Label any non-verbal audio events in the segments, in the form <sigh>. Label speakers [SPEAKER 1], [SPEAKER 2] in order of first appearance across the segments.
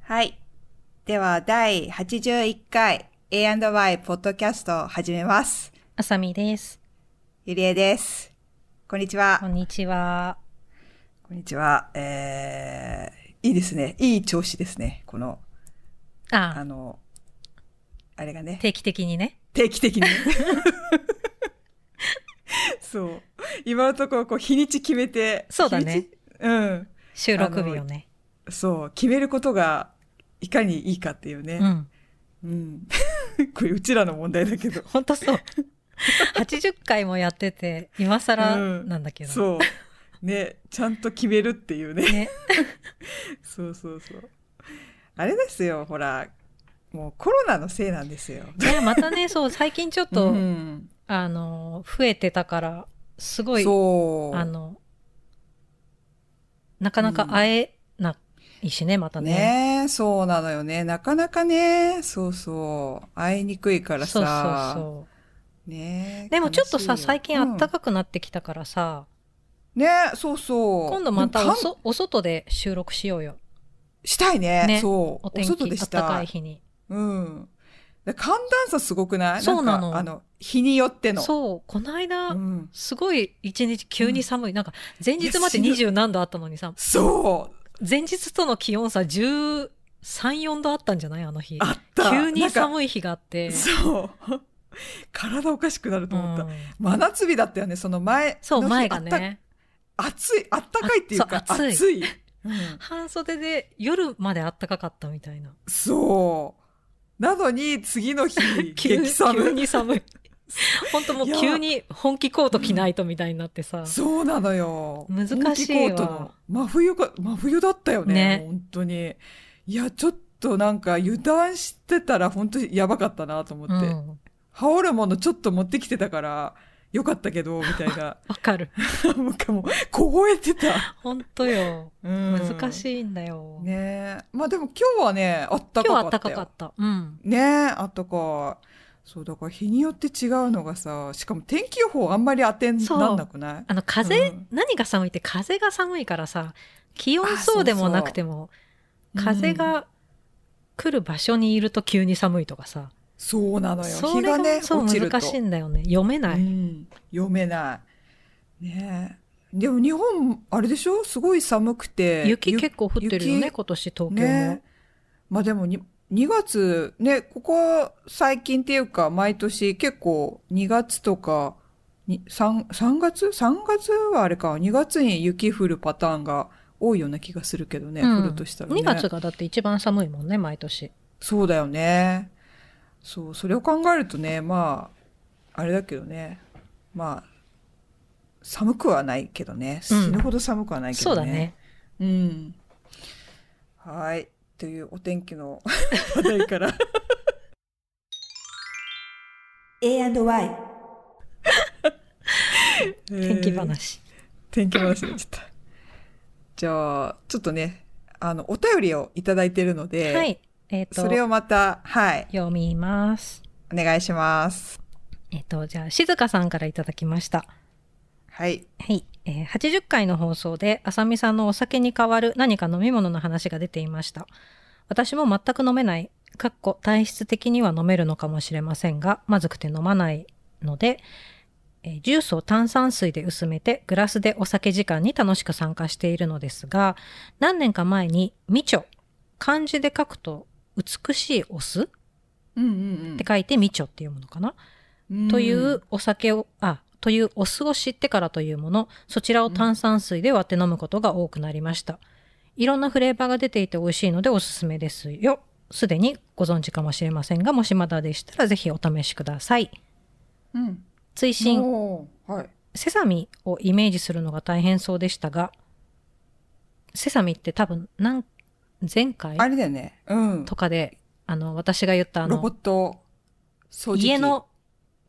[SPEAKER 1] はい。では、第81回 A&Y ポッドキャストを始めます。
[SPEAKER 2] あさみです。
[SPEAKER 1] ゆりえです。こんにち
[SPEAKER 2] こ
[SPEAKER 1] は。
[SPEAKER 2] んにちは。
[SPEAKER 1] こんにちは。えー、いいですね。いい調子ですね。この、
[SPEAKER 2] あ
[SPEAKER 1] あの、あれがね、
[SPEAKER 2] 定期的にね。
[SPEAKER 1] 定期的に。 <laughs> そう。今のところ、こう、日にち決めて。
[SPEAKER 2] そうだね
[SPEAKER 1] 日にち。うん。
[SPEAKER 2] 収録日をね。
[SPEAKER 1] そう。決めることが、いかにいいかっていう
[SPEAKER 2] う
[SPEAKER 1] ね。
[SPEAKER 2] ん。
[SPEAKER 1] うん。 <laughs> これ、うちらの問題だけど。
[SPEAKER 2] ほんと
[SPEAKER 1] <laughs>
[SPEAKER 2] そう。80回もやってて、今更なんだけど。
[SPEAKER 1] そう。ね、ちゃんと決めるっていう
[SPEAKER 2] <laughs>
[SPEAKER 1] ね。
[SPEAKER 2] ね。
[SPEAKER 1] そうそうそう。あれですよ、ほら、もうコロナのせいなんですよ。
[SPEAKER 2] ね、またね、そう、最近ちょっと、
[SPEAKER 1] うん
[SPEAKER 2] あの、増えてたから、すごい、
[SPEAKER 1] そう。
[SPEAKER 2] あの、なかなか会えないしね、またね。
[SPEAKER 1] ねえそうなのよね。なかなかね、そうそう。会いにくいから
[SPEAKER 2] そう
[SPEAKER 1] さ。
[SPEAKER 2] そうそう。
[SPEAKER 1] ねえ
[SPEAKER 2] でもちょっとさ、
[SPEAKER 1] 悲しいよ
[SPEAKER 2] 最近あった
[SPEAKER 1] うん
[SPEAKER 2] かくなってきたからさ、
[SPEAKER 1] ねえそうそう。
[SPEAKER 2] 今度また
[SPEAKER 1] でも
[SPEAKER 2] お
[SPEAKER 1] かん
[SPEAKER 2] そお外で収録しようよ。
[SPEAKER 1] したいね。
[SPEAKER 2] ね
[SPEAKER 1] そう。
[SPEAKER 2] お
[SPEAKER 1] お
[SPEAKER 2] 天
[SPEAKER 1] 外
[SPEAKER 2] 気
[SPEAKER 1] で
[SPEAKER 2] あっ
[SPEAKER 1] した
[SPEAKER 2] か
[SPEAKER 1] た
[SPEAKER 2] い
[SPEAKER 1] い。
[SPEAKER 2] 日に。
[SPEAKER 1] うん。で寒暖差すごくない
[SPEAKER 2] そうなの
[SPEAKER 1] んかあの、日によっての。
[SPEAKER 2] そう、この間、
[SPEAKER 1] うん
[SPEAKER 2] すごい一日急に寒い。なんか、前日まで
[SPEAKER 1] いや
[SPEAKER 2] 二
[SPEAKER 1] 死
[SPEAKER 2] 十何度あったのにさ、
[SPEAKER 1] そう。
[SPEAKER 2] 前日との気温差13、4度あったんじゃないあの日。
[SPEAKER 1] あった。
[SPEAKER 2] 急に
[SPEAKER 1] い。
[SPEAKER 2] 寒い日があって。
[SPEAKER 1] そう。体おかしくなると思った。
[SPEAKER 2] うん
[SPEAKER 1] 真夏日だったよね、その前。
[SPEAKER 2] そう、
[SPEAKER 1] の日
[SPEAKER 2] 前が。
[SPEAKER 1] あった
[SPEAKER 2] ね。
[SPEAKER 1] 暑い、あったかいっていうか、
[SPEAKER 2] あそう暑い
[SPEAKER 1] 暑い。うん
[SPEAKER 2] 半袖で夜まであったかかったみたいな。
[SPEAKER 1] そう。なのに、次の日、
[SPEAKER 2] <laughs> 急
[SPEAKER 1] 激
[SPEAKER 2] 急
[SPEAKER 1] 寒。
[SPEAKER 2] に
[SPEAKER 1] <laughs>
[SPEAKER 2] 寒い。本当もう
[SPEAKER 1] いや
[SPEAKER 2] 急に本気コート着ないとみたいになってさ。
[SPEAKER 1] そうなのよ。
[SPEAKER 2] 難しいわ
[SPEAKER 1] 本気コートの真冬か、真冬だったよね。
[SPEAKER 2] ね
[SPEAKER 1] 本当に。いや、ちょっとなんか油断してたら本当にやばかったなと思
[SPEAKER 2] う
[SPEAKER 1] って。
[SPEAKER 2] ん。
[SPEAKER 1] 羽織るものちょっと持ってきてたから、よかったけど、みたいな。
[SPEAKER 2] わかる。
[SPEAKER 1] なんかもう、凍えてた。
[SPEAKER 2] 本当よ。難
[SPEAKER 1] い。
[SPEAKER 2] しいんだよ。
[SPEAKER 1] ねえ。まあでも今日はね、あった
[SPEAKER 2] 今日はあ
[SPEAKER 1] かかった
[SPEAKER 2] ったか
[SPEAKER 1] よ。
[SPEAKER 2] かった。うん。
[SPEAKER 1] ねえ、あったかい。そう、だから日によって違うのがさ、しかも天気予報あんまり当てに
[SPEAKER 2] そう
[SPEAKER 1] なんなくない
[SPEAKER 2] あの風、
[SPEAKER 1] うん
[SPEAKER 2] 何が寒いって風が寒いからさ気温そうでもなくても風、
[SPEAKER 1] うん
[SPEAKER 2] が来る場所にいると急に寒いとかさ、
[SPEAKER 1] そうなのよ。
[SPEAKER 2] そ
[SPEAKER 1] 日
[SPEAKER 2] れ
[SPEAKER 1] が
[SPEAKER 2] が
[SPEAKER 1] ね、
[SPEAKER 2] そう
[SPEAKER 1] 落ちると。
[SPEAKER 2] 難しいんだよね読めない、
[SPEAKER 1] うん読めない。ねえ。でも日本、あれでしょすごい寒くて。
[SPEAKER 2] 雪結構降ってるよね
[SPEAKER 1] 雪
[SPEAKER 2] 今年東京も、
[SPEAKER 1] ねまあでもに2月ねここ最近っていうか毎年結構2月とかに 3, 3月3月はあれか2月に雪降るパターンが多いような気がするけどね、
[SPEAKER 2] うん
[SPEAKER 1] 降るとしたらね
[SPEAKER 2] 2月がだって一番寒いもんね毎年
[SPEAKER 1] そうだよねそうそれを考えるとねまああれだけどねまあ寒くはないけどね死
[SPEAKER 2] うん
[SPEAKER 1] ぬほど寒くはないけど
[SPEAKER 2] そうだね
[SPEAKER 1] うん。はい。というお天気
[SPEAKER 2] <laughs>
[SPEAKER 1] の話題から。
[SPEAKER 3] A&Y
[SPEAKER 2] 天気
[SPEAKER 1] えー。
[SPEAKER 2] 話、
[SPEAKER 1] 天気話になっちゃった。じゃあ、ちょっとね、あの、お便りをいただいてるので、
[SPEAKER 2] はいえっ、
[SPEAKER 1] それ
[SPEAKER 2] と
[SPEAKER 1] をまた、はい、
[SPEAKER 2] 読みます
[SPEAKER 1] お願いします。
[SPEAKER 2] えっ、とじゃあ静香さんからいただきました
[SPEAKER 1] はい。
[SPEAKER 2] はい、えー80回の放送で、あさみさんのお酒に代わる何か飲み物の話が出ていました。私も全く飲めない、かっこ体質的には飲めるのかもしれませんが、まずくて飲まないので、えージュースを炭酸水で薄めて、グラスでお酒時間に楽しく参加しているのですが、何年か前に、みちょ、漢字で書くと、美しいオスっ
[SPEAKER 1] うんうん
[SPEAKER 2] て書いてみちょって読むのかな
[SPEAKER 1] うん。
[SPEAKER 2] というお酒を、あ、というお酢を知ってからというもの、そちらを炭酸水で割って飲むことが多くなりました。いろんなフレーバーが出ていて美味しいのでおすすめですよ。すでにご存知かもしれませんが、もしまだでしたらぜひお試しください。
[SPEAKER 1] うん。
[SPEAKER 2] 追伸、
[SPEAKER 1] おーはい。
[SPEAKER 2] セサミをイメージするのが大変そうでしたが、セサミって多分、なん、前回
[SPEAKER 1] あれだよね。うん。
[SPEAKER 2] とかで、あの、私が言ったあ
[SPEAKER 1] ロボッ、
[SPEAKER 2] の
[SPEAKER 1] ト掃除機。
[SPEAKER 2] 家。の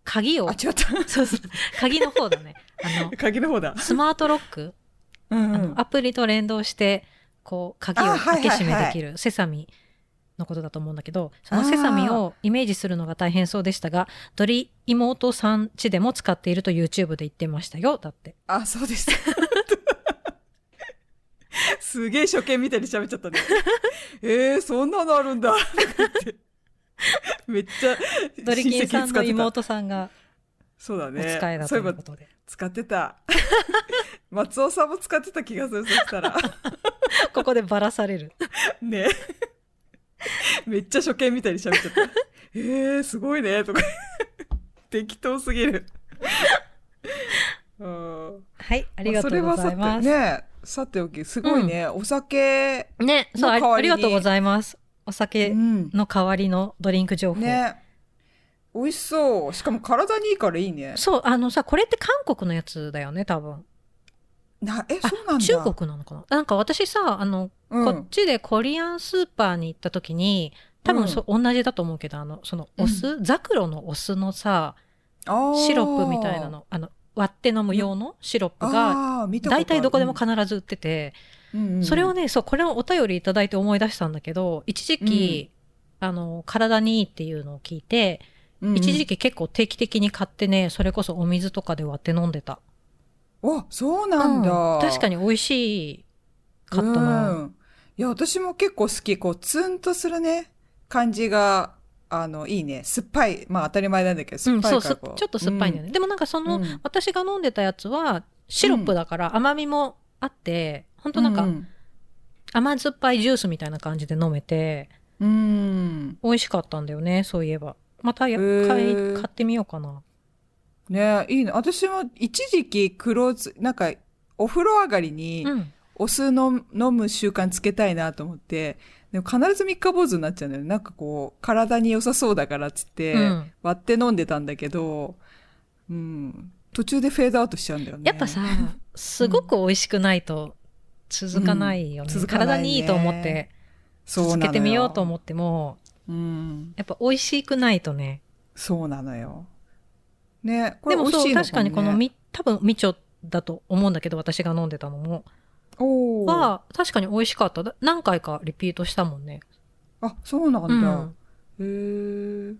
[SPEAKER 2] 鍵を
[SPEAKER 1] あ、、違った。
[SPEAKER 2] そうそう、鍵の方だね。あの、
[SPEAKER 1] 鍵の方だ。
[SPEAKER 2] スマートロック
[SPEAKER 1] うんう
[SPEAKER 2] あ
[SPEAKER 1] ん
[SPEAKER 2] の。アプリと連動してこう鍵を
[SPEAKER 1] あはい
[SPEAKER 2] 開け閉め
[SPEAKER 1] はいはい
[SPEAKER 2] できるセサミのことだと思うんだけどそのセサミをイメージするのが大変そうでしたがドリ妹さんちでも使っていると YouTube で言ってましたよだって
[SPEAKER 1] あ、そうでした。すげえ初見みたいに喋っちゃったね。えー、そんなのあるんだ。とか言ってめっちゃ
[SPEAKER 2] ドリキンさん
[SPEAKER 1] <laughs> 親戚に使っ
[SPEAKER 2] の
[SPEAKER 1] てた
[SPEAKER 2] 妹さんが
[SPEAKER 1] そうだ
[SPEAKER 2] お
[SPEAKER 1] ね。
[SPEAKER 2] 使いだと
[SPEAKER 1] そう
[SPEAKER 2] い
[SPEAKER 1] いえ
[SPEAKER 2] う
[SPEAKER 1] ば
[SPEAKER 2] ことで、
[SPEAKER 1] 使ってた。松尾さんも使ってた気がする、そしたら。
[SPEAKER 2] ここでバラされる
[SPEAKER 1] ね。めっちゃ初見みたいに喋っちゃった。えー、すごいね、とか。適当すぎる。うん <laughs>
[SPEAKER 2] はいありがとうございます
[SPEAKER 1] それはさてね、さておき、すごいね、お酒、
[SPEAKER 2] ね、そう、
[SPEAKER 1] の代
[SPEAKER 2] あ
[SPEAKER 1] わ
[SPEAKER 2] あり
[SPEAKER 1] りに
[SPEAKER 2] がとうございます。お酒
[SPEAKER 1] ん、
[SPEAKER 2] の代わりのドリンク情報。
[SPEAKER 1] ね、美味しそう。しかも体にいいからいいね。
[SPEAKER 2] そう、あのさ、これって韓国のやつだよね、多分。
[SPEAKER 1] なえ、
[SPEAKER 2] あ
[SPEAKER 1] そうなんだ。
[SPEAKER 2] 中国なのかななんか私さ、あの、
[SPEAKER 1] うん、
[SPEAKER 2] こっちでコリアンスーパーに行った時に、多分そ、同じだと思うけど、あの、その、お酢、ザクロのお酢のさ、
[SPEAKER 1] あー
[SPEAKER 2] シロップみたいな。の、あの、割って飲む用のシロップが、
[SPEAKER 1] あー見たことある
[SPEAKER 2] 大体どこでも必ず売ってて、
[SPEAKER 1] うんうんうん
[SPEAKER 2] それをね、そう、これをお便りいただいて思い出したんだけど、一時期、あの、体にいいっていうのを聞いて、
[SPEAKER 1] うんうん
[SPEAKER 2] 一時期結構定期的に買ってね、それこそお水とかで割って飲んでた。
[SPEAKER 1] あ、そうなんだ。
[SPEAKER 2] うん確か
[SPEAKER 1] に
[SPEAKER 2] に美味しいかったな。
[SPEAKER 1] いや、私も結構好き。こう、ツンとするね、感じが、あの、いいね。酸っぱい。まあ当たり前なんだけど、
[SPEAKER 2] う
[SPEAKER 1] 酸っ
[SPEAKER 2] ん、
[SPEAKER 1] ぱいか
[SPEAKER 2] そう
[SPEAKER 1] ら
[SPEAKER 2] す、ち
[SPEAKER 1] こう
[SPEAKER 2] ょっと酸っぱいんだよね。でもなんかその、
[SPEAKER 1] うん
[SPEAKER 2] 私が飲んでたやつは、シロップだから甘みもあって、ほんとなんか
[SPEAKER 1] う、ん
[SPEAKER 2] 甘酸っぱいジュースみたいな感じで飲めて、
[SPEAKER 1] うん。うん
[SPEAKER 2] 美味しかったんだよね、そういえば。またや、
[SPEAKER 1] へー
[SPEAKER 2] 買い、買ってみようかな。
[SPEAKER 1] ねいいね。私も一時期黒酢、なんか、お風呂上がりに
[SPEAKER 2] うん。
[SPEAKER 1] お酢の飲む習慣つけたいなと思って、でも必ず三日坊主になっちゃうんだよね。なんかこう、体に良さそうだからっつって、
[SPEAKER 2] うん
[SPEAKER 1] 割って飲んでたんだけど、うん。途中でフェードアウトしちゃうんだよね。
[SPEAKER 2] やっぱさ、すごく美味しくないと続かないよね。
[SPEAKER 1] うん続かないね
[SPEAKER 2] 体にいいと思って
[SPEAKER 1] そうな
[SPEAKER 2] 続
[SPEAKER 1] のよ
[SPEAKER 2] けてみようと思っても、
[SPEAKER 1] うん。
[SPEAKER 2] やっぱ美味しくないとね。
[SPEAKER 1] そうなのよ。ね、こ
[SPEAKER 2] で
[SPEAKER 1] れ
[SPEAKER 2] も
[SPEAKER 1] 美味
[SPEAKER 2] そ
[SPEAKER 1] し
[SPEAKER 2] う、
[SPEAKER 1] いのかも、ね、
[SPEAKER 2] 確かにこのみ、多分みちょだと思うんだけど、私が飲んでたのも。
[SPEAKER 1] おー
[SPEAKER 2] は、確かに美味しかった。だ何回かリピートしたもんね。
[SPEAKER 1] あ、そうなんだ。
[SPEAKER 2] うん。
[SPEAKER 1] へー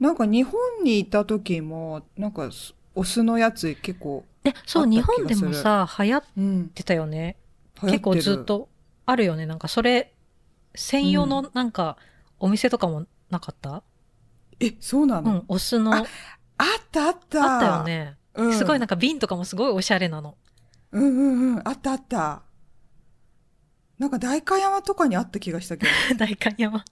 [SPEAKER 1] なんか日本にいた時も、なんかすお酢のやつ結構、
[SPEAKER 2] え、そう、
[SPEAKER 1] あった気
[SPEAKER 2] 日
[SPEAKER 1] が
[SPEAKER 2] 本でもさ、流行っ
[SPEAKER 1] うん、
[SPEAKER 2] てたよね。
[SPEAKER 1] 流行
[SPEAKER 2] 結構
[SPEAKER 1] てる
[SPEAKER 2] ずっ。とあるよね。なんかそれ、専用のなんか、お店とかもなかった
[SPEAKER 1] え、そうな
[SPEAKER 2] う
[SPEAKER 1] の、
[SPEAKER 2] ん、お酢の、あっ
[SPEAKER 1] あったあった。
[SPEAKER 2] たよ。ね。
[SPEAKER 1] うん、
[SPEAKER 2] すごいなんか瓶とかもすごいおしゃれなの。 <laughs>
[SPEAKER 1] うんうんうん、あったあった。なんか代官山とかにあった気が <laughs> したけど、
[SPEAKER 2] 代官山。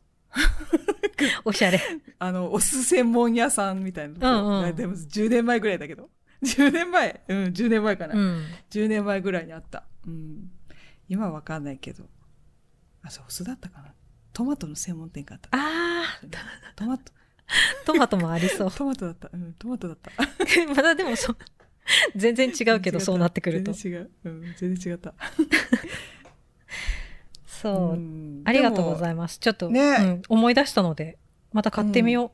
[SPEAKER 2] おしゃれ。
[SPEAKER 1] あの、お酢専門屋さんみたいなとこ。
[SPEAKER 2] うんうん
[SPEAKER 1] でも10年前ぐらいだけど。10年前うん、10年前かな。
[SPEAKER 2] うん。
[SPEAKER 1] 10年前ぐらいにあった。うん。今はわかんないけど。あ、そう、お酢だったかな。トマトの専門店があった。
[SPEAKER 2] あ
[SPEAKER 1] トマト、
[SPEAKER 2] ー、トマトもありそう。 <laughs>
[SPEAKER 1] トマトだった。うん、トマトだった。
[SPEAKER 2] まだでもそう、全然違うけど、
[SPEAKER 1] 全然
[SPEAKER 2] そうなってくると。
[SPEAKER 1] 全然違う。うん、全然違った。
[SPEAKER 2] そう。
[SPEAKER 1] ん
[SPEAKER 2] ありがとうござ
[SPEAKER 1] い
[SPEAKER 2] います。ちょっと、
[SPEAKER 1] ね
[SPEAKER 2] うん、思い出したので、また買ってみよ
[SPEAKER 1] ま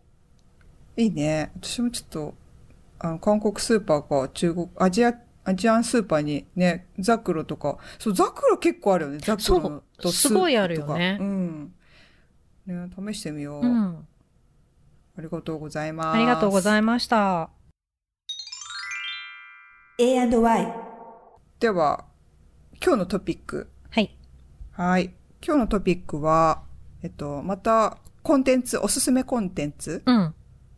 [SPEAKER 1] す。いいね。私もちょっと、あの、韓国スーパーか、中国、アジア、アジアンスーパーにね、ザクロとか、そう、ザクロ結構あるよね。ザクロの
[SPEAKER 2] そ
[SPEAKER 1] とス
[SPEAKER 2] う
[SPEAKER 1] ープとか
[SPEAKER 2] すごいあるよね
[SPEAKER 1] うん。ね、試してみよう。
[SPEAKER 2] う。うん。
[SPEAKER 1] ありがとうございます。
[SPEAKER 2] ありがとうございました。
[SPEAKER 3] A&Y
[SPEAKER 1] では、今日のトピック。
[SPEAKER 2] はい。
[SPEAKER 1] はい。今日のトピックは、えっと、また、コンテンツ、おすすめコンテンツ。
[SPEAKER 2] うん。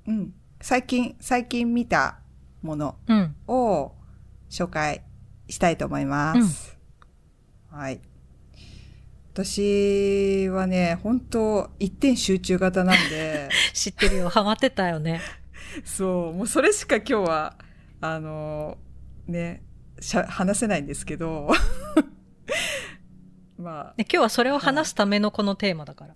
[SPEAKER 1] うん。最近、最近見たもの
[SPEAKER 2] うん。
[SPEAKER 1] を紹介したいと思います。はい。私はね、本当一点集中型なんで、
[SPEAKER 2] 知ってるよ。ハマってたよね。
[SPEAKER 1] <laughs> そう、もうそれしか今日は、あの、ね、しゃ話せないんですけど、 <laughs> まあ、
[SPEAKER 2] で今日はそれを話すためのこのテーマだから。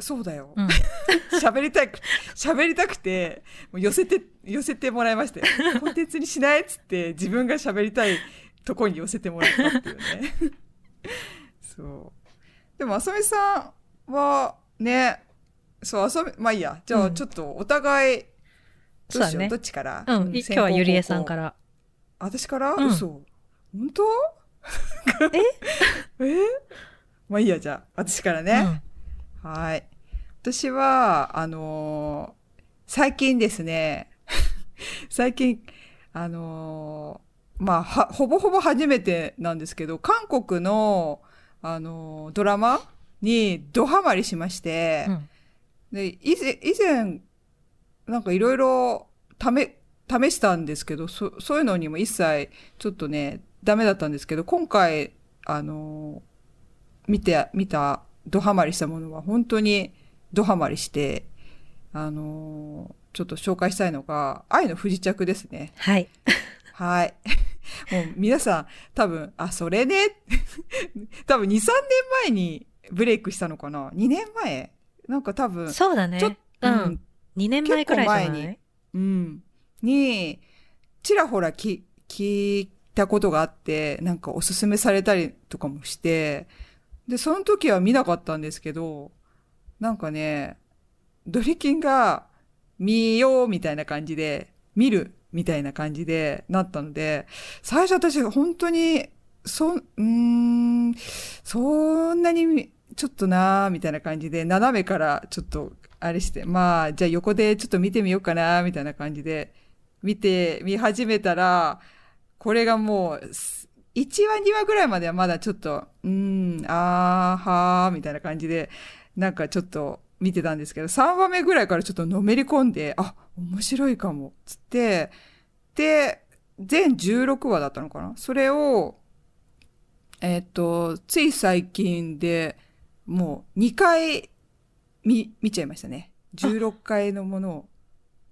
[SPEAKER 1] そうだよ
[SPEAKER 2] う。ん。
[SPEAKER 1] <laughs> 喋りたく、喋りたくて、もう寄せて、寄せてもらいま
[SPEAKER 2] <laughs>
[SPEAKER 1] したよ。コンテンツにしないっつって、自分が喋りたいとこに寄せてもらったっていうね。 <laughs> そう。でも、あさみさんは、ね、そう、あさみ、まあいいや。じゃ
[SPEAKER 2] う
[SPEAKER 1] あ、
[SPEAKER 2] ん
[SPEAKER 1] ちょっとお互い、
[SPEAKER 2] そ
[SPEAKER 1] どう
[SPEAKER 2] うだ
[SPEAKER 1] しよう、
[SPEAKER 2] ね
[SPEAKER 1] どっちから。
[SPEAKER 2] うん。い今日はゆりえさんからら。
[SPEAKER 1] 私から、
[SPEAKER 2] うん
[SPEAKER 1] 嘘。本当 <laughs> ええまあいいや、じゃあ、私からね。
[SPEAKER 2] うん
[SPEAKER 1] はい。私は、あのー最近ですね、 <laughs> 最近、あのーまあ、は、ほぼほぼ初めてなんですけど、韓国の、あのードラマにドハマりしまして、
[SPEAKER 2] うん
[SPEAKER 1] で、以前、以前、なんかいろいろ試、試したんですけど、そ、そういうのにも一切ちょっとね、ダメだったんですけど、今回、あのー見て、見た、ドハマりしたものは本当にドハマりして、あのーちょっと紹介したいのが、愛の不時着ですね。
[SPEAKER 2] はい。
[SPEAKER 1] はい。 <laughs> もう皆さん、多分、あ、それね。 <laughs> 多分2、3年前にブレイクしたのかな ?2 年前なんか多分、
[SPEAKER 2] そうだね
[SPEAKER 1] ちょっ。
[SPEAKER 2] う
[SPEAKER 1] うん
[SPEAKER 2] ん。2年前くらいじゃ
[SPEAKER 1] 結構
[SPEAKER 2] な
[SPEAKER 1] 前
[SPEAKER 2] い
[SPEAKER 1] うん。に、ちらほらき聞いたことがあって、なんかおすすめされたりとかもして、で、その時は見なかったんですけど、なんかね、ドリキンが見ようみたいな感じで、見るみたいな感じでなったので、最初私本当に、そ、うーん、そんなに、ちょっとなーみたいな感じで、斜めからちょっと、あれして、まあ、じゃあ横でちょっと見てみようかなーみたいな感じで、見て、見始めたら、これがもう、す1話2話ぐらいまではまだちょっと、うーん、あーはーみたいな感じで、なんかちょっと見てたんですけど、3話目ぐらいからちょっとのめり込んで、あ、面白いかも、つって、で、全16話だったのかなそれを、えっと、つい最近で、もう2回見、見ちゃいましたね。16回のものを。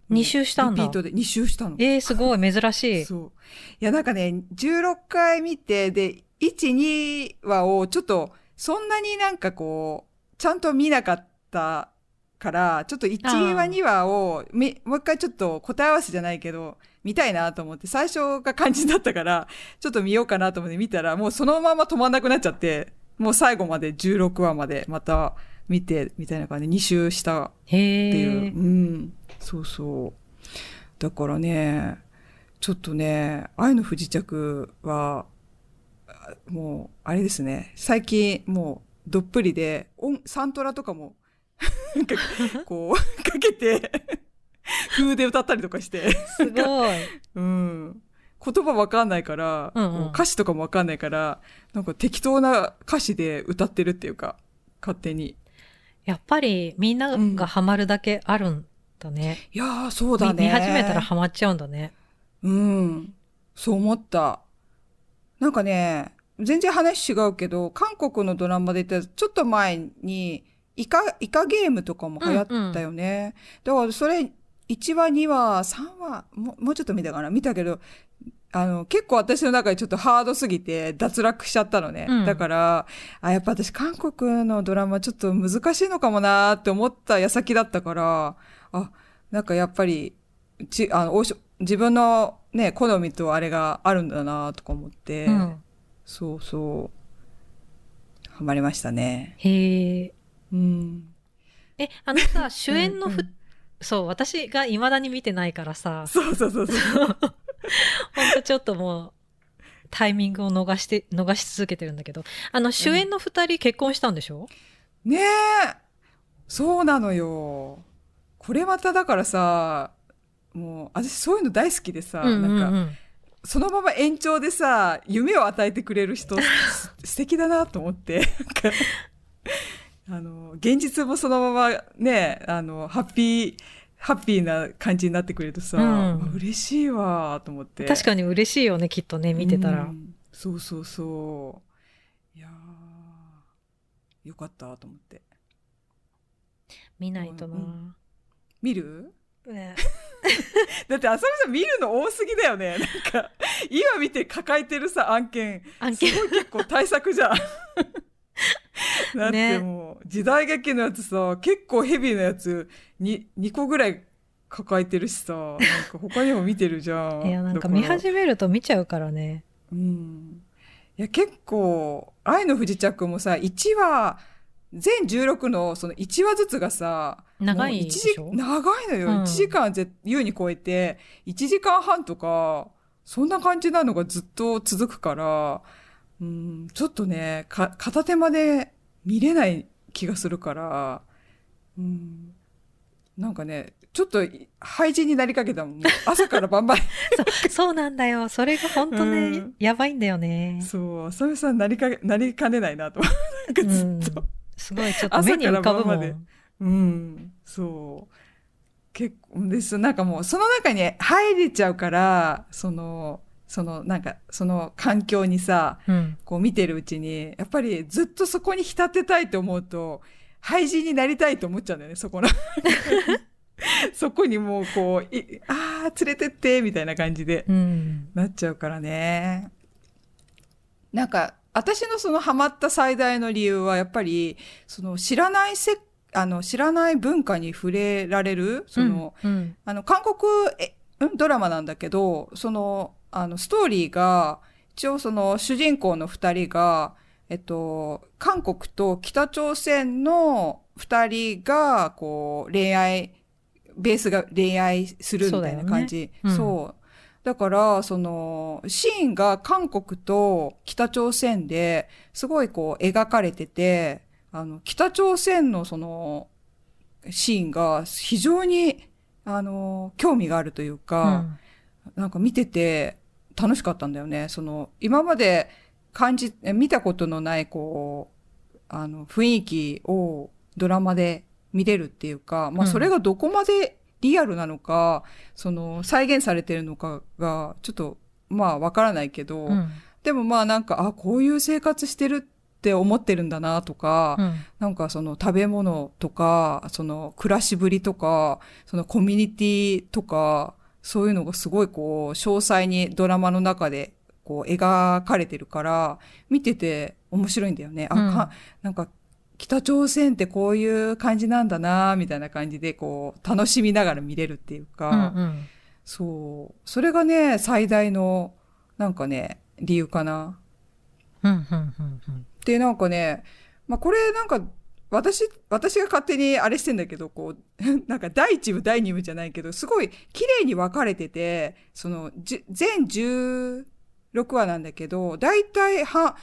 [SPEAKER 2] 二周したんだ
[SPEAKER 1] リピートで2周したの。
[SPEAKER 2] えー、すごい、珍しい。
[SPEAKER 1] そう。いや、なんかね、16回見て、で、1、2話をちょっと、そんなになんかこう、ちゃんと見なかったから、ちょっと
[SPEAKER 2] あー
[SPEAKER 1] 1話、2話を、みもう一回ちょっと答え合わせじゃないけど、見たいなと思って、最初が肝心だったから、ちょっと見ようかなと思って見たら、もうそのまま止まんなくなっちゃって、もう最後まで16話までまた見て、みたいな感じで2周した
[SPEAKER 2] へ
[SPEAKER 1] っていう、
[SPEAKER 2] え。
[SPEAKER 1] うんそうそうだからねちょっとね「愛の不時着は」あもうあれですね最近もうどっぷりで音サントラとかも <laughs> なんかこうかけて風で歌ったりとかして、
[SPEAKER 2] すごい。
[SPEAKER 1] <laughs> うん、言葉わかんないから、
[SPEAKER 2] うんうん
[SPEAKER 1] こう歌詞とかもわかんないからなんか適当な歌詞で歌ってるっていうか勝手に
[SPEAKER 2] やっぱり、みんながハマるだけあるんだね。
[SPEAKER 1] いやーそう
[SPEAKER 2] み
[SPEAKER 1] だね
[SPEAKER 2] 見始めたらハマっちゃうんだね。
[SPEAKER 1] うん。そう思った。なんかね、全然話違うけど、韓国のドラマで言ったら、ちょっと前に、イカ、イカゲームとかも流行ったよね。だから、それ、1話、2話、3話、もう、もうちょっと見たかな見たけど、あの、結構私の中でちょっとハードすぎて脱落しちゃったのね。
[SPEAKER 2] うん
[SPEAKER 1] だから、あ、やっぱ私韓国のドラマちょっと難しいのかもなーって思った矢先だったから、あ、なんかやっぱり、ち、あの、おし自分のね、好みとあれがあるんだなとか思って、
[SPEAKER 2] うん。
[SPEAKER 1] そうそう、ハマりましたね。
[SPEAKER 2] へえ。
[SPEAKER 1] うん。
[SPEAKER 2] え、あのさ、主演の
[SPEAKER 1] うん
[SPEAKER 2] ふ、
[SPEAKER 1] うん
[SPEAKER 2] そう、私が未だに見てないからさ、
[SPEAKER 1] そうそうそうそう。
[SPEAKER 2] ほんとちょっともう、タイミングを逃して、逃し続けてるんだけど、あの、主演の二人結婚したんでしょ、
[SPEAKER 1] ねえそうなのよ。これまただからさ、もう、私そういうの大好きでさ、
[SPEAKER 2] うん、うんうん
[SPEAKER 1] なんか、そのまま延長でさ、夢を与えてくれる
[SPEAKER 2] <laughs>
[SPEAKER 1] 人、す素敵だなと思って。なんかあの、現実もそのままね、あの、ハッピー、ハッピーな感じになってくれるとさ、
[SPEAKER 2] うん
[SPEAKER 1] 嬉しいわと思って。
[SPEAKER 2] 確かに嬉しいよね、きっとね、見てたら。
[SPEAKER 1] うんそうそうそう。いやーよかったと思って。
[SPEAKER 2] 見ないとな、
[SPEAKER 1] 見る <laughs>
[SPEAKER 2] ね
[SPEAKER 1] だって、浅見さん見るの多すぎだよね。なんか、今見て抱えてるさ、案件。
[SPEAKER 2] 案
[SPEAKER 1] す
[SPEAKER 2] 件。
[SPEAKER 1] ごい結構対策
[SPEAKER 2] <laughs>
[SPEAKER 1] じゃん。だってもう、時代劇のやつさ、結構ヘビーなやつに、2個ぐらい抱えてるしさ、なんか他にも見てるじゃん。
[SPEAKER 2] <laughs> いや、なんか
[SPEAKER 1] だら
[SPEAKER 2] 見始めると見ちゃうから
[SPEAKER 1] <laughs>
[SPEAKER 2] ね。
[SPEAKER 1] うん。いや、結構、愛の不時着もさ、1話、全16のその1話ずつがさ、
[SPEAKER 2] 長い
[SPEAKER 1] もう
[SPEAKER 2] で
[SPEAKER 1] 一時
[SPEAKER 2] しょ
[SPEAKER 1] 長いのよ。
[SPEAKER 2] うん
[SPEAKER 1] 1時間ぜ優に超えて、1時間半とか、そんな感じなのがずっと続くから、うん、ちょっとね、か片手間で見れない気がするから、うんなんかね、ちょっと廃人になりかけたもん。もう朝から晩晩。
[SPEAKER 2] そうそうなんだよ。それが本当ね、
[SPEAKER 1] うん
[SPEAKER 2] やばいんだよね。
[SPEAKER 1] そう、浅見さんなりかけ、なりかねないなと。 <laughs> なんかずっと。
[SPEAKER 2] すごい、ちょっと目に浮か
[SPEAKER 1] 朝から
[SPEAKER 2] ぶも
[SPEAKER 1] 晩まで
[SPEAKER 2] ん。
[SPEAKER 1] うん、そう。結構です。なんかもう、その中に入れちゃうから、その、その、なんか、その環境にさ、
[SPEAKER 2] うん。
[SPEAKER 1] こう見てるうちに、やっぱりずっとそこに浸ってたいと思うと、廃人になりたいと思っちゃうんだよね、そ <laughs> この。そこにもうこう、いああ、連れてって、みたいな感じで。
[SPEAKER 2] うん。
[SPEAKER 1] なっちゃうからね。なんか、私のそのハマった最大の理由は、やっぱり、その知らないせ、あの、知らない文化に触れられる、その、
[SPEAKER 2] うん、
[SPEAKER 1] あの、韓国、え、んドラマなんだけど、その、あの、ストーリーが、一応その主人公の二人が、えっと、韓国と北朝鮮の二人が、こう、恋愛、ベースが恋愛するみたいな感じ。
[SPEAKER 2] そうだよねうん
[SPEAKER 1] そうだから、その、シーンが韓国と北朝鮮で、すごいこう、描かれてて、あの、北朝鮮のその、シーンが非常に、あの、興味があるというか、なんか見てて楽しかったんだよね。その、今まで感じ、え見たことのない、こう、あの、雰囲気をドラマで見れるっていうか、まあ、
[SPEAKER 2] うん
[SPEAKER 1] それがどこまでリアルなのか、その、再現されてるのかが、ちょっと、まあ、わからないけど、
[SPEAKER 2] うん。うん。
[SPEAKER 1] でもまあ、なんか、あ、こういう生活してるって思ってるんだな、とか、
[SPEAKER 2] うん
[SPEAKER 1] なんかその食べ物とか、その暮らしぶりとか、そのコミュニティとか、そういうのがすごいこう、詳細にドラマの中でこう描かれてるから、見てて面白いんだよね。あ、
[SPEAKER 2] うん
[SPEAKER 1] かなんか北朝鮮ってこういう感じなんだなみたいな感じでこう、楽しみながら見れるっていうか、
[SPEAKER 2] うんうん
[SPEAKER 1] そう。それがね、最大の、なんかね、理由かな。
[SPEAKER 2] うんうんうんうん
[SPEAKER 1] で、なんかね、まあ、これなんか、私、私が勝手にあれしてんだけど、こう、 <laughs> なんか第一部、第二部じゃないけど、すごい綺麗に分かれてて、その、じゅ全16話なんだけど、だいたい半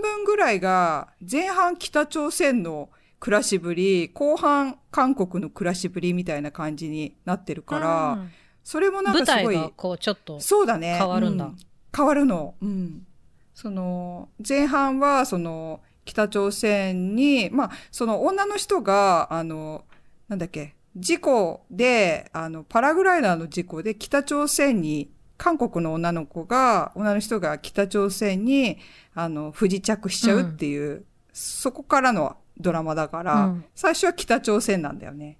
[SPEAKER 1] 分ぐらいが、前半北朝鮮の暮らしぶり、後半韓国の暮らしぶりみたいな感じになってるから、
[SPEAKER 2] うん
[SPEAKER 1] それもなん
[SPEAKER 2] 舞
[SPEAKER 1] かす
[SPEAKER 2] 台
[SPEAKER 1] ごい、
[SPEAKER 2] がこうちょっと
[SPEAKER 1] そうだね。
[SPEAKER 2] 変わるんだ
[SPEAKER 1] う変わるの。うん。その、前半は、その、北朝鮮に、まあ、その女の人が、あの、なんだっけ、事故で、あの、パラグライダーの事故で北朝鮮に、韓国の女の子が、女の人が北朝鮮に、あの、不時着しちゃうっていう、そこからのドラマだから、
[SPEAKER 2] うん
[SPEAKER 1] 最初は北朝鮮なんだよね。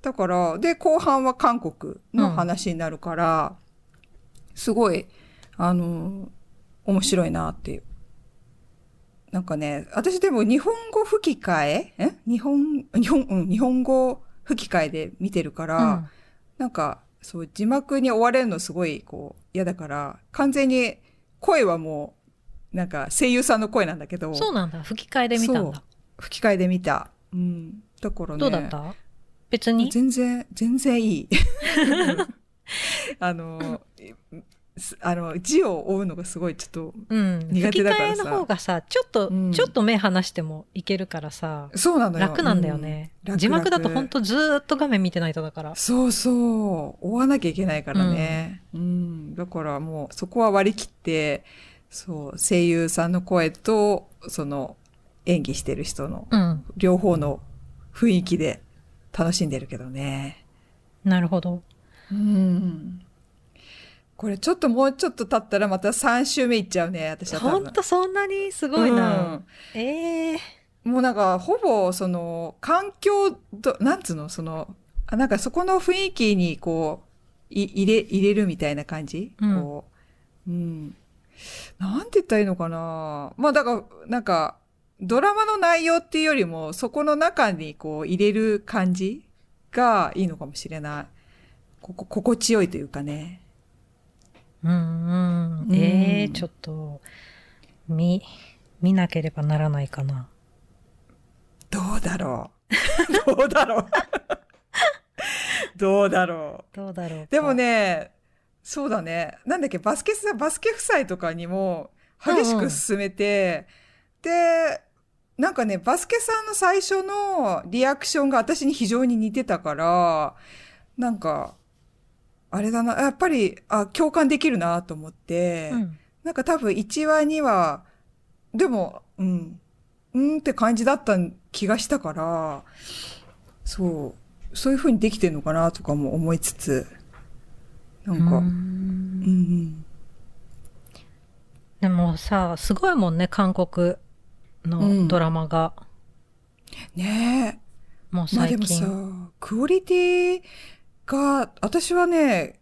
[SPEAKER 1] だから、で、後半は韓国の話になるから、すごい、あの、面白いなっていう。なんかね、私でも日本語吹き替えん日本、日本、うん、日本語吹き替えで見てるから、
[SPEAKER 2] うん
[SPEAKER 1] なんか、そう、字幕に追われるのすごい、こう、嫌だから、完全に声はもう、なんか声優さんの声なんだけど、
[SPEAKER 2] そうなんだ吹き替えで見たん
[SPEAKER 1] そ
[SPEAKER 2] だ
[SPEAKER 1] 吹き替えで見た。うん。だからね。
[SPEAKER 2] どうだった別に
[SPEAKER 1] 全然、全然い <laughs> い。あの、すあの、字を追うのがすごいちょっと、
[SPEAKER 2] うん
[SPEAKER 1] 苦手だからさ
[SPEAKER 2] 吹き替えの方がさちょっと、
[SPEAKER 1] うん
[SPEAKER 2] ちょっと目離してもいけるからさ
[SPEAKER 1] そうなのよ。
[SPEAKER 2] 楽なんだよね、
[SPEAKER 1] うん楽
[SPEAKER 2] 字幕だと
[SPEAKER 1] 楽
[SPEAKER 2] ほんとずーっと画面見てないとだから
[SPEAKER 1] そうそう。追わなきゃいけないからね。うん。だからもう、そこは割り切って、そう、声優さんの声と、その、演技してる人の、
[SPEAKER 2] うん
[SPEAKER 1] 両方の雰囲気で楽しんでるけどね。
[SPEAKER 2] なるほど
[SPEAKER 1] うん。これちょっともうちょっと経ったらまた3週目いっちゃうね、私は多分。
[SPEAKER 2] ほんとそんなにすごいな、ええー、
[SPEAKER 1] うんもうなんか、ほぼ、その、環境ど、なんつうの、その、あなんかそこの雰囲気に、こう、い入れ、入れるみたいな感じ、
[SPEAKER 2] うん
[SPEAKER 1] こう。うん。なんて言ったらいいのかなまあだから、なんか、ドラマの内容っていうよりも、そこの中にこう入れる感じがいいのかもしれない。ここ、心地よいというかね。
[SPEAKER 2] うんうんええ
[SPEAKER 1] うん
[SPEAKER 2] ちょっと見見なければならないかな
[SPEAKER 1] どうだろう <laughs> どうだろうどうだろう
[SPEAKER 2] どうだろうか
[SPEAKER 1] でもね、そうだね。なんだっけ、バスケさん、バスケ夫妻とかにも激しく勧めて、で、なんかね、バスケさんの最初のリアクションが私に非常に似てたから、なんか、あれだな、やっぱり、あ、共感できるなと思って、
[SPEAKER 2] うん
[SPEAKER 1] なんか多分1話には、でも、うん、うんって感じだった気がしたから、そう、そういう風にできてんのかなとかも思いつつ、なんか、うんうん、
[SPEAKER 2] でもさすごいもんね韓国
[SPEAKER 1] う
[SPEAKER 2] の
[SPEAKER 1] ん
[SPEAKER 2] ドラマが、
[SPEAKER 1] ねえ。
[SPEAKER 2] もう
[SPEAKER 1] まあで
[SPEAKER 2] 最
[SPEAKER 1] も
[SPEAKER 2] 近、
[SPEAKER 1] さ、クオリティが、私はね、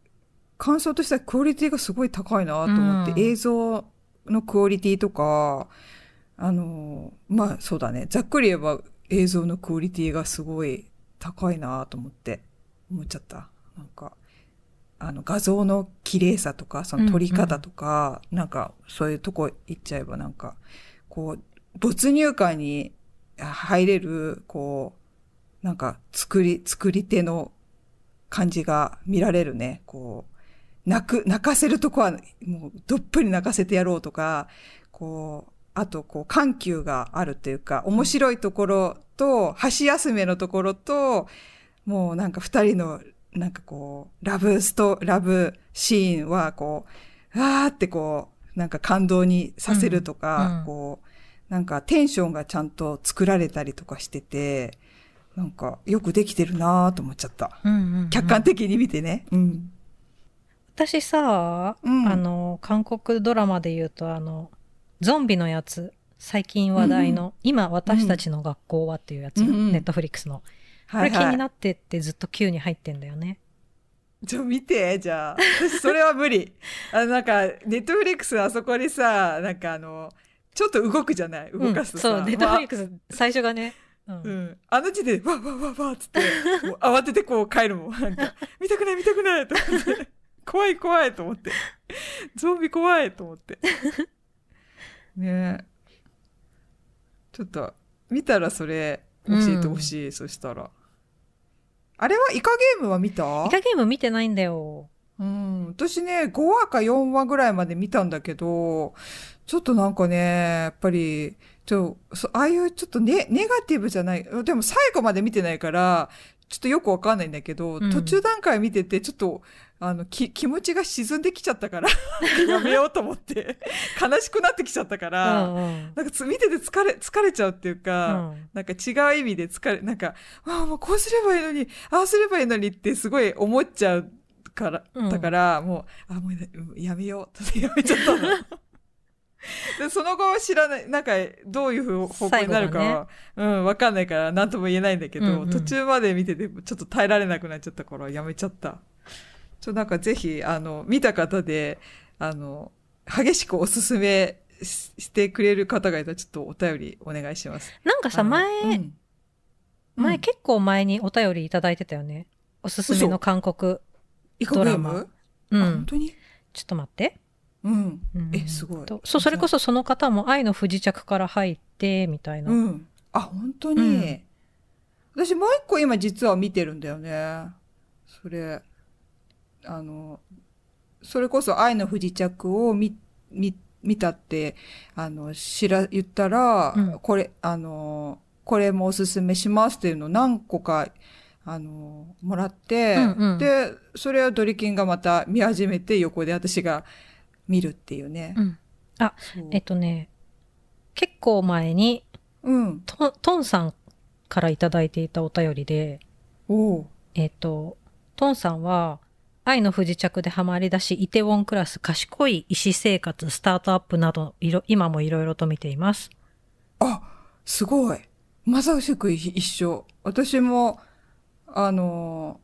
[SPEAKER 1] 感想としてはクオリティがすごい高いなと思って、
[SPEAKER 2] うん
[SPEAKER 1] 映像のクオリティとか、あの、まあそうだね、ざっくり言えば映像のクオリティがすごい高いなと思って、思っちゃった。なんか、あの画像の綺麗さとか、その撮り方とか、なんかそういうとこ行っちゃえばなんか、こう、没入感に入れる、こう、なんか作り、作り手の感じが見られるね。こう、泣く、泣かせるとこはもうどっぷり泣かせてやろうとか、こう、あとこう緩急があるというか、面白いところと、箸休めのところと、もうなんか二人の、なんかこう、ラブスト、ラブシーンはこう、あーってこう、なんか感動にさせると
[SPEAKER 2] うん
[SPEAKER 1] か、
[SPEAKER 2] うん
[SPEAKER 1] こう、なんかテンションがちゃんと作られたりとかしてて、なんかよくできてるなーと思っちゃった。
[SPEAKER 2] うんうんうん
[SPEAKER 1] 客観的に見てね。うん。
[SPEAKER 2] 私さ、
[SPEAKER 1] うん
[SPEAKER 2] あの韓国ドラマで言うとあのゾンビのやつ最近話題の、今私たちの学校はっていうやつ、
[SPEAKER 1] うんうん
[SPEAKER 2] ネットフリックスの、こ
[SPEAKER 1] は
[SPEAKER 2] れ
[SPEAKER 1] い
[SPEAKER 2] 気
[SPEAKER 1] は
[SPEAKER 2] に
[SPEAKER 1] い。
[SPEAKER 2] なってってずっと Q に入ってんだよね、
[SPEAKER 1] ちょ、見て、じゃあ。 <laughs> 私、それは無理。あの、なんか、ネットフリックスあそこにさ、なんかあの、ちょっと動くじゃない動かすとさ。
[SPEAKER 2] うんそうネットフリックス最初がね、うん
[SPEAKER 1] うん、あの時点で、わわわわっつって、もう慌ててこう帰るもん。なん
[SPEAKER 2] <laughs>
[SPEAKER 1] か、見たくない見たくないと思って、怖い怖いと思って、ゾンビ怖いと思って。ねえ。ちょっと、見たらそれ教えてほしい、そしたら。あれはイカゲームは見た
[SPEAKER 2] イカゲーム見てないんだよ
[SPEAKER 1] うん、私ね、5話か4話ぐらいまで見たんだけど、ちょっとなんかね、やっぱり、ちょ、そああいうちょっとネ、ネガティブじゃない、でも最後まで見てないから、ちょっとよくわかんないんだけど、
[SPEAKER 2] うん
[SPEAKER 1] 途中段階見てて、ちょっと、あの、き、気持ちが沈んできちゃった
[SPEAKER 2] <laughs>
[SPEAKER 1] から、やめようと思って、悲しくなってきちゃったか
[SPEAKER 2] う
[SPEAKER 1] ら、
[SPEAKER 2] んうん
[SPEAKER 1] なんかつ見てて疲れ、疲れちゃうっていう
[SPEAKER 2] う
[SPEAKER 1] か、
[SPEAKER 2] ん
[SPEAKER 1] なんか違う意味で疲れ、なんか、ああ、もうこうすればいいのに、ああすればいいのにってすごい思っちゃうから、
[SPEAKER 2] うん
[SPEAKER 1] だから、もう、ああ、もうややめようってやめちゃ
[SPEAKER 2] <laughs>
[SPEAKER 1] ったの。で、その後知らない、なんか、どういう方向になるか
[SPEAKER 2] 最後
[SPEAKER 1] は、うん、わかんないから、なんとも言えないんだけど、
[SPEAKER 2] うんうん
[SPEAKER 1] 途中まで見てて、ちょっと耐えられなくなっちゃったから、やめちゃった。ちょ、なんかぜひ、あの、見た方で、あの、激しくおすすめししてくれる方がいたら、ちょっとお便りお願いします。
[SPEAKER 2] なんかさ
[SPEAKER 1] あの
[SPEAKER 2] 前、
[SPEAKER 1] うん
[SPEAKER 2] 前
[SPEAKER 1] うん
[SPEAKER 2] 結構前にお便りいただいてたよねおすすめの韓国
[SPEAKER 1] イカ
[SPEAKER 2] ド
[SPEAKER 1] ゲ
[SPEAKER 2] ラ
[SPEAKER 1] ー
[SPEAKER 2] マ
[SPEAKER 1] ム
[SPEAKER 2] う
[SPEAKER 1] あ本
[SPEAKER 2] ん
[SPEAKER 1] 当に
[SPEAKER 2] ちょっと待って
[SPEAKER 1] うん。
[SPEAKER 2] うん
[SPEAKER 1] えすごい
[SPEAKER 2] とそうそれこそその方も「愛の不時着」から入ってみたいな、
[SPEAKER 1] うん。あ、本当に、
[SPEAKER 2] うん
[SPEAKER 1] 私もう一個今実は見てるんだよね。それ、あの、それこそ愛の不時着を見、見、見たって、あの、知ら、言ったら、
[SPEAKER 2] うん
[SPEAKER 1] これ、あの、これもおすすめしますっていうのを何個か、あの、もらって、
[SPEAKER 2] うんうん
[SPEAKER 1] で、それをドリキンがまた見始めて横で私が見るっていうね。
[SPEAKER 2] うん
[SPEAKER 1] そう
[SPEAKER 2] えっとね結構前に
[SPEAKER 1] うん。
[SPEAKER 2] トントンさんからいただいていたお便りで
[SPEAKER 1] おう。
[SPEAKER 2] えっとトンさんは「愛の不時着」でハマりだしイテウォンクラス賢い医師生活スタートアップなどいろ今もいろいろと見ています
[SPEAKER 1] あ、すごい。まさしく一緒。私も、あの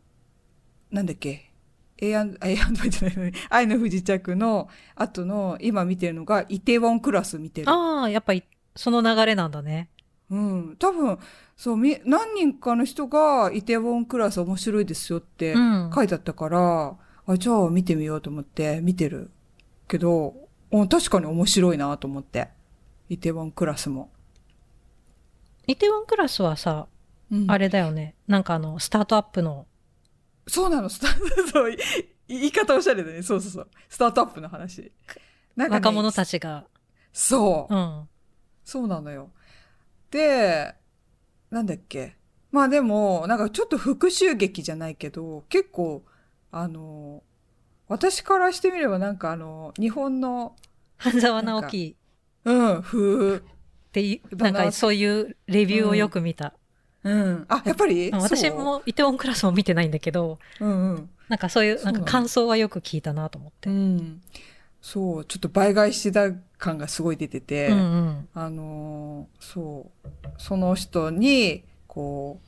[SPEAKER 1] ーなんだっけ。A&I じゃない、愛の不時着の後の、今見てるのが、イテウォンクラス見てる。
[SPEAKER 2] ああやっぱりその流れなんだね
[SPEAKER 1] うん。多分、そう、み、何人かの人が、イテウォンクラス面白いですよって
[SPEAKER 2] うん
[SPEAKER 1] 書いてあったから、あ、じゃあ見てみようと思って見てるけど、うん、確かに面白いなと思って。イテウォンクラスも。
[SPEAKER 2] イテウォンクラスはさ
[SPEAKER 1] うん
[SPEAKER 2] あれだよねなんかあのスタートアップの
[SPEAKER 1] そうなの、スタート、 <laughs> そう、い言い方おしゃれだね。そうそうそう。スタートアップの話。なんかね
[SPEAKER 2] 若者たちが、
[SPEAKER 1] そう、
[SPEAKER 2] うん
[SPEAKER 1] そうなのよ。で、なんだっけ。まあでも、なんかちょっと復讐劇じゃないけど、結構、あの、私からしてみればなんかあの、日本の、
[SPEAKER 2] 半沢直樹
[SPEAKER 1] うん、風。
[SPEAKER 2] っていう、
[SPEAKER 1] な
[SPEAKER 2] なんん
[SPEAKER 1] か
[SPEAKER 2] かそういうレビューをよく見た。
[SPEAKER 1] うん。あ、やっぱり
[SPEAKER 2] うん私。もイテウォンクラスも見てないんだけど、
[SPEAKER 1] そううんうん。
[SPEAKER 2] なんかそういう、
[SPEAKER 1] そう
[SPEAKER 2] な
[SPEAKER 1] なの
[SPEAKER 2] んか感想はよく聞いたなと思って。
[SPEAKER 1] うん。そう、ちょっと倍返しだ感がすごい出てて、
[SPEAKER 2] うんうん。
[SPEAKER 1] あのーそう、その人に、こ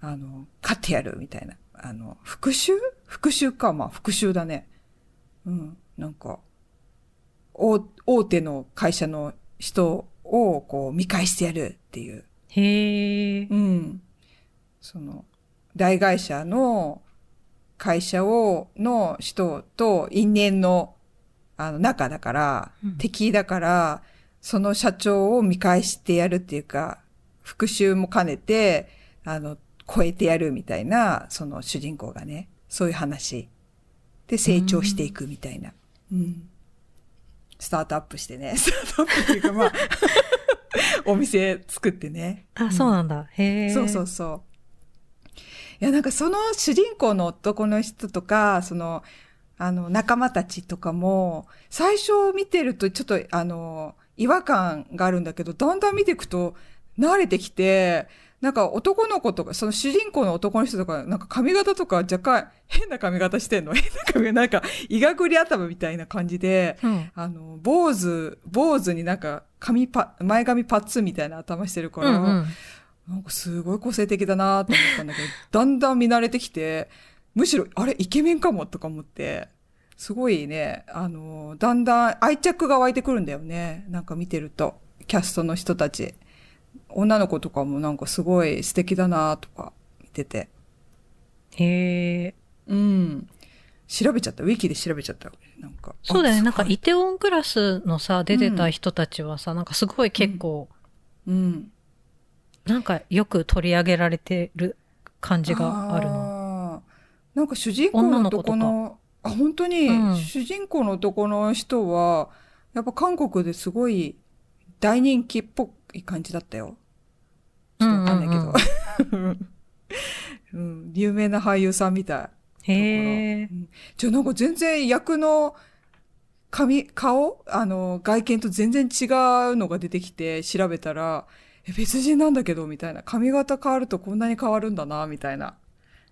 [SPEAKER 1] う、あの、勝ってやるみたいな。あの、復讐復讐か、まあ復讐だね。うん、なんか、大大手の会社の人をこう見返してやるっていう。
[SPEAKER 2] へえ。
[SPEAKER 1] うん。その、大会社の会社を、の人と因縁の、あの、中だから、
[SPEAKER 2] うん
[SPEAKER 1] 敵だから、その社長を見返してやるっていうか、復讐も兼ねて、あの、超えてやるみたいな、その主人公がね、そういう話。で、成長していくみたいな。うん。スタートアップしてね、 <laughs> スタートアップっていうか、ま <laughs> あ、お店作ってね。
[SPEAKER 2] あ、そうなんだ。へえ。
[SPEAKER 1] そうそうそう。いや、なんかその主人公の男の人とか、その、あの、仲間たちとかも、最初見てるとちょっと、あの、違和感があるんだけど、だんだん見ていくと、慣れてきて、なんか男の子とか、その主人公の男の人とか、なんか髪型とか若干変な髪型してんの <laughs> 変な髪型、なんか、いがぐり頭みたいな感じで、
[SPEAKER 2] うん。
[SPEAKER 1] あの、坊主、坊主になんか髪パ、前髪パッツンみたいな頭してるか
[SPEAKER 2] う
[SPEAKER 1] ら、
[SPEAKER 2] んうん。
[SPEAKER 1] なんかすごい個性的だなと思ったんだけど、 <laughs> だんだん見慣れてきて、むしろ、あれ、イケメンかもとか思って、すごいね、あの、だんだん愛着が湧いてくるんだよね。なんか見てると、キャストの人たち。女の子とかもなんかすごい素敵だなとか見てて。
[SPEAKER 2] へえ。
[SPEAKER 1] うん。調べちゃった。ウィキで調べちゃった。なんか。
[SPEAKER 2] そうだよね。
[SPEAKER 1] あ
[SPEAKER 2] なんか、
[SPEAKER 1] すごい
[SPEAKER 2] イテウォンクラスのさ、出てた人たちはさ、なんかすごい結構、
[SPEAKER 1] うん。
[SPEAKER 2] なんかよく取り上げられてる感じがあるな。
[SPEAKER 1] な。なんか主人公の男
[SPEAKER 2] 女
[SPEAKER 1] の、あ、本当に、
[SPEAKER 2] うん
[SPEAKER 1] 主人公の男の人は、やっぱ韓国ですごい大人気っぽい感じだったよ。ちょっとわかんないけど。 <laughs> うん、有名な俳優さんみたい。
[SPEAKER 2] へえ。
[SPEAKER 1] じゃあなんか全然役の髪、顔あの、外見と全然違うのが出てきて調べたら、え、別人なんだけど、みたいな。髪型変わるとこんなに変わるんだな、みたいな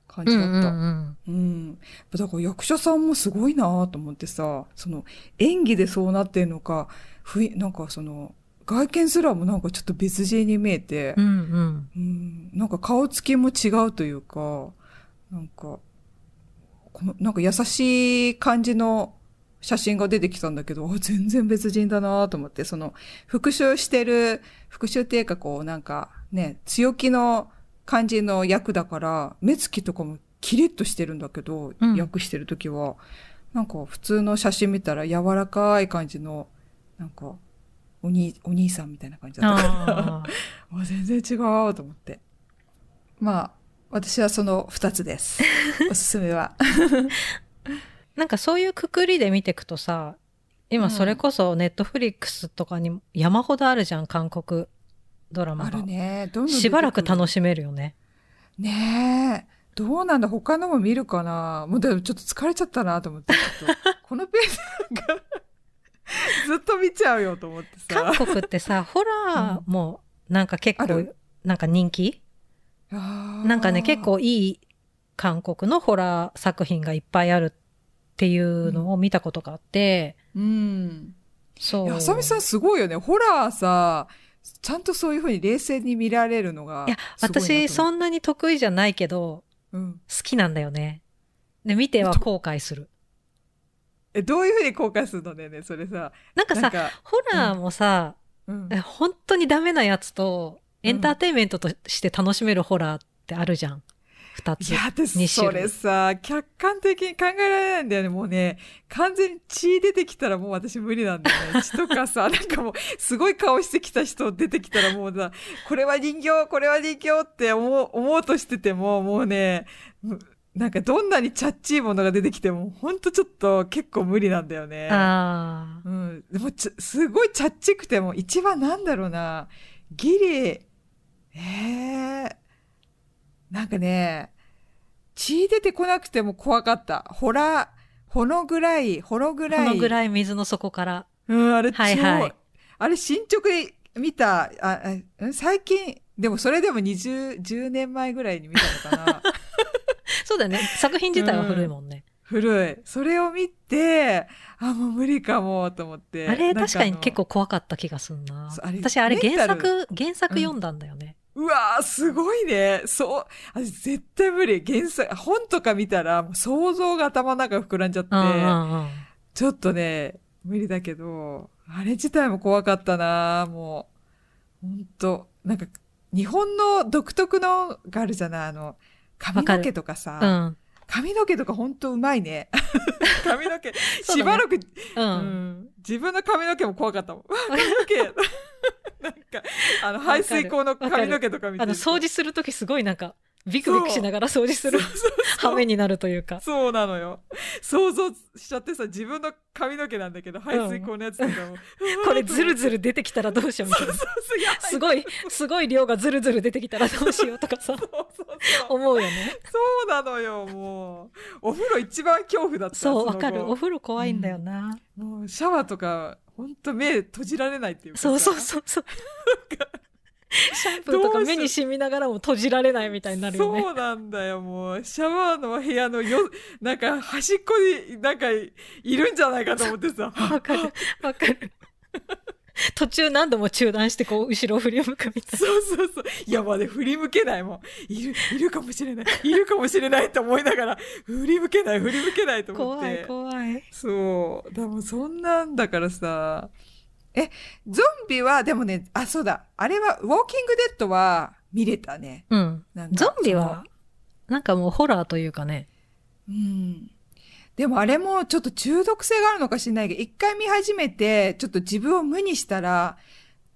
[SPEAKER 1] 感
[SPEAKER 2] う
[SPEAKER 1] じ
[SPEAKER 2] ん
[SPEAKER 1] だ
[SPEAKER 2] う
[SPEAKER 1] った。
[SPEAKER 2] んうん。
[SPEAKER 1] うん。だから役者さんもすごいなと思ってさ、その演技でそうなってるのか、ふい、なんかその、外見すらもなんかちょっと別人に見えて
[SPEAKER 2] う、んうん。
[SPEAKER 1] うん、なんか顔つきも違うというか、なんか、このなんか優しい感じの写真が出てきたんだけど、あ全然別人だなと思って、その、復讐してる、復讐っていうかこう、なんかね、強気の感じの役だから、目つきとかもキリッとしてるんだけど、
[SPEAKER 2] うん
[SPEAKER 1] 役してる時は、なんか普通の写真見たら柔らかい感じの、なんか、お兄、お兄さんみたいな感じだったから
[SPEAKER 2] ああ。
[SPEAKER 1] あ全然違うと思って。まあ、私はその二つ
[SPEAKER 2] <laughs>
[SPEAKER 1] です。おすすめは。
[SPEAKER 2] なんかそういうくくりで見てくと
[SPEAKER 1] う
[SPEAKER 2] さ、
[SPEAKER 1] ん
[SPEAKER 2] 今それこそネットフリックスとかにも山ほどあるじゃん、韓国ドラマ
[SPEAKER 1] あ
[SPEAKER 2] が。
[SPEAKER 1] るね。どんどん出てくる
[SPEAKER 2] しばらく楽しめるよね。
[SPEAKER 1] ねえ。どうなんだ他のも見るかなもうでもちょっと疲れちゃったなと思って。ちょっと
[SPEAKER 2] <laughs>
[SPEAKER 1] このペースがずっと見ちゃうよと思って
[SPEAKER 2] 韓
[SPEAKER 1] さ。
[SPEAKER 2] 国っ
[SPEAKER 1] <laughs>
[SPEAKER 2] てさ、ホラーもなんか結
[SPEAKER 1] あ
[SPEAKER 2] 構
[SPEAKER 1] る、
[SPEAKER 2] なんか人気な
[SPEAKER 1] なん
[SPEAKER 2] かね、結構いい韓国のホラー作品がいっぱいあるっていうのを見たことがあって、
[SPEAKER 1] うん。い
[SPEAKER 2] そ。
[SPEAKER 1] うや、あさみさんすごいよね。ホラーさ、ちゃんとそういうふうに冷静に見られるのが
[SPEAKER 2] いや、
[SPEAKER 1] すごいなと思う。
[SPEAKER 2] 私そんなに得意じゃないけど、
[SPEAKER 1] うん。
[SPEAKER 2] 好きなんだよね。で、見ては後悔する。
[SPEAKER 1] え、どういうふうに後悔するのね、それさ。
[SPEAKER 2] なんか
[SPEAKER 1] なん
[SPEAKER 2] さ、
[SPEAKER 1] か、
[SPEAKER 2] ホラーもさ、
[SPEAKER 1] うん
[SPEAKER 2] え本当にダメなやつと、エンターテインメントとして楽しめるホラーってあるじゃん。二
[SPEAKER 1] い
[SPEAKER 2] つ。
[SPEAKER 1] や、私、
[SPEAKER 2] 二種
[SPEAKER 1] そ
[SPEAKER 2] 類
[SPEAKER 1] れさ、客観的に考えられないんだよね。もうね、完全に血出てきたらもう私無理なんだ
[SPEAKER 2] <laughs>
[SPEAKER 1] よね。血とかさ、なんかもう、すごい顔してきた人出てきたらもうさ、これは人形、これは人形って思う、思うとしてても、もうね、むなんかどんなにチャッチーものが出てきても、ほんとちょっと結構無理なんだよね。
[SPEAKER 2] ああ。
[SPEAKER 1] うん。でもち、すごいチャッチくても、一番なんだろうな、ギリ、ええなんかね、血出てこなくても怖かった。ほら、ほのぐらい、ほのぐ
[SPEAKER 2] こ
[SPEAKER 1] らい。
[SPEAKER 2] のぐらい水の底から。
[SPEAKER 1] うん、あれ超、
[SPEAKER 2] はいはい
[SPEAKER 1] あれ進捗で見た、ああ、うん最近、でもそれでも20、10年前ぐらいに見たのか
[SPEAKER 2] <laughs>
[SPEAKER 1] な。
[SPEAKER 2] そうだよね。作品自体は古いもんね。
[SPEAKER 1] 古い。それを見て、あ、もう無理かも、と思って。
[SPEAKER 2] あれ
[SPEAKER 1] なん
[SPEAKER 2] 確かに
[SPEAKER 1] あの
[SPEAKER 2] 結構怖かった気がすんな
[SPEAKER 1] そうあれ。
[SPEAKER 2] 私あれ
[SPEAKER 1] メン
[SPEAKER 2] 原
[SPEAKER 1] タル
[SPEAKER 2] 作、原作読んだんだよね。
[SPEAKER 1] うわー、すごいね。そう。私絶対無理。原作、本とか見たら、もう想像が頭の中膨らんじゃって、
[SPEAKER 2] うんうんうん。
[SPEAKER 1] ちょっとね、無理だけど、あれ自体も怖かったなもう。ほんと、なんか、日本の独特のがあるじゃない、あの、髪の毛とかさ、
[SPEAKER 2] うん。
[SPEAKER 1] 髪の毛とかほんとうまい
[SPEAKER 2] <laughs>
[SPEAKER 1] ね。髪の毛、
[SPEAKER 2] そうだ
[SPEAKER 1] し
[SPEAKER 2] ね
[SPEAKER 1] ばらく、
[SPEAKER 2] うん。
[SPEAKER 1] うん自分の髪の毛も怖かったもん。髪の毛、 <laughs> なんか、あの、排水口の髪の毛とか見て
[SPEAKER 2] あ
[SPEAKER 1] る
[SPEAKER 2] の、
[SPEAKER 1] と
[SPEAKER 2] 掃除するときすごいなんか、ビクビクしながら掃除する
[SPEAKER 1] そうそうそう
[SPEAKER 2] 羽目になるという <laughs> か。
[SPEAKER 1] そうなのよ。想像しちゃってさ、自分の髪の毛なんだけど、排水口のやつとかも。
[SPEAKER 2] <laughs> これズルズル出てきたらどうしようみたいな。
[SPEAKER 1] そうやばい
[SPEAKER 2] すごい、すごい量がズルズル出てきたらどうしようとかさ、
[SPEAKER 1] <laughs> そうそうそう
[SPEAKER 2] 思うよね。
[SPEAKER 1] そうなのよ、もう。お風呂一番恐怖だった。
[SPEAKER 2] そう、
[SPEAKER 1] の
[SPEAKER 2] わ
[SPEAKER 1] 後
[SPEAKER 2] かる。お風呂怖いんだよな。
[SPEAKER 1] もうシャワーとか、ほんと目閉じられないっていうかさ
[SPEAKER 2] そうそうそうそう。シャンプーとか目に染みながらも閉じられないみたいになるよね。
[SPEAKER 1] そうなんだよ、もう。シャワーの部屋のよ、なんか端っこに、なんかいるんじゃないかと思って
[SPEAKER 2] <laughs>
[SPEAKER 1] さ。
[SPEAKER 2] わかる。わかる。途中何度も中断してこう後ろを振り向くみたい
[SPEAKER 1] そうそうそう。いや、まあね、振り向けないもん。いる、いるかもしれない。いるかもしれないと思いながら、振り向けない、振り向けないと <laughs>
[SPEAKER 2] な。
[SPEAKER 1] 思っ
[SPEAKER 2] 怖
[SPEAKER 1] て。
[SPEAKER 2] い怖い。
[SPEAKER 1] そう。でもそんなんだからさ。え、ゾンビは、でもね、あ、そうだ。あれは、ウォーキングデッドは見れたね。
[SPEAKER 2] うん。
[SPEAKER 1] なんか
[SPEAKER 2] ゾンビは、なんかもうホラーというかね。
[SPEAKER 1] そのうん。でもあれもちょっと中毒性があるのかしらないけど、一回見始めて、ちょっと自分を無にしたら、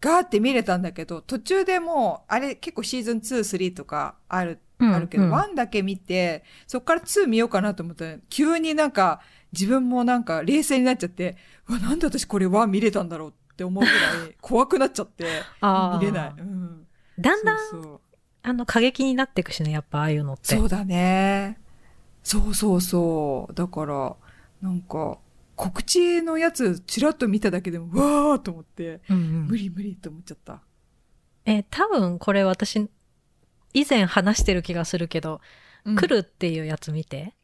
[SPEAKER 1] ガーって見れたんだけど、途中でもう、あれ結構シーズン2、3とかある
[SPEAKER 2] うん
[SPEAKER 1] あるけど、
[SPEAKER 2] うん
[SPEAKER 1] 1だけ見て、そっから2見ようかなと思ったら、急になんか、自分もなんか冷静になっちゃって、うわ、なんで私これ1見れたんだろうって思うぐら
[SPEAKER 2] <laughs>
[SPEAKER 1] い怖くなっちゃって、
[SPEAKER 2] あー
[SPEAKER 1] 見れない。うん。
[SPEAKER 2] だんだん、
[SPEAKER 1] そうそう
[SPEAKER 2] あの、過激になっていくしね、やっぱああいうのって。
[SPEAKER 1] そうだね。そうそうそう。だから、なんか、告知のやつ、ちらっと見ただけでも、うわーと思って、
[SPEAKER 2] うんう
[SPEAKER 1] 無
[SPEAKER 2] ん、
[SPEAKER 1] 理無理と思っちゃった。
[SPEAKER 2] え、多分これ私、以前話してる気がするけど、
[SPEAKER 1] うん
[SPEAKER 2] 来るっていうやつ見て。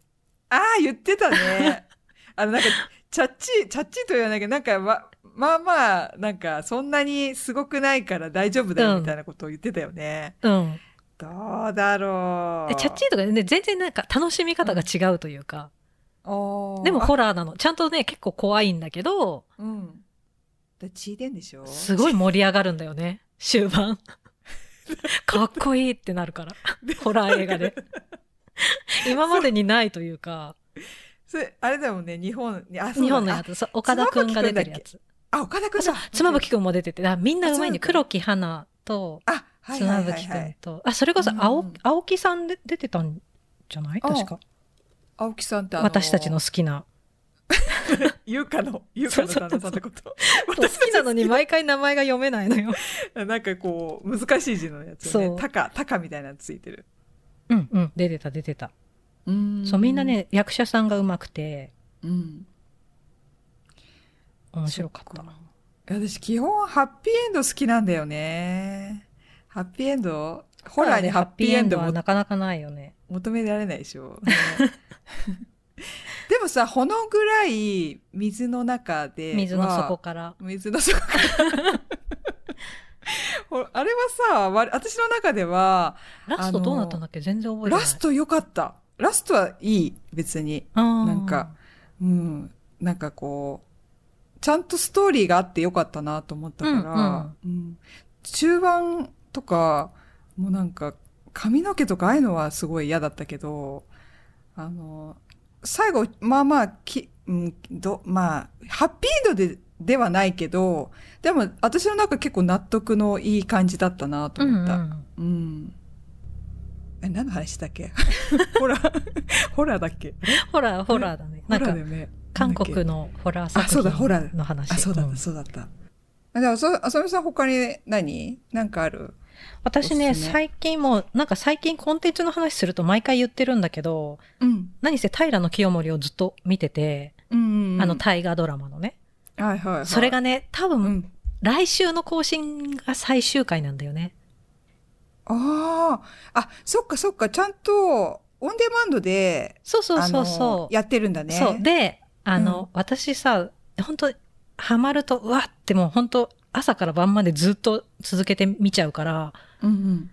[SPEAKER 1] ああ、言ってたね。 <laughs> あの、なんか、チャッチー、チャッチーと言わないけど、なんか、ま、まあまあ、なんか、そんなにすごくないから大丈夫だ
[SPEAKER 2] うん
[SPEAKER 1] よ、みたいなことを言ってたよね。
[SPEAKER 2] うん。
[SPEAKER 1] どうだろう。
[SPEAKER 2] えチャッチーとかね、全然なんか楽しみ方が違うというか、
[SPEAKER 1] ー
[SPEAKER 2] でも
[SPEAKER 1] あ
[SPEAKER 2] ホラーなの。ちゃんとね、結構怖いんだけど、
[SPEAKER 1] うん。で、チーでんでしょ
[SPEAKER 2] すごい盛り上がるんだよね、終
[SPEAKER 1] <laughs>
[SPEAKER 2] 盤。かっこいいってなるから、ホラー
[SPEAKER 1] <laughs>
[SPEAKER 2] 映画で。今までにないというか、
[SPEAKER 1] それ、あれだもんね、日本に、あ、そうだ
[SPEAKER 2] 日本のや
[SPEAKER 1] あ
[SPEAKER 2] つ、そう岡田くんが出てるやつ。
[SPEAKER 1] あ、岡田くんだ。
[SPEAKER 2] 妻夫木くんも出てて、だからみんなうまいに
[SPEAKER 1] あそうな
[SPEAKER 2] 黒木花と、
[SPEAKER 1] あ、はいはい
[SPEAKER 2] 妻夫
[SPEAKER 1] はい、
[SPEAKER 2] 木く
[SPEAKER 1] は
[SPEAKER 2] ん
[SPEAKER 1] い。
[SPEAKER 2] と、あ、それこそ青,、
[SPEAKER 1] うんうん
[SPEAKER 2] 青木さんで出てたんじゃない確か。
[SPEAKER 1] 青木さんってあの
[SPEAKER 2] 私たちの好きな。
[SPEAKER 1] 優香の、優香の旦那さんってこと。
[SPEAKER 2] 好きなのに毎回名前が読めないのよ。
[SPEAKER 1] <laughs> なんかこう、難しい字のやつ
[SPEAKER 2] そ
[SPEAKER 1] ね
[SPEAKER 2] う。
[SPEAKER 1] タカ、タカみたいなのついてる。
[SPEAKER 2] うんうん、出てた出てた。そう、みんな、ね、役者さんがうまくて、
[SPEAKER 1] うん、
[SPEAKER 2] 面白かった。
[SPEAKER 1] た。私、基本、ハッピーエンド好きなんだよね。ハッピーエンドホラーにハッピーエンド
[SPEAKER 2] ハッ
[SPEAKER 1] も
[SPEAKER 2] はなかなかないよね。
[SPEAKER 1] 求められないでし
[SPEAKER 2] <laughs>
[SPEAKER 1] ょ。ねでもさ、ほのぐらい水の中では。
[SPEAKER 2] 水の底から。
[SPEAKER 1] 水の底から。 <laughs> ほあれはさ、わ私の中では、
[SPEAKER 2] ラストどうなったんだっけ全然覚えてない。
[SPEAKER 1] ラスト良かった。ラストはいい、別に。
[SPEAKER 2] あー
[SPEAKER 1] なんか。うん、なんかこう、ちゃんとストーリーがあってよかったなと思ったから、うん中盤とか、もうなんか、髪の毛とかああいうのはすごい嫌だったけど、あの、最後、まあまあ、き、うん、ど、まあ、ハッピーエンドで、ではないけど、でも私の中結構納得のいい感じだったなと
[SPEAKER 2] うんう
[SPEAKER 1] 思った。うん
[SPEAKER 2] ん。
[SPEAKER 1] え、何の話したっけ <laughs> ホラー、ホラーだっけ
[SPEAKER 2] ホラー、ホラーだね。なん
[SPEAKER 1] ホラ
[SPEAKER 2] か
[SPEAKER 1] ーだ、よね
[SPEAKER 2] 韓国のホラー
[SPEAKER 1] あそう
[SPEAKER 2] 作
[SPEAKER 1] だホラ
[SPEAKER 2] 品
[SPEAKER 1] ー
[SPEAKER 2] の話。
[SPEAKER 1] あ、そうだっ
[SPEAKER 2] ん
[SPEAKER 1] た、そうだった。あでも、そあさみさん他に何なんかある
[SPEAKER 2] 私ね
[SPEAKER 1] おすすめ
[SPEAKER 2] 最近もうなんか最近コンテンツの話すると毎回言ってるんだけど
[SPEAKER 1] うん。
[SPEAKER 2] 何せ平清盛をずっと見てて、
[SPEAKER 1] うん、うん。
[SPEAKER 2] あの大河ドラマのね、
[SPEAKER 1] はいはいはい。
[SPEAKER 2] それがね多
[SPEAKER 1] う
[SPEAKER 2] 分
[SPEAKER 1] ん。
[SPEAKER 2] 来週の更新が最終回なんだよね
[SPEAKER 1] ああ。あ、そっかそっか。ちゃんと、オンデマンドで、
[SPEAKER 2] そうそうそうそう
[SPEAKER 1] あのやってるんだね。
[SPEAKER 2] そう。で、あの、
[SPEAKER 1] うん
[SPEAKER 2] 私さ、本当ハマると、うわってもう本当朝から晩までずっと続けて見ちゃうから、
[SPEAKER 1] うんうん。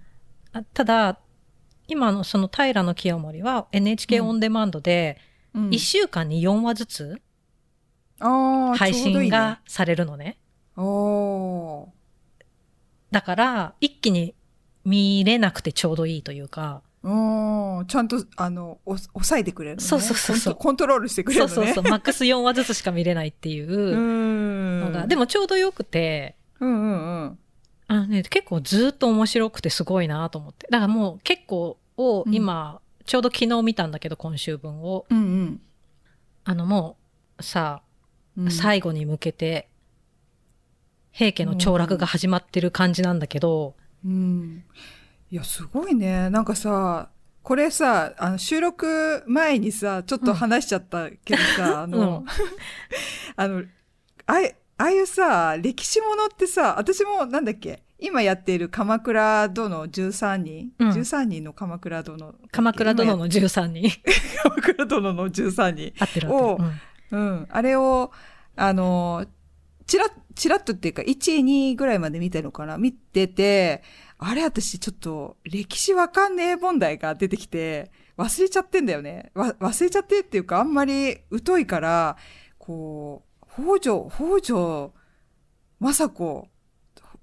[SPEAKER 2] あただ、今のその平野清盛は NHK
[SPEAKER 1] うん
[SPEAKER 2] オンデマンドで、
[SPEAKER 1] うん
[SPEAKER 2] 1週間に4話ずつ
[SPEAKER 1] ああ、
[SPEAKER 2] 配
[SPEAKER 1] ちょうどい
[SPEAKER 2] 信
[SPEAKER 1] いね
[SPEAKER 2] がされるのね。
[SPEAKER 1] おー
[SPEAKER 2] だから、一気に見れなくてちょうどいいというか、
[SPEAKER 1] おーちゃんと、あの、お抑えてくれるの、ね。
[SPEAKER 2] そうそうそうそう
[SPEAKER 1] コントコントロールしてくれる
[SPEAKER 2] そ
[SPEAKER 1] の
[SPEAKER 2] う
[SPEAKER 1] ね。
[SPEAKER 2] そうそう、マックス4話ずつしか見れないっていううの
[SPEAKER 1] ー
[SPEAKER 2] が、
[SPEAKER 1] ん。
[SPEAKER 2] でもちょうどよくて、
[SPEAKER 1] うんうんうん。
[SPEAKER 2] あのね、結構ずーっと面白くてすごいなと思って。だからもう結構を
[SPEAKER 1] うん
[SPEAKER 2] 今、ちょうど昨日見たんだけど、今週分を。
[SPEAKER 1] うんうん
[SPEAKER 2] あのもう、さ、
[SPEAKER 1] うん。
[SPEAKER 2] 最後に向けて、平家の凋落が始まってる感じなんだけど、
[SPEAKER 1] うん。いや、すごいね。なんかさ、これさ、あの、収録前にさ、ちょっと話しちゃったけど
[SPEAKER 2] <laughs>
[SPEAKER 1] さ、あの、
[SPEAKER 2] うん
[SPEAKER 1] <laughs> あの、あいああいうさ、歴史ものってさ、私もなんだっけ、今やっている鎌倉殿13人、
[SPEAKER 2] うん
[SPEAKER 1] 13人の鎌倉殿。 <laughs>
[SPEAKER 2] 鎌倉殿
[SPEAKER 1] の。
[SPEAKER 2] の13人。
[SPEAKER 1] 鎌倉殿の13人。
[SPEAKER 2] <laughs> 合ってる合
[SPEAKER 1] お
[SPEAKER 2] っ
[SPEAKER 1] う
[SPEAKER 2] てる。うん
[SPEAKER 1] うん。あれを、あの、チラッ、チラッとっていうか、1、2ぐらいまで見たのかな見てて、あれ私ちょっと歴史わかんねえ問題が出てきて、忘れちゃってんだよね。わ、忘れちゃってっていうか、あんまり疎いから、こう、北条、北条、政子、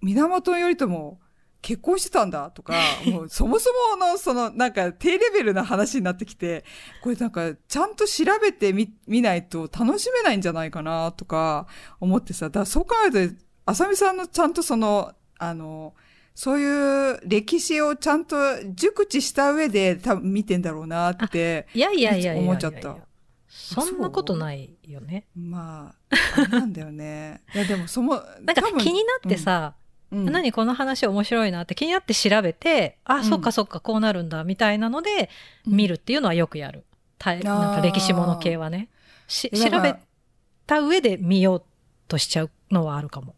[SPEAKER 1] 源頼朝、結婚してたんだとか、もうそもそもの、その、なんか低レベルな話になってきて、これなんか、ちゃんと調べてみ、見ないと楽しめないんじゃないかなとか思ってさ、だからそう考えると、あさみさんのちゃんとその、あの、そういう歴史をちゃんと熟知した上で多分見てんだろうなって、
[SPEAKER 2] いやいやいやいやいやいや。
[SPEAKER 1] 思っちゃった
[SPEAKER 2] そんなことないよね。
[SPEAKER 1] まあ、あれなんだよね。いやでもそも、
[SPEAKER 2] <laughs> なんか
[SPEAKER 1] 多分
[SPEAKER 2] 気になってさ、
[SPEAKER 1] うん
[SPEAKER 2] 何この話面白いなって気になって調べて、あ、
[SPEAKER 1] ん
[SPEAKER 2] そっかそっかこうなるんだみたいなので見るっていうのはよくやる。た
[SPEAKER 1] ー
[SPEAKER 2] なんか歴史もの系はね。し
[SPEAKER 1] いや
[SPEAKER 2] 調べた上で見ようとしちゃうのはあるかも。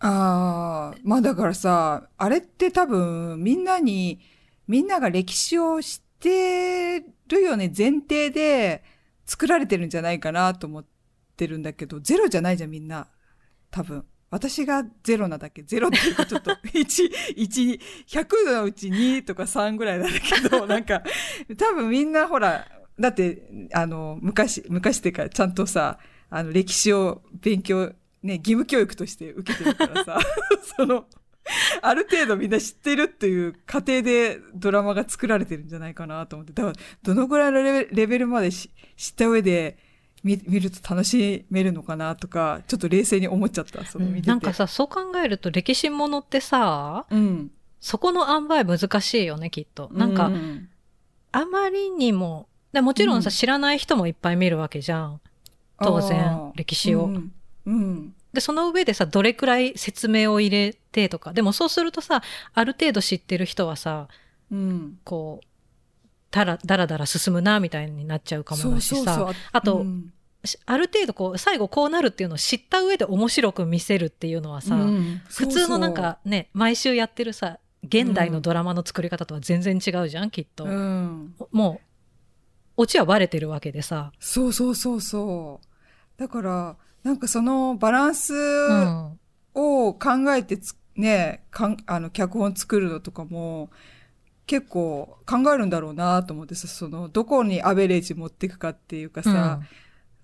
[SPEAKER 1] ああ、まあだからさ、あれって多分みんなに、みんなが歴史を知ってるよね前提で作られてるんじゃないかなと思ってるんだけど、ゼロじゃないじゃんみんな。多分。私がゼロなだけ。ゼロっていうかちょっと <laughs> 1、1、100のうち2とか3ぐらいなんだけど、なんか、多分みんなほら、だって、あの、昔、昔っていうかちゃんとさ、あの、歴史を勉強、ね、義務教育として受けてるからさ、 <laughs> その、ある程度みんな知ってるっていう過程でドラマが作られてるんじゃないかなと思って、だから、どのぐらいのレベレベルまでし知った上で見見ると楽しめるのかなとか、ちょっと冷静に思っちゃった、その見てて。
[SPEAKER 2] なんかさ、そう考えると歴史ものってさ、
[SPEAKER 1] うん、
[SPEAKER 2] そこの塩梅難しいよねきっと。なん
[SPEAKER 1] う
[SPEAKER 2] か
[SPEAKER 1] ん
[SPEAKER 2] あまりにも、でもちろんさ、
[SPEAKER 1] うん
[SPEAKER 2] 知らない人もいっぱい見るわけじゃん。当然
[SPEAKER 1] あー
[SPEAKER 2] 歴史を
[SPEAKER 1] うんうん
[SPEAKER 2] で、その上でさ、どれくらい説明を入れてとか。でもそうするとさ、ある程度知ってる人はさ、
[SPEAKER 1] うん
[SPEAKER 2] こう、たら、だらだら進むな、みたいになっちゃうかもだしさ。
[SPEAKER 1] う
[SPEAKER 2] あと
[SPEAKER 1] うん
[SPEAKER 2] しある程度こう、最後こうなるっていうのを知った上で面白く見せるっていうのはさ、
[SPEAKER 1] うん
[SPEAKER 2] 普通のなんかね、毎週やってるさ、現代のドラマの作り方とは全然違うじゃん、きっと。
[SPEAKER 1] そうそううん
[SPEAKER 2] もう、オチはバレてるわけでさ。
[SPEAKER 1] そうそうそうそうだからなんかそのバランス
[SPEAKER 2] うん。
[SPEAKER 1] を考えてつねかんあの脚本作るのとかも結構考えるんだろうなと思ってさそのどこにアベレージ持っていくかっていうかさ、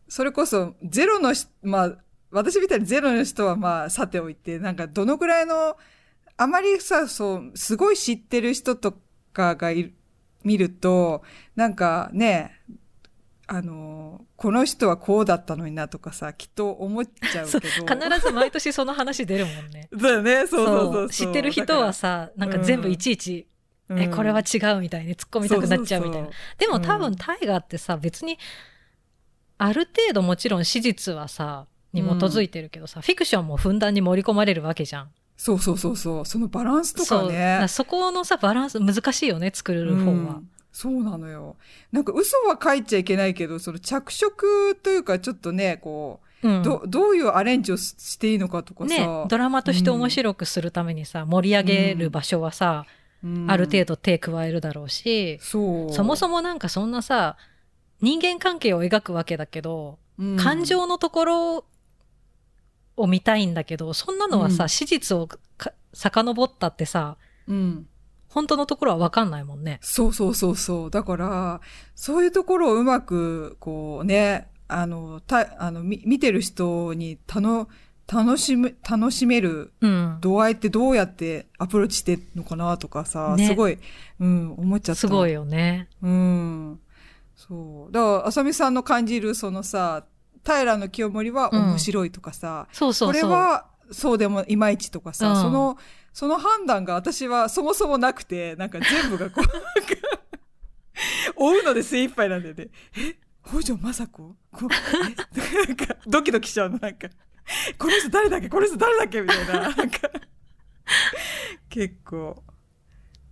[SPEAKER 1] それこそゼロのし、まあ、私みたいにゼロの人はまあ、さておいて、なんかどのぐらいの、あまりさ、そう、すごい知ってる人とかがいる、見ると、なんかね、あの、この人はこうだったのになとかさ、きっと思っちゃう
[SPEAKER 2] そう
[SPEAKER 1] けど。。
[SPEAKER 2] 必ず毎年その話出るもんね
[SPEAKER 1] だよね、 <laughs> そうそうそうそう
[SPEAKER 2] 知ってる人はさ、なんか全部いちいち、え、これは
[SPEAKER 1] 突っ
[SPEAKER 2] 違うみたいに突っ込みたくなっちゃうみたいな。でも多
[SPEAKER 1] うん
[SPEAKER 2] 分大河ってさ、別に、ある程度もちろん史実はさ、に基づいてるけどさ、フィクションもふんだんに盛り込まれるわけじゃん。
[SPEAKER 1] そうそうそうそう。そのバランスと
[SPEAKER 2] そう
[SPEAKER 1] か
[SPEAKER 2] だら
[SPEAKER 1] ね。
[SPEAKER 2] そこのさバランス難しいよね作る方
[SPEAKER 1] う
[SPEAKER 2] は
[SPEAKER 1] んそうなのよ。なんか嘘は書いちゃいけないけど、その着色というかちょっとね、こ
[SPEAKER 2] うん、
[SPEAKER 1] う、ど、どういうアレンジをししていいのかとかさ。
[SPEAKER 2] ねドラマとして面白くするためにさ、盛り上げる場所はさ、
[SPEAKER 1] うん
[SPEAKER 2] ある程度手加えるだろうし、
[SPEAKER 1] そう。
[SPEAKER 2] そも
[SPEAKER 1] も、
[SPEAKER 2] そもなんかそんなさ人間関係を描くわけだけど、感情のところを見たいんだけどそんなのはさ、
[SPEAKER 1] うん
[SPEAKER 2] 史実をか遡ったってさ
[SPEAKER 1] うん。
[SPEAKER 2] 本当のところは分かんないもんね。
[SPEAKER 1] そうそうそうそう。だから、そういうところをうまく、こうね、あの、た、あの、み見てる人に、たの、楽しむ、楽しめる
[SPEAKER 2] うん、
[SPEAKER 1] 度合いってどうやってアプローチしてんのかなとかさ、
[SPEAKER 2] ね
[SPEAKER 1] すごい、うん、思っちゃった。
[SPEAKER 2] すごい。よね。
[SPEAKER 1] うん。そう。だから、あさみさんの感じる、そのさ、平の清盛は面白いとかさ、
[SPEAKER 2] そうそうそ
[SPEAKER 1] こ
[SPEAKER 2] う。
[SPEAKER 1] れは、そうでもいまいちとかさ、
[SPEAKER 2] うん
[SPEAKER 1] その、その判断が私はそもそもなくて、なんか全部が
[SPEAKER 2] <laughs>
[SPEAKER 1] こう、なんか追うので精一杯なんだよね。え北条政子こう、え <laughs> なんか、ドキドキしちゃうの、なんか。この人誰だっけこの人誰だっけみたいな。なんか、結構。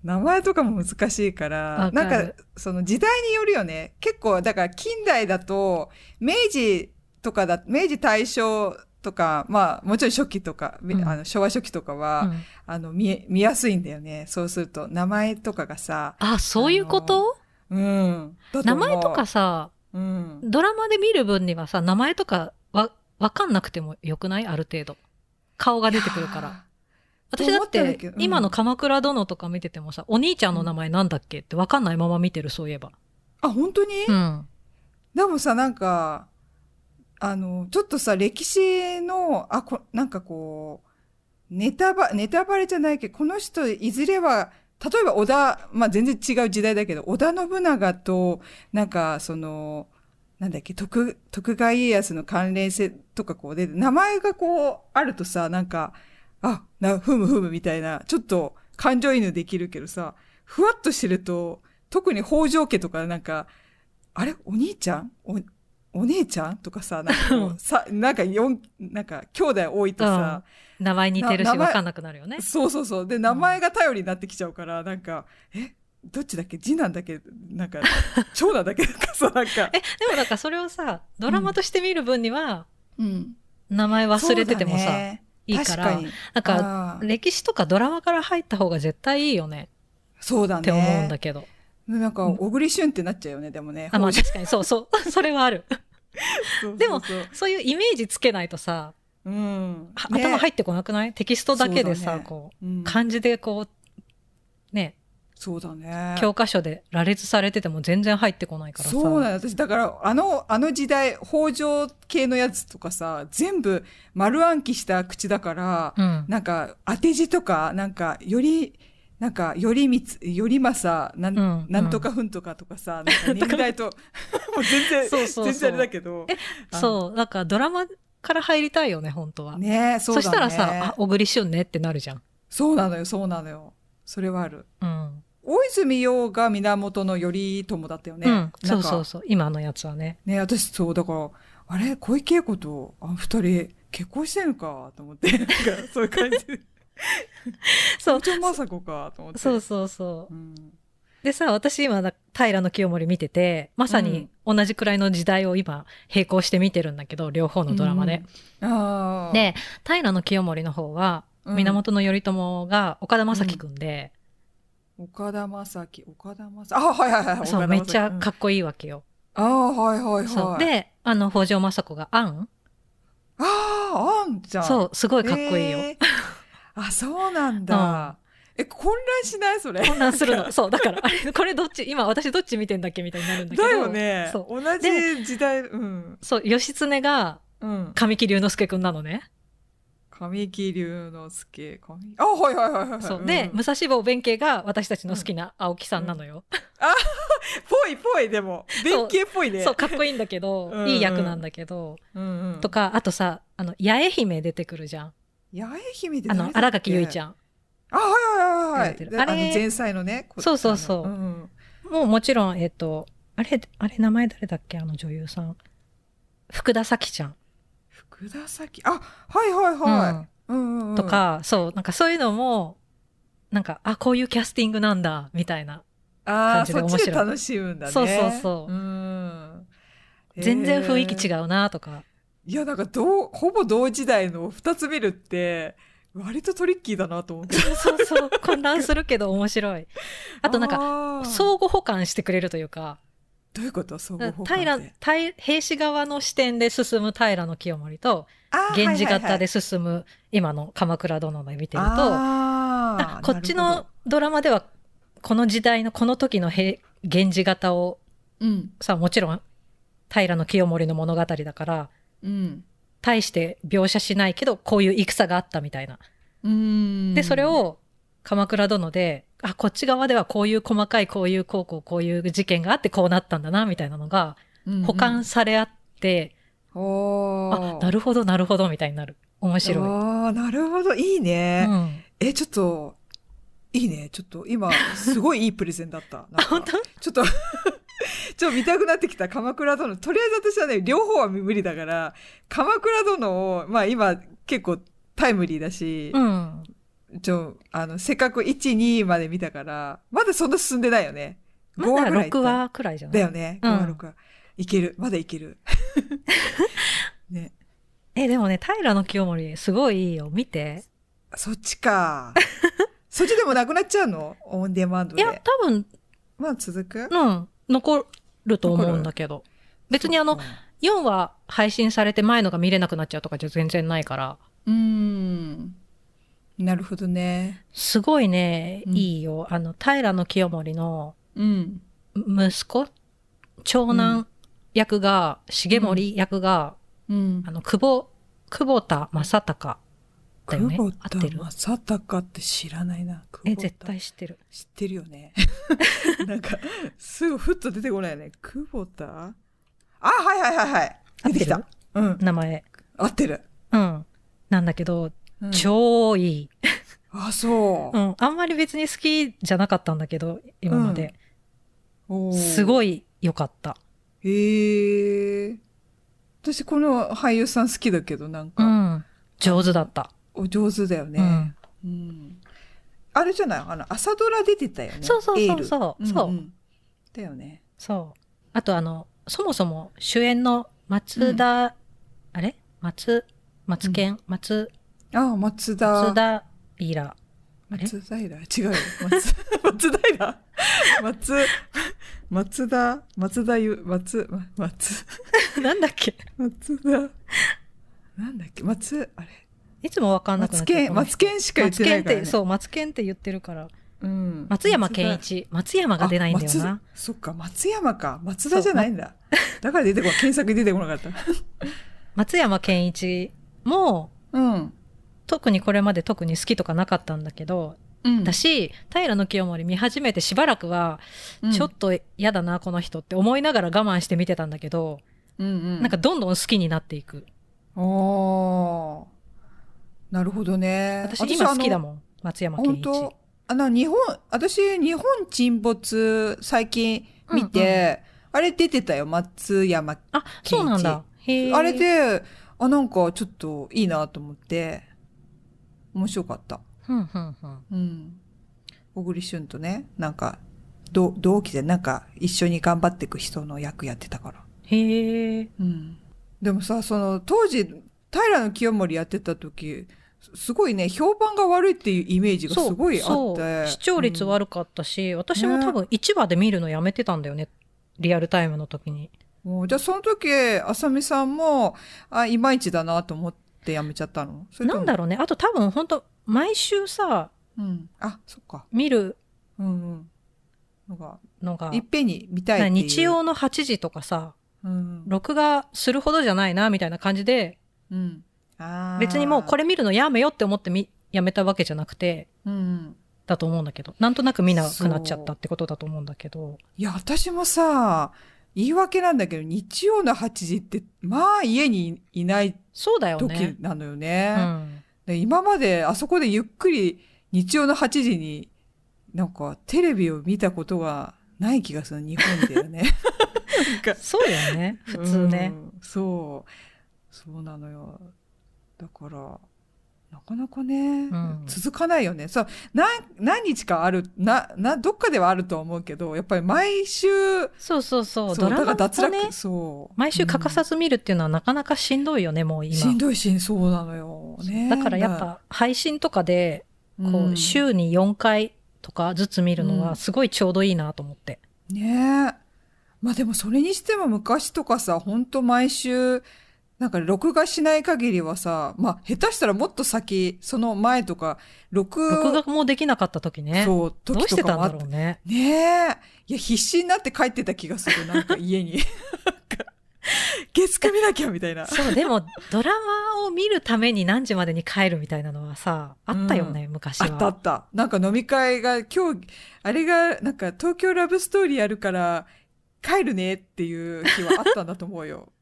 [SPEAKER 1] 名前とかも難しいから
[SPEAKER 2] わ、か
[SPEAKER 1] なん
[SPEAKER 2] る
[SPEAKER 1] か、その時代によるよね。結構、だから近代だと、明治とかだ、明治大正とか、まあ、もちろん初期とか、み
[SPEAKER 2] うん
[SPEAKER 1] あの昭和初期とかは、
[SPEAKER 2] うん
[SPEAKER 1] あの、見え、見やすいんだよね。そうすると、名前とかがさ、
[SPEAKER 2] あそういうこと
[SPEAKER 1] うん。だ
[SPEAKER 2] 名
[SPEAKER 1] 思う
[SPEAKER 2] 前とか、さ
[SPEAKER 1] うん。
[SPEAKER 2] ドラマで見る分にはさ名前とかわ分かんなくてもよくないある程度顔が出てくるから。私
[SPEAKER 1] と
[SPEAKER 2] だっ
[SPEAKER 1] 思ったんだ
[SPEAKER 2] て
[SPEAKER 1] けどうん
[SPEAKER 2] 今の「鎌倉殿」とか見ててもさお兄ちゃんの名前なんだっけって分かんないまま見てるそういえば。
[SPEAKER 1] あ、本当に、
[SPEAKER 2] うん
[SPEAKER 1] でもさ、なんか、あの、ちょっとさ、歴史の、あ、こ、なんかこう、ネタバ、ネタバレじゃないけど、この人、いずれは、例えば織田、まあ、全然違う時代だけど、織田信長と、なんか、その、なんだっけ、徳、徳川家康の関連性とかこうで、名前がこう、あるとさ、なんか、あ、な、ふむふむみたいな、ちょっと感情移入できるけどさ、ふわっとしてると、特に北条家とかなんか、あれお兄ちゃんお、お姉ちゃんとかさ、なんかこう、さ、なんか四、なんか兄弟多いとさ、
[SPEAKER 2] 名前似てるし
[SPEAKER 1] な名前
[SPEAKER 2] 分かんなくなるよね。
[SPEAKER 1] そうそうそう。で、名前が頼りになってきちゃうから、なんか、え、どっちだっけ次男だっけなん
[SPEAKER 2] <laughs>
[SPEAKER 1] か、長男だっけなんかさ、なんか
[SPEAKER 2] え。でもなんかそれをさドラマとして見る分には
[SPEAKER 1] うん。
[SPEAKER 2] 名前忘れてても
[SPEAKER 1] そう
[SPEAKER 2] さ、
[SPEAKER 1] だね
[SPEAKER 2] いいから
[SPEAKER 1] 確かに。
[SPEAKER 2] なんか
[SPEAKER 1] あー
[SPEAKER 2] 歴史とかドラマから入った方が絶対いいよね
[SPEAKER 1] そうだね。
[SPEAKER 2] って思うんだ
[SPEAKER 1] <laughs>
[SPEAKER 2] けど。
[SPEAKER 1] なんか、小栗旬ってなっちゃうよね、でもね。
[SPEAKER 2] あまあ
[SPEAKER 1] 北条
[SPEAKER 2] 確かにそうそう <laughs> それはある。
[SPEAKER 1] そう
[SPEAKER 2] でも
[SPEAKER 1] そうそう
[SPEAKER 2] そういうイメージつけないとさ
[SPEAKER 1] うん。
[SPEAKER 2] は頭入
[SPEAKER 1] っ
[SPEAKER 2] ってこなくない、テキストだけで
[SPEAKER 1] そうだ
[SPEAKER 2] さ
[SPEAKER 1] ね
[SPEAKER 2] こう
[SPEAKER 1] うん、
[SPEAKER 2] 漢字でこうね
[SPEAKER 1] そうだね。
[SPEAKER 2] 教科書で羅列されてても全然入ってこないからさ。
[SPEAKER 1] そうなの私だからあのあの時代北条系のやつとかさ全部丸暗記した口だから、
[SPEAKER 2] うん
[SPEAKER 1] なんか当て字とかなんかよりなんかよりみつよりまさなん,、
[SPEAKER 2] うん
[SPEAKER 1] なんとかふんとかとかさなんか年代と <laughs> もう全然
[SPEAKER 2] そうそうそう
[SPEAKER 1] 全然あれだけどあの
[SPEAKER 2] そう、なんかドラマから入りたいよね、本当は。
[SPEAKER 1] ねそ
[SPEAKER 2] そう
[SPEAKER 1] だね
[SPEAKER 2] したらさ、あ、小栗旬ねってなるじゃん。
[SPEAKER 1] そうなのよそうなのよそれはある
[SPEAKER 2] うん。
[SPEAKER 1] 大泉洋が源の頼朝だったよね、
[SPEAKER 2] うん。
[SPEAKER 1] な
[SPEAKER 2] そ
[SPEAKER 1] ん
[SPEAKER 2] う
[SPEAKER 1] か
[SPEAKER 2] そうそう。今のやつはね。
[SPEAKER 1] ね私そうだからあれ小池栄子とあ二人結婚してんのかと思ってなんかそういう
[SPEAKER 2] <laughs>
[SPEAKER 1] 感じで
[SPEAKER 2] そう
[SPEAKER 1] 北。条政子かと思って
[SPEAKER 2] そうそうそう
[SPEAKER 1] う。ん、
[SPEAKER 2] でさ、私今、平野清盛見てて、まさに同じくらいの時代を今、並行して見てるんだけど、両方のドラマで。
[SPEAKER 1] うん、ああ
[SPEAKER 2] で、平野清盛の方は、
[SPEAKER 1] うん
[SPEAKER 2] 源頼朝が岡田将生くんで、
[SPEAKER 1] 岡田将生岡田将生あはいはいはい
[SPEAKER 2] そう、めっちゃか
[SPEAKER 1] っ
[SPEAKER 2] っこいいわけよ。
[SPEAKER 1] ああはいはい
[SPEAKER 2] そ
[SPEAKER 1] は
[SPEAKER 2] う。
[SPEAKER 1] い
[SPEAKER 2] で、あの、北条政子がアン
[SPEAKER 1] あああんちゃん
[SPEAKER 2] そうう、すごいかっこいいよ。
[SPEAKER 1] あそうなんだ、え混乱しないそれ
[SPEAKER 2] 混乱する
[SPEAKER 1] な
[SPEAKER 2] の。
[SPEAKER 1] ん
[SPEAKER 2] <laughs>
[SPEAKER 1] か
[SPEAKER 2] そう、だから、あれ、これどっち、今私どっち見てんだっけみたいになるんだけど。
[SPEAKER 1] だよね
[SPEAKER 2] そう。
[SPEAKER 1] 同じ時代うん
[SPEAKER 2] そう、義経が
[SPEAKER 1] うん
[SPEAKER 2] 神木隆之介くんなのね。
[SPEAKER 1] 神木隆之介神あはいはいはいはい
[SPEAKER 2] そう。
[SPEAKER 1] ん
[SPEAKER 2] で、武蔵坊弁慶が私たちの好きな青木さんなのよ。
[SPEAKER 1] ぽいぽいでも
[SPEAKER 2] そ
[SPEAKER 1] 弁
[SPEAKER 2] う
[SPEAKER 1] 慶っぽいね
[SPEAKER 2] そう、かっこいいんだけど、
[SPEAKER 1] うん
[SPEAKER 2] いい役なんだけど、
[SPEAKER 1] うんうん
[SPEAKER 2] とか、あとさ、あの、八重姫出てくるじゃん。
[SPEAKER 1] 八重姫で
[SPEAKER 2] あの、新垣結衣ち
[SPEAKER 1] ん
[SPEAKER 2] ゃん。
[SPEAKER 1] あはいはいはいはい
[SPEAKER 2] 出てる
[SPEAKER 1] で
[SPEAKER 2] あ
[SPEAKER 1] あ
[SPEAKER 2] れ
[SPEAKER 1] の前菜のねこ
[SPEAKER 2] そうそうそう
[SPEAKER 1] あのんん
[SPEAKER 2] もうもちろん、えっと、あれ、あれ、名前誰だっけあの女優さん。福田咲ちゃん。
[SPEAKER 1] 福田咲あはいはいは
[SPEAKER 2] うん
[SPEAKER 1] うんうんうん、
[SPEAKER 2] とか、そう、なんかそういうのも、なんか、あ、こういうキャスティングなんだ、みたいな。
[SPEAKER 1] ああ
[SPEAKER 2] 感じで
[SPEAKER 1] そっ
[SPEAKER 2] 面白い
[SPEAKER 1] ちで楽しむんだね
[SPEAKER 2] そうそうそう
[SPEAKER 1] うん
[SPEAKER 2] 全然雰囲気違
[SPEAKER 1] う
[SPEAKER 2] うな、とか。
[SPEAKER 1] いやなんかどうほぼ同時代の2つ見るって割とトリッキーだなと思って
[SPEAKER 2] そうそう、混乱するけど面白い。 <laughs> あとなんか、
[SPEAKER 1] か
[SPEAKER 2] 相互補完してくれるというか、
[SPEAKER 1] どういうこと相互補
[SPEAKER 2] 平
[SPEAKER 1] って
[SPEAKER 2] 平兵士側の視点で進む平の清盛と、
[SPEAKER 1] あー
[SPEAKER 2] 源氏型
[SPEAKER 1] は
[SPEAKER 2] で
[SPEAKER 1] い
[SPEAKER 2] 進む今の鎌倉殿で見てる
[SPEAKER 1] はい
[SPEAKER 2] と、
[SPEAKER 1] はいあ
[SPEAKER 2] あ
[SPEAKER 1] ー
[SPEAKER 2] こっち
[SPEAKER 1] なるほ
[SPEAKER 2] のドラマではこの時代のこの時の平源氏型を
[SPEAKER 1] どうん
[SPEAKER 2] さもちろん平清盛の物語だから
[SPEAKER 1] うん
[SPEAKER 2] 大して描写しないけどこういう戦があったみたいな。
[SPEAKER 1] うん
[SPEAKER 2] でそれを鎌倉殿であこっち側ではこういう細かいこういうこうこうこういう事件があってこうなったんだなみたいなのが保管され合って、あな
[SPEAKER 1] る
[SPEAKER 2] るほどなるほどみたいになる面白い。
[SPEAKER 1] あーなるほどいいうね、
[SPEAKER 2] ん、
[SPEAKER 1] えちょっといいねちょっと今すごいいいプレゼンだったなん
[SPEAKER 2] あ
[SPEAKER 1] か
[SPEAKER 2] 本当
[SPEAKER 1] ちょっと <laughs> ちょっと見たくなってきた鎌倉殿とりあえず私はね両方は無理だから鎌倉殿をまあ今結構タイムリーだし、
[SPEAKER 2] うん
[SPEAKER 1] ちょあのせっかく12まで見たからまだそんな進んでないよね5
[SPEAKER 2] ま
[SPEAKER 1] 話
[SPEAKER 2] だ
[SPEAKER 1] ぐらいいった
[SPEAKER 2] 6話くらいじゃない
[SPEAKER 1] だよね5
[SPEAKER 2] うん
[SPEAKER 1] 話6話、いけるまだいけ
[SPEAKER 2] <laughs>
[SPEAKER 1] るね
[SPEAKER 2] え、でもね、平清盛、すごいいいよ。見て。
[SPEAKER 1] そっちかそっちでもなくなっちゃうのオンデマンド
[SPEAKER 2] いや
[SPEAKER 1] で、
[SPEAKER 2] 多分、
[SPEAKER 1] まあ続く
[SPEAKER 2] うん、残ると思うんだけど。別にあ
[SPEAKER 1] そ
[SPEAKER 2] の
[SPEAKER 1] っ、か
[SPEAKER 2] 4話配信されて前のが見れなくなっちゃうとかじゃ全然ないから、
[SPEAKER 1] うーんなるほどね
[SPEAKER 2] すごいね、
[SPEAKER 1] うん
[SPEAKER 2] いいよ。あの、平清盛の
[SPEAKER 1] うん
[SPEAKER 2] 息子長
[SPEAKER 1] うん
[SPEAKER 2] 男役が、重盛役が、
[SPEAKER 1] うん
[SPEAKER 2] あの、久保、久保田正隆だよね。
[SPEAKER 1] 久保
[SPEAKER 2] 合ってる
[SPEAKER 1] 田正隆って知らないな。久保田
[SPEAKER 2] え、絶対知ってる。
[SPEAKER 1] 知ってるよね。 <laughs> なんか、すぐふっと出てこないよね。久保田あ、はいはいはいはい。
[SPEAKER 2] 合
[SPEAKER 1] 出
[SPEAKER 2] っ
[SPEAKER 1] て
[SPEAKER 2] て
[SPEAKER 1] き
[SPEAKER 2] る
[SPEAKER 1] た。うん。
[SPEAKER 2] 名前。
[SPEAKER 1] 合ってる。
[SPEAKER 2] うん。なんだけど、
[SPEAKER 1] うん
[SPEAKER 2] 超いい。
[SPEAKER 1] あ、そうう。
[SPEAKER 2] ん、あんまり別に好きじゃなかったんだけど、今まで。
[SPEAKER 1] おー
[SPEAKER 2] すごい良かった。
[SPEAKER 1] へえ。私、この俳優さん好きだけど、なん
[SPEAKER 2] う
[SPEAKER 1] か、
[SPEAKER 2] ん。上手だった。
[SPEAKER 1] お上手だよ
[SPEAKER 2] う
[SPEAKER 1] ね。
[SPEAKER 2] ん。
[SPEAKER 1] うん。あれじゃないあの、朝ドラ出てたよね。
[SPEAKER 2] そうそう
[SPEAKER 1] エ
[SPEAKER 2] そ
[SPEAKER 1] ー
[SPEAKER 2] う
[SPEAKER 1] ル
[SPEAKER 2] そう。そ
[SPEAKER 1] ん
[SPEAKER 2] う。
[SPEAKER 1] んだよね。
[SPEAKER 2] そう。あとあの、そもそも主演の松田、あれ松、松健、松、
[SPEAKER 1] あ、松田。
[SPEAKER 2] 松田イラ。あれ
[SPEAKER 1] 松平違うよ。松 <laughs> 松平松、松田、松田ゆ、松、ま松、
[SPEAKER 2] <laughs> なんだっけ
[SPEAKER 1] 松田、なんだっけ、松、あれ、
[SPEAKER 2] いつもわかんなくな
[SPEAKER 1] 松
[SPEAKER 2] っちゃう
[SPEAKER 1] 健、松健しか言ってないから、ね。
[SPEAKER 2] 松健って、そう、松健って言ってるから。
[SPEAKER 1] うん
[SPEAKER 2] 松山健一。松山が出ないんだよ
[SPEAKER 1] あ
[SPEAKER 2] な
[SPEAKER 1] 松。そっか、松山か。松田じゃないんだ。だから出てこない。検索に出てこなかった。
[SPEAKER 2] 松山健一も、
[SPEAKER 1] うん。
[SPEAKER 2] 特にこれまで特に好きとかなかったんだけど、
[SPEAKER 1] うん
[SPEAKER 2] だし、平清盛見始めてしばらくは、ちょっと嫌だな、この人って思いながら我慢して見てたんだけど、
[SPEAKER 1] うんうん、
[SPEAKER 2] なんか、どんどん好きになっていく。
[SPEAKER 1] おー。なるほどね。
[SPEAKER 2] 私今好きだ
[SPEAKER 1] ん
[SPEAKER 2] もん。松山健
[SPEAKER 1] 本
[SPEAKER 2] 一。
[SPEAKER 1] 当あの日本私日本沈没最近見て、あれ出てたよ松山
[SPEAKER 2] あ、そうなんだ。へー
[SPEAKER 1] あれ、であなんかちょっといいなと思って面白かった
[SPEAKER 2] ふんふんふん。
[SPEAKER 1] うん小栗旬とねなんか同同期でなんか一緒に頑張っていく人の役やってたから
[SPEAKER 2] へえ。
[SPEAKER 1] うんでもさその当時平清盛やってた時すすごいね評判が悪いっていうイメージがすごいあ
[SPEAKER 2] そ
[SPEAKER 1] っ
[SPEAKER 2] う
[SPEAKER 1] て
[SPEAKER 2] 視聴率
[SPEAKER 1] 悪い
[SPEAKER 2] 悪かったし、私も多分1話で見るのやめてたんだよね。リアルタイムの時に。
[SPEAKER 1] もうじゃあその時、あさみさんも、あ、いまいちだなと思ってやめちゃったのそれと
[SPEAKER 2] な
[SPEAKER 1] も
[SPEAKER 2] んだろうね。あと多分本当毎週さ、
[SPEAKER 1] うん。あ、そっか。
[SPEAKER 2] 見る
[SPEAKER 1] うんうん。のが、
[SPEAKER 2] のが
[SPEAKER 1] いっ、ぺんに見たいっていう。
[SPEAKER 2] 日。曜の8時とかさ、
[SPEAKER 1] うん。
[SPEAKER 2] 録画するほどじゃないなみたいな感じで
[SPEAKER 1] うん。あー
[SPEAKER 2] 別にもうこ。れ見るのやめよって思ってみやめたわけじゃなくて
[SPEAKER 1] うんうん。
[SPEAKER 2] だと思うんだけどなんとなく見なくなっちゃったってことだと思うんだけど
[SPEAKER 1] いや、私もさ、言い訳なんだけど、日曜の8時って、まあ家にいない
[SPEAKER 2] そうだよ
[SPEAKER 1] 時
[SPEAKER 2] ね。
[SPEAKER 1] なのよ
[SPEAKER 2] う
[SPEAKER 1] ね。
[SPEAKER 2] ん、
[SPEAKER 1] で今まであそこでゆっくり日曜の8時になんかテレビを見たことがない気がする日本ではね。なんか
[SPEAKER 2] そうだ
[SPEAKER 1] <laughs>
[SPEAKER 2] よね <laughs> 普通ね
[SPEAKER 1] う。んそうそうなのよだからなかなかね、
[SPEAKER 2] うん
[SPEAKER 1] 続かないよね。そう、何、何日かある、な、な、どっかではあると思うけど、やっぱり毎週、
[SPEAKER 2] そうそうそ
[SPEAKER 1] そ
[SPEAKER 2] う
[SPEAKER 1] う
[SPEAKER 2] ドラマ
[SPEAKER 1] だから
[SPEAKER 2] もね
[SPEAKER 1] そう。
[SPEAKER 2] 毎週欠かさ
[SPEAKER 1] ず、
[SPEAKER 2] ず見るっていうのはなかなかしんどいよねもう今
[SPEAKER 1] しんどいし、そうなのよ。ね。
[SPEAKER 2] だからやっぱ配信とかで
[SPEAKER 1] うん、
[SPEAKER 2] こう週に4回とかずつ見るのはすごいちょうどいいなと思って、
[SPEAKER 1] ねえ。まあでもそれにしても昔とかさ、ほんと毎週、なんか録画しない限りはさ、まあ下手したらもっと先、その前とか、録
[SPEAKER 2] 録画もできなかった時ね
[SPEAKER 1] そう、
[SPEAKER 2] どう
[SPEAKER 1] 時
[SPEAKER 2] し
[SPEAKER 1] と
[SPEAKER 2] て
[SPEAKER 1] か
[SPEAKER 2] たん
[SPEAKER 1] もあ
[SPEAKER 2] だ
[SPEAKER 1] っ
[SPEAKER 2] ろうね
[SPEAKER 1] ねえ。いや、必死になって帰ってた気がする。なんか家に。なんか月9見なきゃみたい
[SPEAKER 2] <laughs>
[SPEAKER 1] な。
[SPEAKER 2] <laughs> そうでもドラマを見るために何時までに帰るみたいなのはさあったよね、昔
[SPEAKER 1] あ
[SPEAKER 2] は
[SPEAKER 1] ったあった。なんか飲み会が今日、あれが、なんか東京ラブストーリーやるから帰るねっていう日はあったんだと思うよ。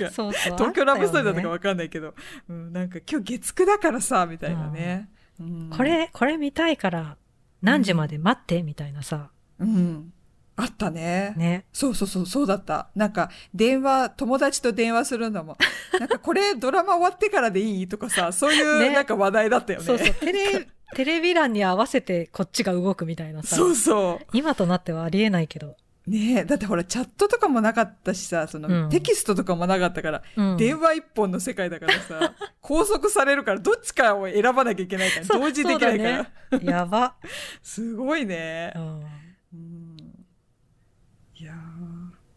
[SPEAKER 1] なんか
[SPEAKER 2] そうそう
[SPEAKER 1] 東京ラブストーリーだ
[SPEAKER 2] あ
[SPEAKER 1] っ
[SPEAKER 2] ったた
[SPEAKER 1] か
[SPEAKER 2] よね
[SPEAKER 1] わかんないけど、うん、なんか今日月9だからさ、みたいなね。うん
[SPEAKER 2] こ、れこれ見たいから何時まで待ってみたいなさ
[SPEAKER 1] うん。あったね。
[SPEAKER 2] ね
[SPEAKER 1] そうそうそう、そうだった。なんか、電話、友達と電話するの
[SPEAKER 2] <laughs>
[SPEAKER 1] も、なんかこれドラマ終わってからでいいとかさ、そういう
[SPEAKER 2] ね
[SPEAKER 1] なんか話題だったよね。
[SPEAKER 2] そうそうテレ <laughs> テレビ欄に合わせてこっちが動くみたいなさ
[SPEAKER 1] そうそう。
[SPEAKER 2] 今となってはありえないけど、
[SPEAKER 1] ねえ、だってほら、チャットとかもなかったしさ、その、
[SPEAKER 2] うん
[SPEAKER 1] テキストとかもなかったから、
[SPEAKER 2] うん
[SPEAKER 1] 電話一本の世界だから
[SPEAKER 2] <laughs>
[SPEAKER 1] さ、拘束されるから、どっちかを選ばなきゃいけないから、
[SPEAKER 2] そう
[SPEAKER 1] 同時できないか
[SPEAKER 2] そう
[SPEAKER 1] ら。
[SPEAKER 2] だねやば、
[SPEAKER 1] すごいね
[SPEAKER 2] う。ん、
[SPEAKER 1] うん。いや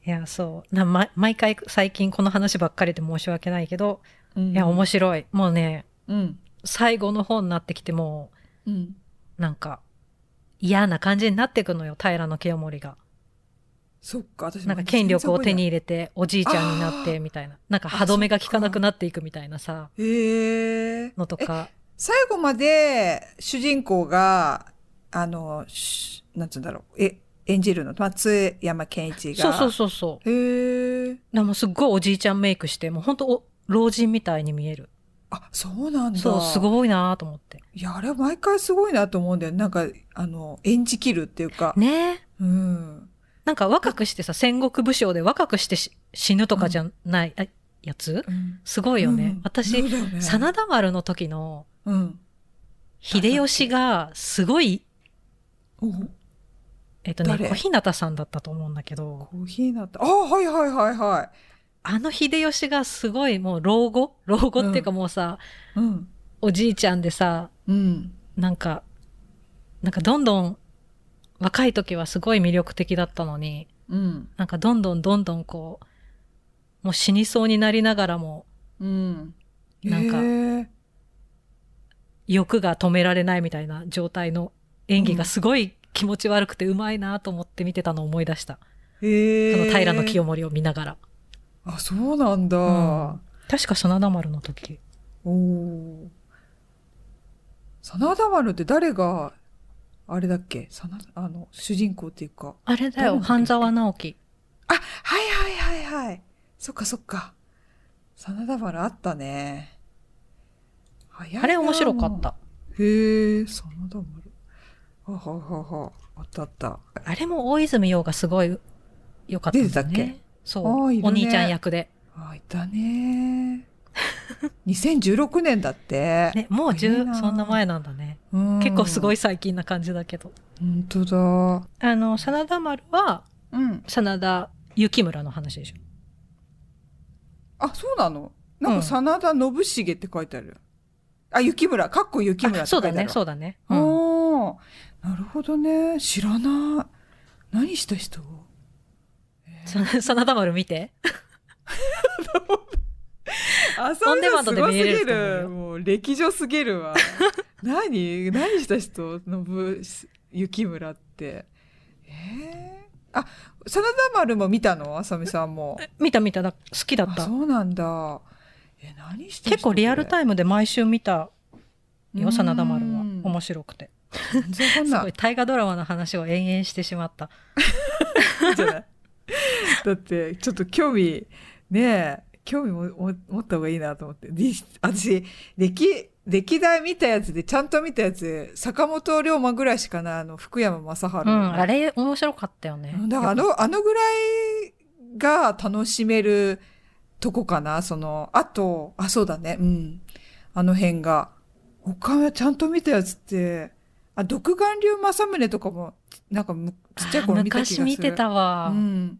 [SPEAKER 2] いやそうな、ま、毎回最近この話ばっかりで申し訳ないけど、
[SPEAKER 1] ー。
[SPEAKER 2] いや
[SPEAKER 1] 白
[SPEAKER 2] 面白いもうね
[SPEAKER 1] い。うん。
[SPEAKER 2] 最後の方になってきても
[SPEAKER 1] うん。
[SPEAKER 2] うなんか嫌な感じになっていくのよ平清盛が
[SPEAKER 1] そっか、私も
[SPEAKER 2] なんか権力を手
[SPEAKER 1] 全然
[SPEAKER 2] に
[SPEAKER 1] 覚
[SPEAKER 2] 入れておじいちゃんになってみたいななんか歯止めが効かなくなっていくみたいなさ
[SPEAKER 1] えてない。へえ。
[SPEAKER 2] のとか
[SPEAKER 1] 最後まで主人公が、あの、しなんつうんだろう、え、演じるの、松山健一が。
[SPEAKER 2] そうそうそうそう
[SPEAKER 1] う。へえ。
[SPEAKER 2] でもすっごいおじいちゃんメイクして、もうほんとお老人みたいに見える。
[SPEAKER 1] あ、そうなんだ。
[SPEAKER 2] そう、すごいなと思って。
[SPEAKER 1] いや、あれ毎回すごいなと思うんだよ。なんか、あの、演じきるっていうか。
[SPEAKER 2] ねえ。
[SPEAKER 1] うん。
[SPEAKER 2] なんか若くしてさ、戦国武将で若くしてし死ぬとかじゃない、あやつ
[SPEAKER 1] うん
[SPEAKER 2] すごいよね。
[SPEAKER 1] うん
[SPEAKER 2] 私、、真田丸の時の
[SPEAKER 1] 田。うん。
[SPEAKER 2] 秀吉がすごい、
[SPEAKER 1] お
[SPEAKER 2] えっとね、
[SPEAKER 1] 誰
[SPEAKER 2] 小日向さんだったと思うんだけど、
[SPEAKER 1] コーヒーなった。あ、はいはいはいは
[SPEAKER 2] あの秀吉がすごいもう老後老後っていうかもうさ、
[SPEAKER 1] い。うん。
[SPEAKER 2] おじいちゃんでさ、
[SPEAKER 1] うん。
[SPEAKER 2] なんか、なんかどんどん若い時はすごい魅力的だったのに、
[SPEAKER 1] うん。
[SPEAKER 2] なんかどんどんどんどんこう、もう死にそうになりながらも
[SPEAKER 1] うん。
[SPEAKER 2] なんか
[SPEAKER 1] へえ
[SPEAKER 2] 欲が止められないみたいな状態の演技がすごい気持ち悪くてうまいなと思って見てたのを思い出した。
[SPEAKER 1] へ
[SPEAKER 2] その
[SPEAKER 1] え。
[SPEAKER 2] 平の清盛を見ながら。
[SPEAKER 1] あ、そうなんだ。
[SPEAKER 2] うん確か真田丸の時。
[SPEAKER 1] おお。真田丸って誰が、あれだっけ真田、あの、主人公っていうか。
[SPEAKER 2] あれだ
[SPEAKER 1] 誰の
[SPEAKER 2] よ、
[SPEAKER 1] 時
[SPEAKER 2] 半沢直樹。
[SPEAKER 1] あ、はいはいはいはい。そっかそっか。真田丸あったね。早いな
[SPEAKER 2] あれ面白かっ。た。
[SPEAKER 1] へえ、真田丸。はははは。あったあった。
[SPEAKER 2] あれも大泉洋がすごい良かったんだよね。
[SPEAKER 1] 出てたっ
[SPEAKER 2] そう、
[SPEAKER 1] あーいるね
[SPEAKER 2] お兄ちゃん役で。
[SPEAKER 1] あ、いたね。2016年だって。
[SPEAKER 2] ね、もう
[SPEAKER 1] いい
[SPEAKER 2] 10、
[SPEAKER 1] な
[SPEAKER 2] そんな前なんだね。
[SPEAKER 1] うん
[SPEAKER 2] 結構すごい。最近な感じだけど。
[SPEAKER 1] 本当だ。
[SPEAKER 2] あの、真田丸は、
[SPEAKER 1] うん。
[SPEAKER 2] 真田幸村の話でしょ。
[SPEAKER 1] あ、そうなのなんか、
[SPEAKER 2] うん
[SPEAKER 1] 真田信重って書いてある。あ、雪村、かっこ雪村
[SPEAKER 2] あ
[SPEAKER 1] って書
[SPEAKER 2] そ
[SPEAKER 1] いうて
[SPEAKER 2] だ
[SPEAKER 1] ある。
[SPEAKER 2] ね、そううだね。
[SPEAKER 1] だ
[SPEAKER 2] うん
[SPEAKER 1] おーなるほどね。知らない。何した人
[SPEAKER 2] そ真田丸見て。
[SPEAKER 1] あ、
[SPEAKER 2] オ
[SPEAKER 1] そ
[SPEAKER 2] ン
[SPEAKER 1] れ
[SPEAKER 2] デ
[SPEAKER 1] じ
[SPEAKER 2] マ
[SPEAKER 1] ゃ
[SPEAKER 2] ン
[SPEAKER 1] す
[SPEAKER 2] ドで
[SPEAKER 1] ごす
[SPEAKER 2] 見
[SPEAKER 1] ぎ
[SPEAKER 2] れると思うよ
[SPEAKER 1] る。もう、歴女すぎるわ。 <laughs> 何何した人のぶ、雪村って。えー、あ、真田丸も見たのあさみさんも。
[SPEAKER 2] 見た見た、だ好きだっ
[SPEAKER 1] あ、
[SPEAKER 2] た
[SPEAKER 1] そ。うなんだ。え、何して
[SPEAKER 2] 結構リアル
[SPEAKER 1] イ
[SPEAKER 2] タイムで毎週見た
[SPEAKER 1] うーん
[SPEAKER 2] よ、真田丸は。面白くて。
[SPEAKER 1] ム。全然わかん
[SPEAKER 2] す
[SPEAKER 1] ない
[SPEAKER 2] ごい、大河ドラマの話を延々してしまった。
[SPEAKER 1] じゃない。だって、ちょっと興味、ねえ、興味もも持った方がいいなと思って。で私、歴、歴代見たやつで、ちゃんと見たやつで、坂本龍馬ぐらいしかな、あの、福山雅治の。
[SPEAKER 2] うん、あれ面白かったよね。
[SPEAKER 1] だからあの、あのぐらいが楽しめるとこかな、その、あと、あ、そうだね、うん。あの辺が。他はちゃんと見たやつって、あ、独眼竜政宗とかも、なんかむちっちゃい頃見た気がす
[SPEAKER 2] 昔
[SPEAKER 1] る。
[SPEAKER 2] 見てたわ。
[SPEAKER 1] うん。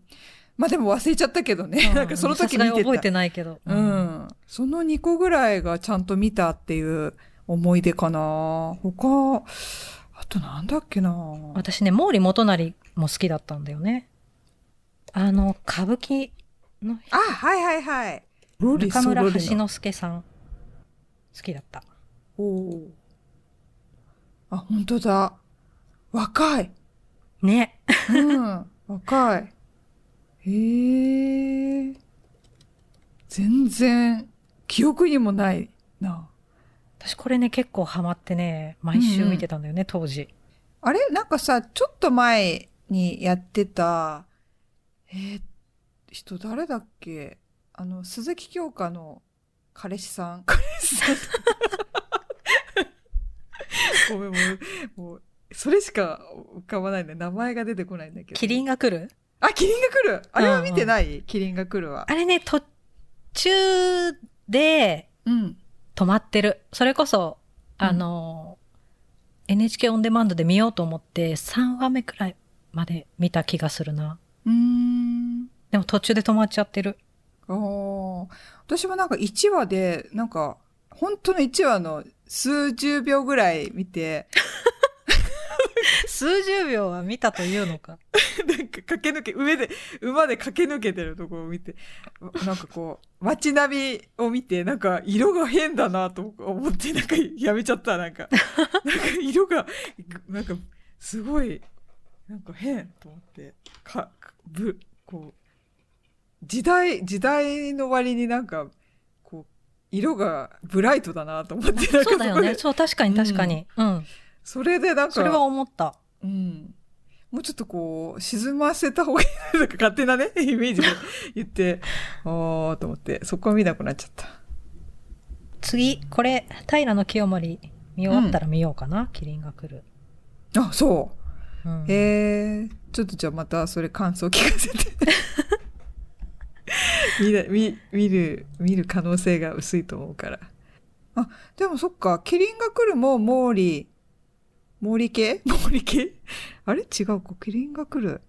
[SPEAKER 1] まあでも忘れちゃったけどね。<laughs>
[SPEAKER 2] う
[SPEAKER 1] なんかその
[SPEAKER 2] さ
[SPEAKER 1] 時
[SPEAKER 2] す
[SPEAKER 1] 見
[SPEAKER 2] が
[SPEAKER 1] て
[SPEAKER 2] に
[SPEAKER 1] た。
[SPEAKER 2] 覚えてないけど。
[SPEAKER 1] う。ん。その2個ぐらいがちゃんと見たっていう思い出かな。他、あとなんだっけな。
[SPEAKER 2] 私ね、毛利元就も好きだったんだよね。あの、歌舞伎の
[SPEAKER 1] あ、はいはいはい。ロリ
[SPEAKER 2] 中村
[SPEAKER 1] ソ
[SPEAKER 2] 橋
[SPEAKER 1] ロリ
[SPEAKER 2] 之助さん。好きだった。
[SPEAKER 1] おーあ、本当だ。若い。
[SPEAKER 2] ね。
[SPEAKER 1] うん。 <laughs> 若い。へえ。全然、記憶にもないな。
[SPEAKER 2] 私これね、結構ハマってね、毎週見てたんだよね、当時。
[SPEAKER 1] あれなんかさ、ちょっと前にやってた、えー人誰だっけあの、鈴木京香の彼氏さ
[SPEAKER 2] <laughs>
[SPEAKER 1] ん。彼氏さん。ごめん、もう、もう、それしか浮かばないんだ。名前が出てこないんだけど。
[SPEAKER 2] キリンが来る
[SPEAKER 1] あ、キリンが来るあれは見てない、キリンが来るは。
[SPEAKER 2] あれね、途中で
[SPEAKER 1] うん。
[SPEAKER 2] 止まってる。それこそ、
[SPEAKER 1] うん
[SPEAKER 2] あの、NHK オンデマンドで見ようと思って、3話目くらいまで見た気がするな。
[SPEAKER 1] うーん。
[SPEAKER 2] でも途中で止まっちゃってる。
[SPEAKER 1] おー私もなんか1話で、なんか、本当の1話の数十秒ぐらい見て、
[SPEAKER 2] 数十秒は見たというのか。
[SPEAKER 1] <laughs> なんか駆け抜け、上で、馬で駆け抜けてるとこを見て、なんかこう、街並みを見て、なんか色が変だなと思って、なんかやめちゃった、なんか。なんか色が、なんかすごい、なんか変と思って、か、かぶ、こう、時代、時代の割になんか、こう、色がブライトだなと思って、なんか
[SPEAKER 2] <laughs> そうだよ
[SPEAKER 1] そこ
[SPEAKER 2] <laughs> ね。
[SPEAKER 1] で
[SPEAKER 2] そう、確かに確かに。うん。
[SPEAKER 1] それでなんか、
[SPEAKER 2] それは思った。
[SPEAKER 1] うん。もうちょっとこう、沈ませた方がいいなんか勝手なね、 <laughs> イメージで言って、あーと思って、そこは見なくなっちゃった。
[SPEAKER 2] 次、これ、平の清盛見終わったら見ようかな。キリンが来る。
[SPEAKER 1] あ、そうう。
[SPEAKER 2] ん
[SPEAKER 1] へえー、ちょっとじゃあまたそれ感想聞かせて。 <laughs> 見な見見る、見る可能性が薄いと思うから。あ、でもそっか、キリンが来るも毛利、毛利系毛利系あれ違うか、キリンが来る。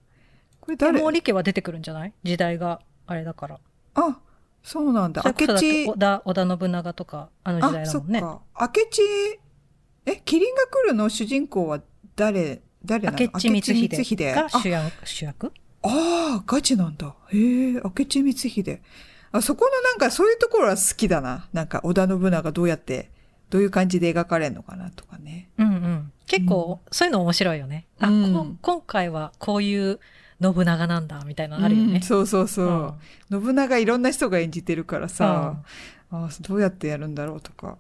[SPEAKER 1] これ誰
[SPEAKER 2] 毛利家は出てくるんじゃない時代があれだから。
[SPEAKER 1] あ、そうなんだ。
[SPEAKER 2] それ
[SPEAKER 1] 明
[SPEAKER 2] こそだって
[SPEAKER 1] 智
[SPEAKER 2] 織田織田信長とかあの時代だもんね。
[SPEAKER 1] あ、そっか。明智、え、キリンが来るの主人公は誰、誰なの
[SPEAKER 2] 明智光
[SPEAKER 1] 明
[SPEAKER 2] 秀
[SPEAKER 1] あ
[SPEAKER 2] が主役主役
[SPEAKER 1] あー、ガチなんだ。へえ、明智光秀。あそこのなんかそういうところは好きだな。なんか織田信長どうやって、どういう感じで描かれるのかなとかね。
[SPEAKER 2] うんうん。結構、そういうの面白いよね。あ、
[SPEAKER 1] うん
[SPEAKER 2] こ今回はこういう信長なんだみたいなのあるよ
[SPEAKER 1] うん
[SPEAKER 2] ね。
[SPEAKER 1] そうそうそうう。信長いろんな人が演じてるからさ。あーどうやってやるんだろうとか。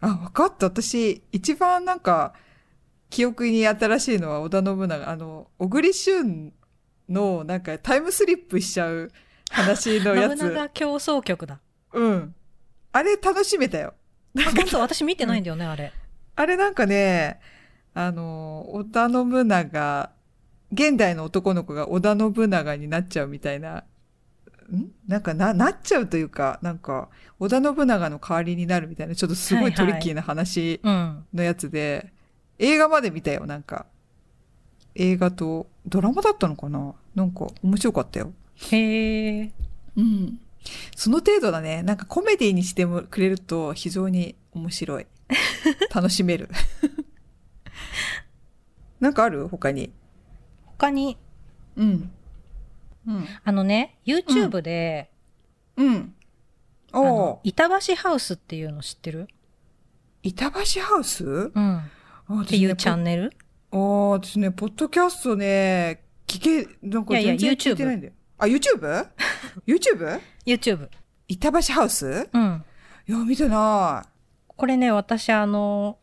[SPEAKER 1] あ、わかった。私、一番なんか、記憶に新しいのは織田信長、あの、小栗旬のなんかタイムスリップしちゃう話の
[SPEAKER 2] ん
[SPEAKER 1] や
[SPEAKER 2] 信
[SPEAKER 1] つ。
[SPEAKER 2] 長競争曲だ。
[SPEAKER 1] うん。あれ楽しめたよ。 <laughs>
[SPEAKER 2] あ、本当私見てないんだよね、あれ。
[SPEAKER 1] あれなんかね、あの、織田信長、現代の男の子が織田信長になっちゃうみたいな、んなんかな、なっちゃうというか、なんか、織田信長の代わりになるみたいな、ちょっとすご
[SPEAKER 2] はいい
[SPEAKER 1] ト
[SPEAKER 2] はい
[SPEAKER 1] リッキーな話
[SPEAKER 2] うん。
[SPEAKER 1] のやつで、映画まで見たよ、なんか。映画と、ドラマだったのかななんか、面白かったよ。
[SPEAKER 2] へえ。
[SPEAKER 1] うん。その程度だね。なんかコメディにしてもくれると非常に面白
[SPEAKER 2] <laughs>
[SPEAKER 1] い。楽しめる。 <laughs> なんかある他に。
[SPEAKER 2] 他に、
[SPEAKER 1] うん。うん。
[SPEAKER 2] あのね、YouTube で、
[SPEAKER 1] うん。
[SPEAKER 2] あ
[SPEAKER 1] お
[SPEAKER 2] の
[SPEAKER 1] お。
[SPEAKER 2] 板橋ハウスっていうの知ってる
[SPEAKER 1] 板橋ハウス
[SPEAKER 2] うん。っ
[SPEAKER 1] って
[SPEAKER 2] いうチャンネル
[SPEAKER 1] あー私ね、ポッドキャストね、聞け、なんか
[SPEAKER 2] いやいや
[SPEAKER 1] 全然聞いてないんだよ。あ、YouTube?YouTube?
[SPEAKER 2] <laughs> ?YouTube。
[SPEAKER 1] 板橋ハウス
[SPEAKER 2] うん。
[SPEAKER 1] いや、見てない。
[SPEAKER 2] これね、私あの、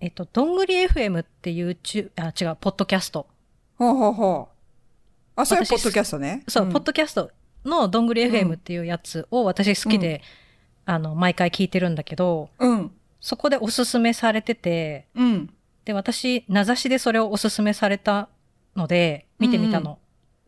[SPEAKER 2] えっと、どんぐり FM っていうちゅ、あ、違う、ポッドキャスト。
[SPEAKER 1] ほうほうほう。あ、それ
[SPEAKER 2] 私
[SPEAKER 1] ポッドキャストね。
[SPEAKER 2] そう、
[SPEAKER 1] ん
[SPEAKER 2] ポッドキャストのどんぐり
[SPEAKER 1] うん
[SPEAKER 2] FM っていうやつを私好きで、あの、毎回聞いてるんだけど、
[SPEAKER 1] うん。
[SPEAKER 2] そこでおすすめされてて、
[SPEAKER 1] うん。
[SPEAKER 2] で、私、名指しでそれをおすすめされたので、見てみたの。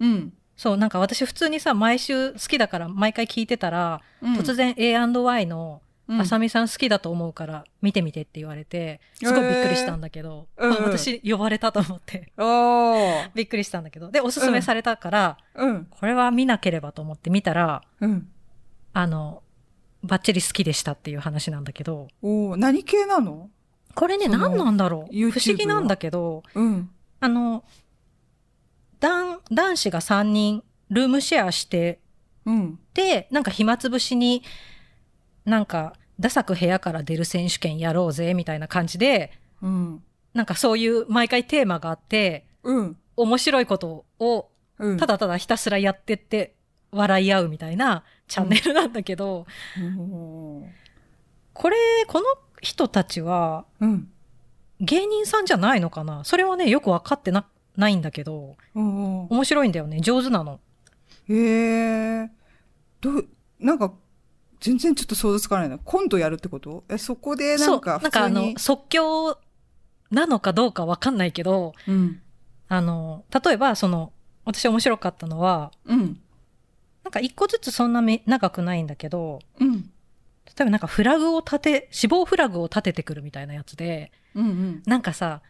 [SPEAKER 1] うん。
[SPEAKER 2] そう、なんか私普通にさ、毎週好きだから毎回聞いてたら、
[SPEAKER 1] うん
[SPEAKER 2] 突然 A&Y の
[SPEAKER 1] うん
[SPEAKER 2] あさみさん好きだと思うから見てみてって言われて、すごいびっくりしたんだけど、
[SPEAKER 1] えーうん
[SPEAKER 2] あ私呼ばれたと思って、
[SPEAKER 1] あ
[SPEAKER 2] びっくりしたんだけど、で、おすすめされたから、
[SPEAKER 1] あ、うん、
[SPEAKER 2] これは見なければと思って見たら、
[SPEAKER 1] うん。
[SPEAKER 2] あの、バッチリ好きでしたっていう話なんだけど、
[SPEAKER 1] おお、何系なの
[SPEAKER 2] これね、
[SPEAKER 1] その
[SPEAKER 2] 何なんだろう
[SPEAKER 1] YouTube
[SPEAKER 2] 不思議なんだけど、
[SPEAKER 1] うん、
[SPEAKER 2] あの、男、男子が3人、ルームシェアして
[SPEAKER 1] うん。
[SPEAKER 2] で、なんか暇つぶしに、なんか、ダサく部屋から出る選手権やろうぜ、みたいな感じで、
[SPEAKER 1] うん。
[SPEAKER 2] なんかそういう毎回テーマがあって、
[SPEAKER 1] うん。
[SPEAKER 2] 面白いことを
[SPEAKER 1] うん。
[SPEAKER 2] ただただひたすらやってって笑い合うみたいなチャンネルなんだけど、
[SPEAKER 1] おー。
[SPEAKER 2] これ、この人たちは
[SPEAKER 1] うん。
[SPEAKER 2] 芸人さんじゃないのかなそれはね、よくわかってな、ないんだけど、
[SPEAKER 1] おー
[SPEAKER 2] 面白いんだよね。上手なの。
[SPEAKER 1] へえ。どう、なんか、全然ちょっと想像つかないな。コントやるってことえ、そこでなんか
[SPEAKER 2] そう、な
[SPEAKER 1] 普
[SPEAKER 2] んかあ
[SPEAKER 1] 通
[SPEAKER 2] の
[SPEAKER 1] に、。
[SPEAKER 2] 即興なのかどうかわかんないけど、
[SPEAKER 1] うん。
[SPEAKER 2] あの、例えば、その、私面白かったのは、
[SPEAKER 1] うん。
[SPEAKER 2] なんか一個ずつそんなめ長くないんだけど、
[SPEAKER 1] うん。
[SPEAKER 2] 例えばなんかフラグを立て、死亡フラグを立ててくるみたいなやつで、
[SPEAKER 1] うん。うん。
[SPEAKER 2] なんかさ、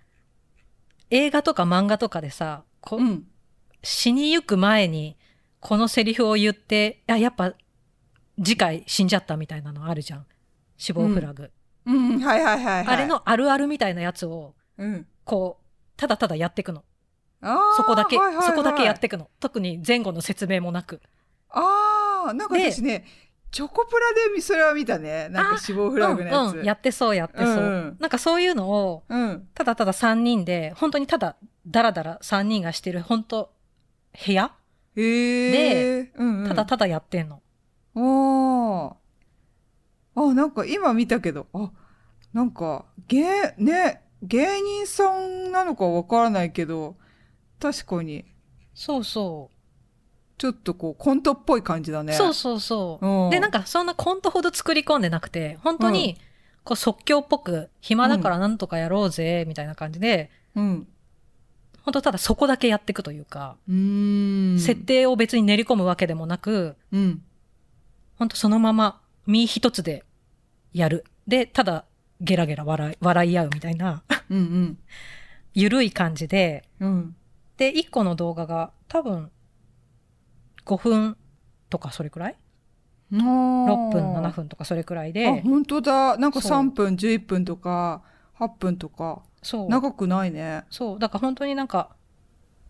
[SPEAKER 2] 映画とか漫画とかでさ、こ
[SPEAKER 1] うん。
[SPEAKER 2] 死にゆく前に、このセリフを言って、あ、やっぱ、次回死んじゃったみたいなのあるじゃん。死亡フラグ。
[SPEAKER 1] うん。はいはいはい、はい。
[SPEAKER 2] あれ、のあるあるみたいなやつを、
[SPEAKER 1] うん。
[SPEAKER 2] こう、ただただやってくの。
[SPEAKER 1] ああ。
[SPEAKER 2] そこだけ、
[SPEAKER 1] はいはいはい
[SPEAKER 2] そこだけやっ。てくの。特に前後の説明もなく。
[SPEAKER 1] ああ、なんか
[SPEAKER 2] で
[SPEAKER 1] 私ね、チョコプラでそれは見たね。なんか死亡フラグのや
[SPEAKER 2] うん
[SPEAKER 1] つ。
[SPEAKER 2] うん、やってそうやってそう、
[SPEAKER 1] うんうん
[SPEAKER 2] なんかそういうのを
[SPEAKER 1] うん。
[SPEAKER 2] ただただ3人で本当にただダラダラ3人がしてる本当部屋
[SPEAKER 1] へえ。うんうん、
[SPEAKER 2] ただただやってんの、
[SPEAKER 1] ああ。あ、なんか今見たけど、あ、なんか、芸、ね、芸人さんなのかわからないけど、確かに、
[SPEAKER 2] そうそ
[SPEAKER 1] ちょっとこう、コントっぽい感じだ
[SPEAKER 2] う、
[SPEAKER 1] ね。
[SPEAKER 2] そうそうそう、
[SPEAKER 1] うん
[SPEAKER 2] でなんかそんなコントほど作り込んでなくて本当にこう即興っぽく暇だからなんとかやろうぜみたいな感じで、
[SPEAKER 1] うん。
[SPEAKER 2] 本当ただそこだけやっていくというか、
[SPEAKER 1] うーん。
[SPEAKER 2] 設。定を別に練り込むわけでもなく
[SPEAKER 1] うん。
[SPEAKER 2] 本当そのまま身一つでやるでただゲラゲラ笑い笑い合うみたいな <laughs>
[SPEAKER 1] うん
[SPEAKER 2] ゆるい感じで、
[SPEAKER 1] うん。うん。
[SPEAKER 2] で、1個の動画が多分5分とかそれくらい
[SPEAKER 1] あ
[SPEAKER 2] ?6
[SPEAKER 1] ー
[SPEAKER 2] 分、7分とかそれくらい
[SPEAKER 1] あ、
[SPEAKER 2] で、
[SPEAKER 1] 本当だ。なんか
[SPEAKER 2] そう
[SPEAKER 1] 3分、11分とか、8分とか、
[SPEAKER 2] そう、
[SPEAKER 1] 長くないね。
[SPEAKER 2] そう、だから本当になんか、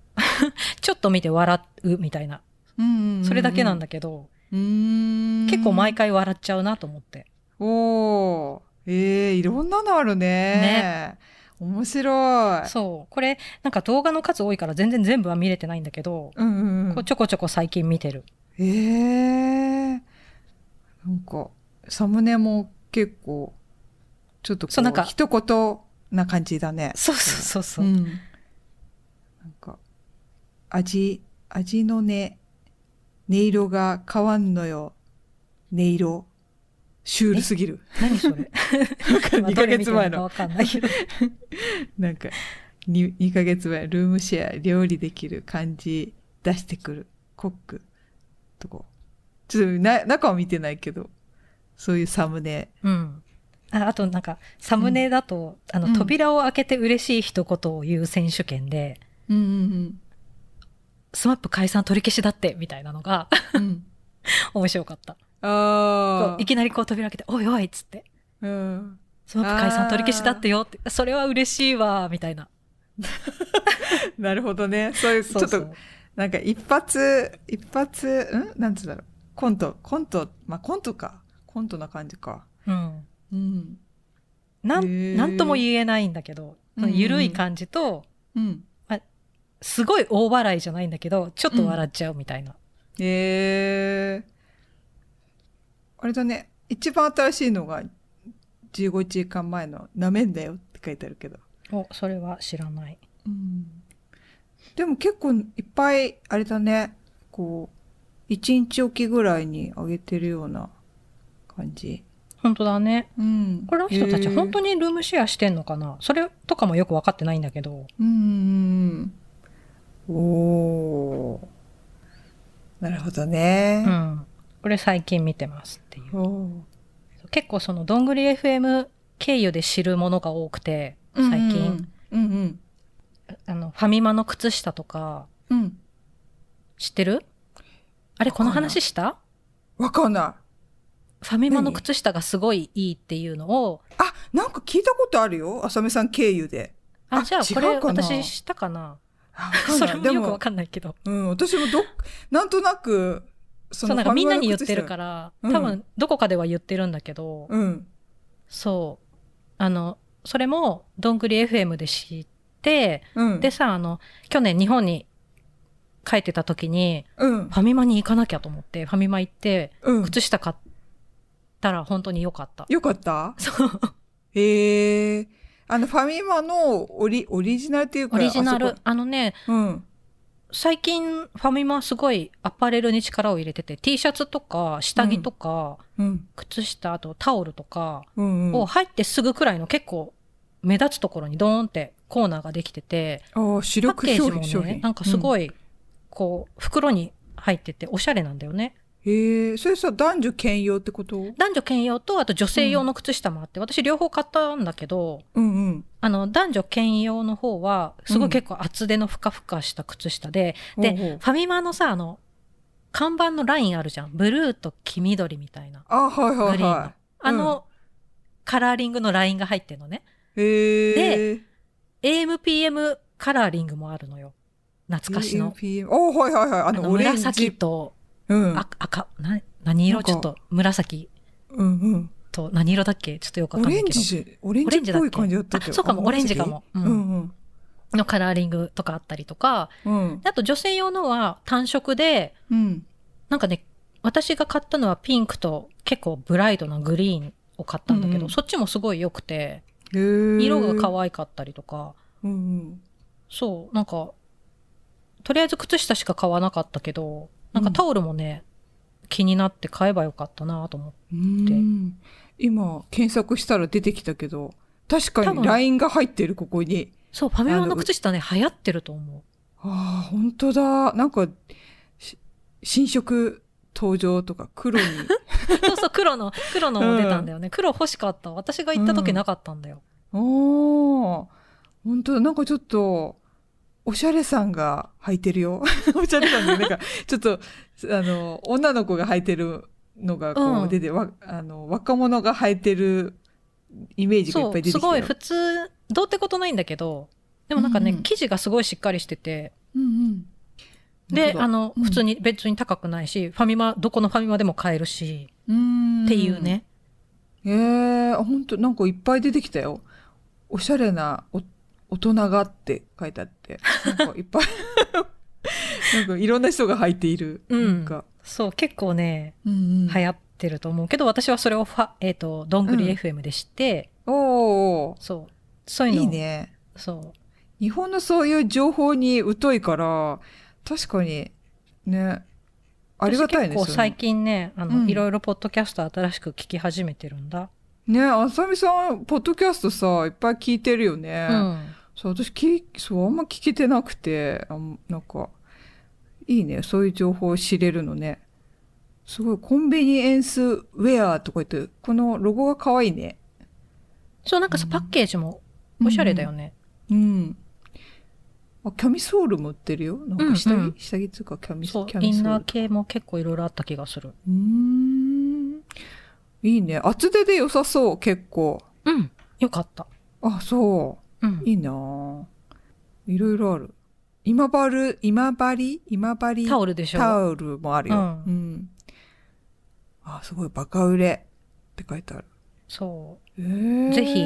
[SPEAKER 2] <laughs> ちょっと見て笑うみたいな、
[SPEAKER 1] うんうん
[SPEAKER 2] それだけなん
[SPEAKER 1] だ。
[SPEAKER 2] だけど、
[SPEAKER 1] うーん。
[SPEAKER 2] 結構毎回笑っちゃうなと思って。
[SPEAKER 1] おー。ええいろんなのあるね。面白い。
[SPEAKER 2] そう、これ、なんか動画の数多いから全然全部は見れてないんだけど、
[SPEAKER 1] うんうんうん
[SPEAKER 2] こうちょこちょこ最近見てる。
[SPEAKER 1] ええなんか、サムネも結構、ちょっとこ
[SPEAKER 2] そうなん
[SPEAKER 1] う、
[SPEAKER 2] か
[SPEAKER 1] 一言な感じだね。
[SPEAKER 2] そうそうそうそうう。
[SPEAKER 1] ん。なんか、味、味のね、音色が変わんのよ。音色。シュールすぎる。
[SPEAKER 2] 何そ
[SPEAKER 1] <laughs>
[SPEAKER 2] れ今
[SPEAKER 1] 2
[SPEAKER 2] ど
[SPEAKER 1] ヶ
[SPEAKER 2] れ
[SPEAKER 1] 月
[SPEAKER 2] 見てる
[SPEAKER 1] 前
[SPEAKER 2] のか
[SPEAKER 1] の
[SPEAKER 2] わ。かんない
[SPEAKER 1] <laughs>
[SPEAKER 2] けど。
[SPEAKER 1] なんか、に2ヶ月前、ルームシェア、料理できる感じ出してくる、コック、とこ。ちょっとな、中は見てないけど、そういうサムネ。
[SPEAKER 2] うん。ああとなんか、サムネだと、あ
[SPEAKER 1] うん
[SPEAKER 2] の、扉を開けて嬉しい一言を言う選手権で、
[SPEAKER 1] うんうん
[SPEAKER 2] スマップ解散取り消しだって、みたいなのが <laughs>
[SPEAKER 1] うん。うん、
[SPEAKER 2] 面白かった。こ
[SPEAKER 1] <laughs> あ
[SPEAKER 2] ういきなりこう扉開けて、おいおいっつって、
[SPEAKER 1] あ。うん。
[SPEAKER 2] スマップ解散取り消しだってよって、それは嬉しいわ、みたいな。
[SPEAKER 1] なるほどね。そういう、
[SPEAKER 2] そう
[SPEAKER 1] ち
[SPEAKER 2] そ
[SPEAKER 1] ょっ
[SPEAKER 2] う
[SPEAKER 1] と、。なんか一発、一発、んなんつうんだろう。コント、コント、まあ、コントか。コントな感じか。
[SPEAKER 2] うん。
[SPEAKER 1] うん。
[SPEAKER 2] な
[SPEAKER 1] へー
[SPEAKER 2] ん、なんとも言えないんだけど、
[SPEAKER 1] うんうん
[SPEAKER 2] ゆるい感じと、
[SPEAKER 1] うん。
[SPEAKER 2] すごい大笑いじゃないんだけど、ちょっと笑っちゃうみたいな。
[SPEAKER 1] ええあれだね。一番新しいのが15時間前の「なめんだよ」って書いてあるけど。
[SPEAKER 2] お、それは知らない。
[SPEAKER 1] うん、でも結構いっぱい、あれだね。こう、1日おきぐらいに上げてるような感じ。
[SPEAKER 2] 本当だね。
[SPEAKER 1] うん。
[SPEAKER 2] この人たち本当
[SPEAKER 1] に。
[SPEAKER 2] にルームシェアしてんのかなそれとかもよく分かってないんだけど。
[SPEAKER 1] うんうんうん。おー。なるほどね
[SPEAKER 2] う。ん。これ最近見てますっていう。
[SPEAKER 1] おー
[SPEAKER 2] 結構そのどんぐり FM 経由で知るものが多くて最近、
[SPEAKER 1] うんうん
[SPEAKER 2] あのファミマの靴下とか
[SPEAKER 1] うんうん
[SPEAKER 2] 知ってるあれこの話した
[SPEAKER 1] わかんない
[SPEAKER 2] ファミマの靴下がすごいいいっていうのを
[SPEAKER 1] あなんか聞いたことあるよ浅見さん経由で
[SPEAKER 2] あ
[SPEAKER 1] あ
[SPEAKER 2] じゃあ
[SPEAKER 1] 違う
[SPEAKER 2] これ
[SPEAKER 1] かな
[SPEAKER 2] 私したかな
[SPEAKER 1] あわかん
[SPEAKER 2] <laughs> そ
[SPEAKER 1] ない
[SPEAKER 2] れも
[SPEAKER 1] で
[SPEAKER 2] よくわかんないけど
[SPEAKER 1] うん私もどっなんとなくそ
[SPEAKER 2] そうなんかみんなに言っ
[SPEAKER 1] ファ
[SPEAKER 2] て
[SPEAKER 1] ミマ
[SPEAKER 2] る
[SPEAKER 1] の靴下
[SPEAKER 2] から、
[SPEAKER 1] うん
[SPEAKER 2] 多分どこかでは言ってるんだけど、
[SPEAKER 1] うん
[SPEAKER 2] そうあのそれもどんぐり FM で知って、
[SPEAKER 1] うん
[SPEAKER 2] でさあの去年日本に帰ってた時に
[SPEAKER 1] うん
[SPEAKER 2] ファミマに行かなきゃと思ってファミマ行って
[SPEAKER 1] うん
[SPEAKER 2] 靴下買ったら本当に良かった、
[SPEAKER 1] よかった
[SPEAKER 2] そう
[SPEAKER 1] へえあのファミマのオリオリジナルっていうか
[SPEAKER 2] オリジナ
[SPEAKER 1] あ
[SPEAKER 2] ル
[SPEAKER 1] そこ
[SPEAKER 2] あのね
[SPEAKER 1] うん
[SPEAKER 2] 最近ファミマすごいアパレルに力を入れてて T シャツとか下着とか、
[SPEAKER 1] うん
[SPEAKER 2] 靴下あとタオルとか
[SPEAKER 1] うんうん
[SPEAKER 2] を入ってすぐくらいの結構目立つところにドーンってコーナーができてて
[SPEAKER 1] ああ、主
[SPEAKER 2] パッ
[SPEAKER 1] 力
[SPEAKER 2] ケージ
[SPEAKER 1] 商
[SPEAKER 2] も
[SPEAKER 1] 品、商
[SPEAKER 2] ね
[SPEAKER 1] 品。
[SPEAKER 2] なんかす
[SPEAKER 1] い。
[SPEAKER 2] ごいこう袋に入ってておしゃれなんだよね
[SPEAKER 1] へえ、それさ、男女兼用ってことうん
[SPEAKER 2] 男女兼用とあと女性用の靴下もあって、私両方買ったんだけど
[SPEAKER 1] うん。
[SPEAKER 2] あの男女兼用の方はすごい結構厚手のふかふかした靴下で、で
[SPEAKER 1] ほうほう
[SPEAKER 2] ファミマのさあの看板のラインあるじゃんブルーと黄緑みたいな
[SPEAKER 1] あ、はい
[SPEAKER 2] グ
[SPEAKER 1] はい
[SPEAKER 2] リーンの
[SPEAKER 1] は
[SPEAKER 2] あの、カラーリングのラインが入ってるのね
[SPEAKER 1] い。へえ。
[SPEAKER 2] AMPM カラーリングもあるのよ懐かしの
[SPEAKER 1] UPM。おはいはいはい。あ
[SPEAKER 2] あ
[SPEAKER 1] の、
[SPEAKER 2] の
[SPEAKER 1] オレン
[SPEAKER 2] 紫
[SPEAKER 1] ジ。
[SPEAKER 2] と
[SPEAKER 1] うん。
[SPEAKER 2] あ赤な何
[SPEAKER 1] な
[SPEAKER 2] 色
[SPEAKER 1] んか
[SPEAKER 2] ちょっと紫
[SPEAKER 1] うんうん。
[SPEAKER 2] と何色だっけちょっとよく
[SPEAKER 1] オ
[SPEAKER 2] わかんな
[SPEAKER 1] レ
[SPEAKER 2] い
[SPEAKER 1] ン
[SPEAKER 2] けど
[SPEAKER 1] ジじゃ、オレン
[SPEAKER 2] オ
[SPEAKER 1] ジ
[SPEAKER 2] レンジ
[SPEAKER 1] っ
[SPEAKER 2] だっ
[SPEAKER 1] ぽ
[SPEAKER 2] け
[SPEAKER 1] い感じだったけ
[SPEAKER 2] あ
[SPEAKER 1] ど。
[SPEAKER 2] そうかも
[SPEAKER 1] あ
[SPEAKER 2] オレンジか。も、う
[SPEAKER 1] 紫
[SPEAKER 2] ん
[SPEAKER 1] うんうん。
[SPEAKER 2] のカラーリングとかあったりとか
[SPEAKER 1] うん
[SPEAKER 2] で。あと女性用のは単色で
[SPEAKER 1] うん。
[SPEAKER 2] なんかね、私が買ったのはピンクと結構ブライトなグリーンを買ったんだけど、
[SPEAKER 1] うんうん
[SPEAKER 2] そっちもすごい良くて、
[SPEAKER 1] へえ。
[SPEAKER 2] 色が
[SPEAKER 1] わ
[SPEAKER 2] 可愛かったりとか、
[SPEAKER 1] うん
[SPEAKER 2] そう、なんか、とりあえず靴下しか買わなかったけど、なんかタオルもね、気になって買えばよかったなと思って。
[SPEAKER 1] うん。うん。今、検索したら出てきたけど、確か
[SPEAKER 2] 多
[SPEAKER 1] に
[SPEAKER 2] 分
[SPEAKER 1] ラインが入ってる、ここに。
[SPEAKER 2] そう、ファミマ
[SPEAKER 1] あ
[SPEAKER 2] の
[SPEAKER 1] の
[SPEAKER 2] 靴下ね、流行ってると思
[SPEAKER 1] ああ、本当だ。なんか、し新色登場とか黒
[SPEAKER 2] <laughs>
[SPEAKER 1] に。
[SPEAKER 2] う。 <laughs> そうそう、黒の、黒のも出たんだよね。黒欲しかった。私が行った時
[SPEAKER 1] うん
[SPEAKER 2] なかったんだよ。
[SPEAKER 1] おお、本当だ。なんかちょっと、おしゃれさんが履いてるよ。 <laughs> おしゃれさんの、なんか、ちょっと、あの、女の子が履いてるのが、こ
[SPEAKER 2] うん
[SPEAKER 1] う、出て、わ、あの、若者が履いてるイメージがい
[SPEAKER 2] そ、
[SPEAKER 1] っぱいう出て
[SPEAKER 2] す
[SPEAKER 1] きたよ。
[SPEAKER 2] ごい普通、どうってことないんだけど、でもなんかね、
[SPEAKER 1] うんうん
[SPEAKER 2] 生地がすごいしっかりしてて、
[SPEAKER 1] うんうん。本
[SPEAKER 2] で、
[SPEAKER 1] 当だ
[SPEAKER 2] あの、
[SPEAKER 1] うん
[SPEAKER 2] 普通に別に高くないし、ファミマ、どこのファミマでも買えるし、
[SPEAKER 1] うーん
[SPEAKER 2] っていう。ね。
[SPEAKER 1] ええあ、本当なんかいっぱい出てきたよ。おしゃれなお大人がって書いてあって、なんかいっぱい、 <laughs> なんかいろんな人が履いている。
[SPEAKER 2] うん
[SPEAKER 1] なんか、
[SPEAKER 2] そう、結構ね、
[SPEAKER 1] うんうん
[SPEAKER 2] 流行ってると思うけど、私はそれをファ、えっ、と、どんぐ
[SPEAKER 1] う
[SPEAKER 2] り
[SPEAKER 1] ん
[SPEAKER 2] FM で知って、
[SPEAKER 1] おーお
[SPEAKER 2] そう、そう
[SPEAKER 1] ー、
[SPEAKER 2] いうの
[SPEAKER 1] い
[SPEAKER 2] を
[SPEAKER 1] いね。
[SPEAKER 2] そう。
[SPEAKER 1] 日本のそういう情報に疎いから、確かに、ね、ありがたい
[SPEAKER 2] 私
[SPEAKER 1] ね。
[SPEAKER 2] 結構
[SPEAKER 1] その
[SPEAKER 2] 最近ね、あの、
[SPEAKER 1] うん
[SPEAKER 2] いろいろポッドキャスト新しく聞き始めてるんだ。
[SPEAKER 1] ね、あさみさん、ポッドキャストさ、いっぱい聞いてるよね。
[SPEAKER 2] うん。
[SPEAKER 1] そう、私き、そう、あんま聞けてなくて、あんなんか、いいね、そういう情報を知れるのね。すごい、コンビニエンスウェアとか言って、このロゴが可愛いね。
[SPEAKER 2] そう、なんかさ、
[SPEAKER 1] うん
[SPEAKER 2] パッケージもおしゃれだよね。
[SPEAKER 1] うん。あ、キャミソールも売ってるよ。なんか下着、
[SPEAKER 2] うんうん
[SPEAKER 1] 下着っていうかキャミ、キ
[SPEAKER 2] そう、
[SPEAKER 1] ャ
[SPEAKER 2] イ
[SPEAKER 1] ミソ
[SPEAKER 2] ンナ
[SPEAKER 1] ー
[SPEAKER 2] ー
[SPEAKER 1] ル。
[SPEAKER 2] 系も結構いろいろあった気がする。
[SPEAKER 1] うーん。いいね。厚手で良さそう、結構。
[SPEAKER 2] うん。よかった。
[SPEAKER 1] あ、そう。
[SPEAKER 2] うん。
[SPEAKER 1] いいなぁ。いろいろある。今治、今治今治
[SPEAKER 2] タオルでしょ。
[SPEAKER 1] タオルもあるよ。
[SPEAKER 2] う
[SPEAKER 1] うんん。あ、すごい、バカ売れって書いてある。
[SPEAKER 2] そう。
[SPEAKER 1] えー
[SPEAKER 2] ぜひ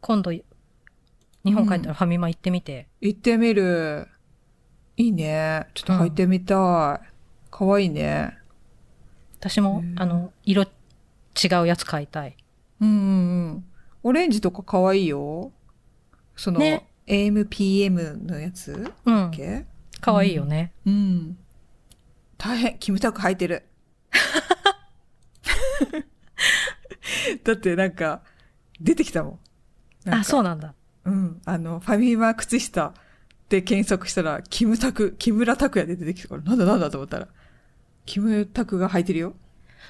[SPEAKER 2] 今度、日本帰ったらファミマ行ってみて。
[SPEAKER 1] 行ってみる。いいね。ちょっと履いてみたい。かわいいね。
[SPEAKER 2] 私も
[SPEAKER 1] へー、
[SPEAKER 2] あの、色違うやつ買いたい。
[SPEAKER 1] うんうんうん。オレンジとかかわいいよ。その、
[SPEAKER 2] ね
[SPEAKER 1] AMPM のやつだっ
[SPEAKER 2] うん。
[SPEAKER 1] け
[SPEAKER 2] 可愛いよね。
[SPEAKER 1] うん。大変、キムタク履いて
[SPEAKER 2] <laughs>
[SPEAKER 1] る。だってなんか、出てきたもん。なんか
[SPEAKER 2] あ、そうなんだ。
[SPEAKER 1] うん。あの、ファミマ靴下で検索したら、キムタク、木村拓哉で出てきたから、なんだなんだと思ったら、キムタクが履いてるよ。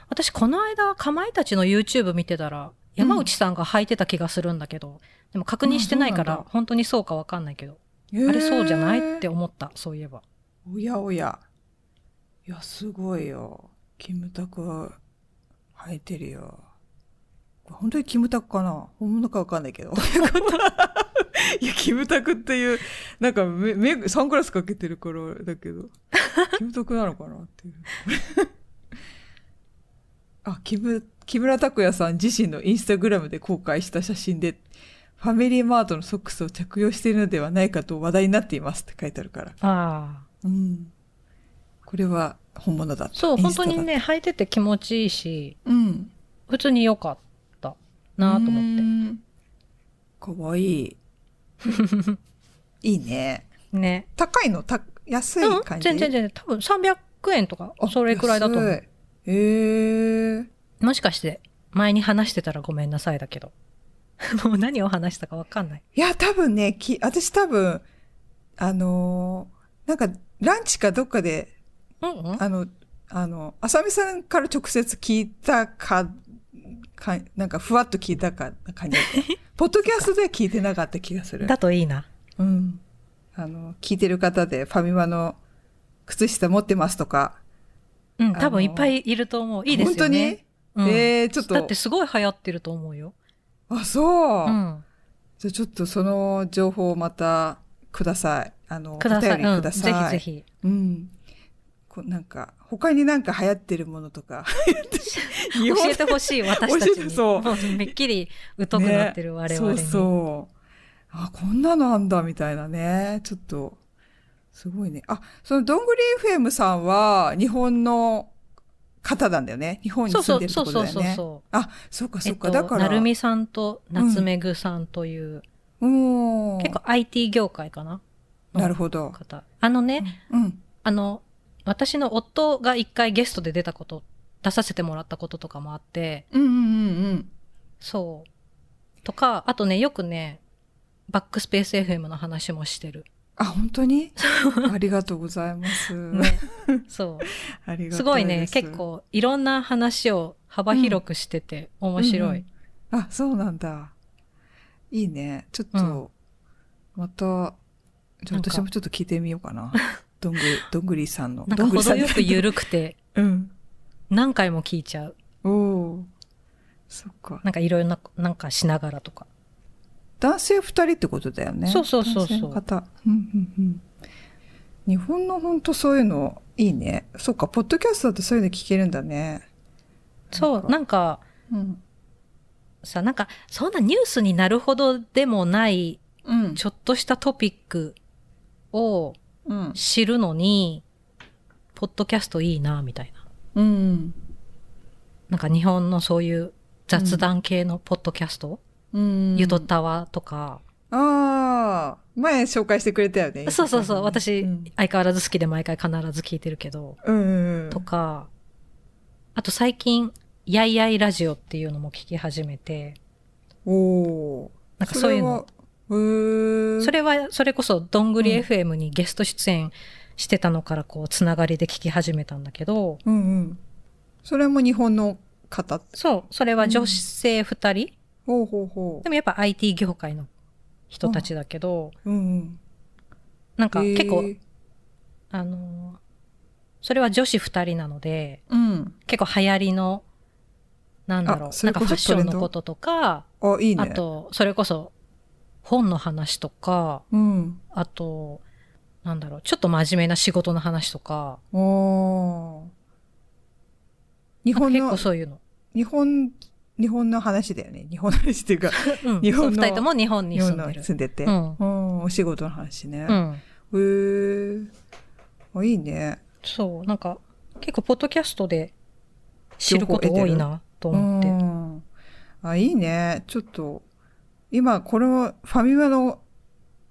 [SPEAKER 2] 私この間かまいたちの YouTube 見てたら山内さんが履いてた気がするんだけど、でも確認してないか
[SPEAKER 1] あそう
[SPEAKER 2] ら
[SPEAKER 1] なん
[SPEAKER 2] 本当にそうかわかんないけど、
[SPEAKER 1] へー
[SPEAKER 2] あれそうじゃないって思ったそういえば
[SPEAKER 1] おやおや。いや、すごいよ。キムタクは生えてるよ。これ本当にキムタクかな本物かわかんないけど。いや、キムタクっていう、なんか目、目、サングラスかけてるからだけど、キムタクなのかなっていう。 <laughs> あ、キム、木村拓哉さん自身のインスタグラムで公開した写真で、ファミリーマートのソックスを着用しているのではないかと話題になっていますって書いてあるから。
[SPEAKER 2] ああ
[SPEAKER 1] うん。これは本物だった。
[SPEAKER 2] そう
[SPEAKER 1] イン
[SPEAKER 2] 本
[SPEAKER 1] スタ
[SPEAKER 2] 当
[SPEAKER 1] だ
[SPEAKER 2] に。ね履いてて気持ちいいし
[SPEAKER 1] うん。
[SPEAKER 2] 普通に良かったなと思っ
[SPEAKER 1] って。かわいい。 <laughs> いいね。
[SPEAKER 2] てね
[SPEAKER 1] 高いのた安い
[SPEAKER 2] うん
[SPEAKER 1] 感じ、
[SPEAKER 2] 全然全然多分300円とか
[SPEAKER 1] あ
[SPEAKER 2] それくらいだと思う
[SPEAKER 1] 安いへえ。
[SPEAKER 2] もしかして前に話してたらごめんなさいだけど <laughs> もう何を話したかわかんない
[SPEAKER 1] いや、多分ね、き、私多分、あのーなんか、ランチかどっかで、
[SPEAKER 2] うんうん
[SPEAKER 1] あの、あの、浅見さんから直接聞いたか、か、なんか、ふわっと聞いたか、な感じだ
[SPEAKER 2] <laughs>
[SPEAKER 1] った。ポッドキャストでは聞いてなかった気がする。
[SPEAKER 2] だといいな
[SPEAKER 1] うん。あの、聞いてる方でファミマの靴下持ってますとか。
[SPEAKER 2] うん多分いっぱいいると思ういいですよね
[SPEAKER 1] 本当に、
[SPEAKER 2] うん
[SPEAKER 1] えー、ちょっと。
[SPEAKER 2] だってすごい流行ってると思うよ。
[SPEAKER 1] あ、そう。
[SPEAKER 2] うん。
[SPEAKER 1] じゃあちょっとその情報をまたください。あの、
[SPEAKER 2] くださ
[SPEAKER 1] お
[SPEAKER 2] い。
[SPEAKER 1] 便り
[SPEAKER 2] う
[SPEAKER 1] く
[SPEAKER 2] ん、ぜ
[SPEAKER 1] ださい。
[SPEAKER 2] ひぜひ。
[SPEAKER 1] うん。こうなんか、他になんか流行ってるものと
[SPEAKER 2] <laughs>
[SPEAKER 1] か。日
[SPEAKER 2] 教
[SPEAKER 1] 本
[SPEAKER 2] えてほしい、私たち
[SPEAKER 1] 教えて
[SPEAKER 2] に。
[SPEAKER 1] そう
[SPEAKER 2] もうめっきり疎くなってる我々に。
[SPEAKER 1] そうそう。あ、こんなのあんだ、みたいなね。ちょっと、すごいね。あ、その、どんぐり FM さんは、日本の方なんだよね。日本に
[SPEAKER 2] そうそ
[SPEAKER 1] 住ん
[SPEAKER 2] う
[SPEAKER 1] でるって
[SPEAKER 2] そ
[SPEAKER 1] こ
[SPEAKER 2] う
[SPEAKER 1] と
[SPEAKER 2] そう
[SPEAKER 1] だよ
[SPEAKER 2] そう
[SPEAKER 1] ね。
[SPEAKER 2] そう。
[SPEAKER 1] あ、そうか、
[SPEAKER 2] え
[SPEAKER 1] そう
[SPEAKER 2] っ
[SPEAKER 1] か。
[SPEAKER 2] と、
[SPEAKER 1] だから、
[SPEAKER 2] なるみさんと夏目ぐさんという、
[SPEAKER 1] うん。
[SPEAKER 2] 結構 IT 業界かな
[SPEAKER 1] なるほど。
[SPEAKER 2] 方。あのね、
[SPEAKER 1] うん。
[SPEAKER 2] あの、私の夫が一回ゲストで出たこと、出させてもらったこととかもあって、
[SPEAKER 1] うんうんうんうん。
[SPEAKER 2] そう。とか、あとね、よくね、バックスペース FM の話もしてる。
[SPEAKER 1] あ、本当
[SPEAKER 2] <laughs>
[SPEAKER 1] にありがとうございます。
[SPEAKER 2] ね、そう。
[SPEAKER 1] <laughs> ありがとうございます。
[SPEAKER 2] すごいね、結構いろんな話を幅広くしてて面白い。
[SPEAKER 1] うんうんあ、そうなんだ。いいね。ちょっ
[SPEAKER 2] う
[SPEAKER 1] と、また、じゃあ
[SPEAKER 2] なんか
[SPEAKER 1] 私もちょっと聞いてみようか
[SPEAKER 2] <laughs>
[SPEAKER 1] な。どんぐり、どんぐりさんの。
[SPEAKER 2] なんか
[SPEAKER 1] どんぐりさ
[SPEAKER 2] 程
[SPEAKER 1] んじゃ
[SPEAKER 2] よ
[SPEAKER 1] ない
[SPEAKER 2] く緩くて
[SPEAKER 1] <laughs> うん。
[SPEAKER 2] 何回も聞いちゃう。
[SPEAKER 1] おお。そっか。
[SPEAKER 2] なんかいろいろな、なんかしながらとか。
[SPEAKER 1] 男性二人ってことだよね。
[SPEAKER 2] そうそうそうそう
[SPEAKER 1] 男性の方。うんうんうん。日本の本当そういうのいいね。そっか、ポッドキャストだとそういうの聞けるんだね。
[SPEAKER 2] そう、なんか
[SPEAKER 1] うん。
[SPEAKER 2] さ、なんかそんなニュースになるほどでもない
[SPEAKER 1] うん。
[SPEAKER 2] ちょっとしたトピックを
[SPEAKER 1] うん。
[SPEAKER 2] 知るのに、ポッドキャストいいな、みたいな。
[SPEAKER 1] うん。
[SPEAKER 2] なんか日本のそういう雑談系のポッドキャスト、
[SPEAKER 1] うん。
[SPEAKER 2] ゆとたわとか、
[SPEAKER 1] ああ。前紹介してくれたよね。
[SPEAKER 2] そうそうそう、
[SPEAKER 1] ゆとたわね
[SPEAKER 2] 私、
[SPEAKER 1] うん
[SPEAKER 2] 相変わらず好きで毎回必ず聞いてるけど、
[SPEAKER 1] うん。
[SPEAKER 2] とか、あと最近、やいやいラジオっていうのも聞き始めて、
[SPEAKER 1] おお
[SPEAKER 2] なんかそういうの、。
[SPEAKER 1] それはへえ。
[SPEAKER 2] それは、それこそ、どんぐ
[SPEAKER 1] う
[SPEAKER 2] り
[SPEAKER 1] ん
[SPEAKER 2] FM にゲスト出演してたのから、こう、つながりで聞き始めたんだけど、
[SPEAKER 1] うんうん。それも日本の方。
[SPEAKER 2] そう、それは女性二人、
[SPEAKER 1] ほうほうほ
[SPEAKER 2] でもやっぱ IT 業界の人たちだけど、
[SPEAKER 1] う。うんうん。
[SPEAKER 2] なんか
[SPEAKER 1] へえ
[SPEAKER 2] 結構、あのー、それは女子二人なので、
[SPEAKER 1] うん。
[SPEAKER 2] 結構流行りの、なんだろ
[SPEAKER 1] あ
[SPEAKER 2] う、
[SPEAKER 1] それ
[SPEAKER 2] なんか
[SPEAKER 1] こそ
[SPEAKER 2] ファッション
[SPEAKER 1] トレン
[SPEAKER 2] の
[SPEAKER 1] ド
[SPEAKER 2] こととか、
[SPEAKER 1] あ、いいね。
[SPEAKER 2] あと、それこそ、本の話とか、
[SPEAKER 1] うん。
[SPEAKER 2] あと、なんだろう、ちょっと真面目な仕事の話とか、
[SPEAKER 1] おー日
[SPEAKER 2] なんか
[SPEAKER 1] 本
[SPEAKER 2] 結
[SPEAKER 1] の
[SPEAKER 2] 構、そういうの。
[SPEAKER 1] 日本、日本の話だよね。日本の話っていうか、
[SPEAKER 2] うん、
[SPEAKER 1] <laughs> 日本の
[SPEAKER 2] そう二人とも日本に
[SPEAKER 1] 日
[SPEAKER 2] 住
[SPEAKER 1] 本
[SPEAKER 2] ん
[SPEAKER 1] の
[SPEAKER 2] でる。
[SPEAKER 1] 住んでて。
[SPEAKER 2] うん
[SPEAKER 1] うんお仕事の話ね。
[SPEAKER 2] う
[SPEAKER 1] へ
[SPEAKER 2] ん。
[SPEAKER 1] え。あ、いいね。
[SPEAKER 2] そう、なんか、結構、ポッドキャストで知ること多いなと思って。
[SPEAKER 1] うん。あ、いいね。ちょっと、今、このファミマの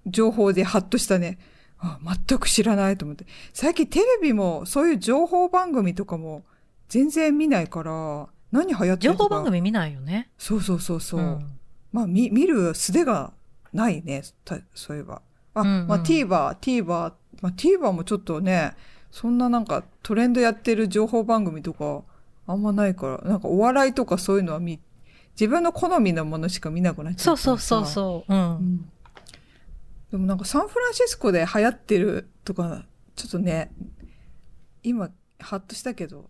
[SPEAKER 1] 情報でハッとしたね。あ、全く知らないと思って。最近テレビも、そういう情報番組とかも、全然見ないから、何流行って
[SPEAKER 2] 情
[SPEAKER 1] る
[SPEAKER 2] 報
[SPEAKER 1] とか
[SPEAKER 2] 番組見ないよね。
[SPEAKER 1] そうそうそうそう。
[SPEAKER 2] ん
[SPEAKER 1] まあ、見、見る素手がないね。たそういえば。あ、
[SPEAKER 2] うんうん
[SPEAKER 1] まあ、TVer、TVer、まあ、TVer もちょっとね、そんななんかトレンドやってる情報番組とか、ああんまないから、なんかお笑いとかそういうのは見、自分の好みのものしか見なくなっちゃ
[SPEAKER 2] そううそうそう
[SPEAKER 1] う。
[SPEAKER 2] そう。う。
[SPEAKER 1] うんん。でもなんかサンフランシスコで流行ってるとか、ちょっとね、今、ハッとしたけど、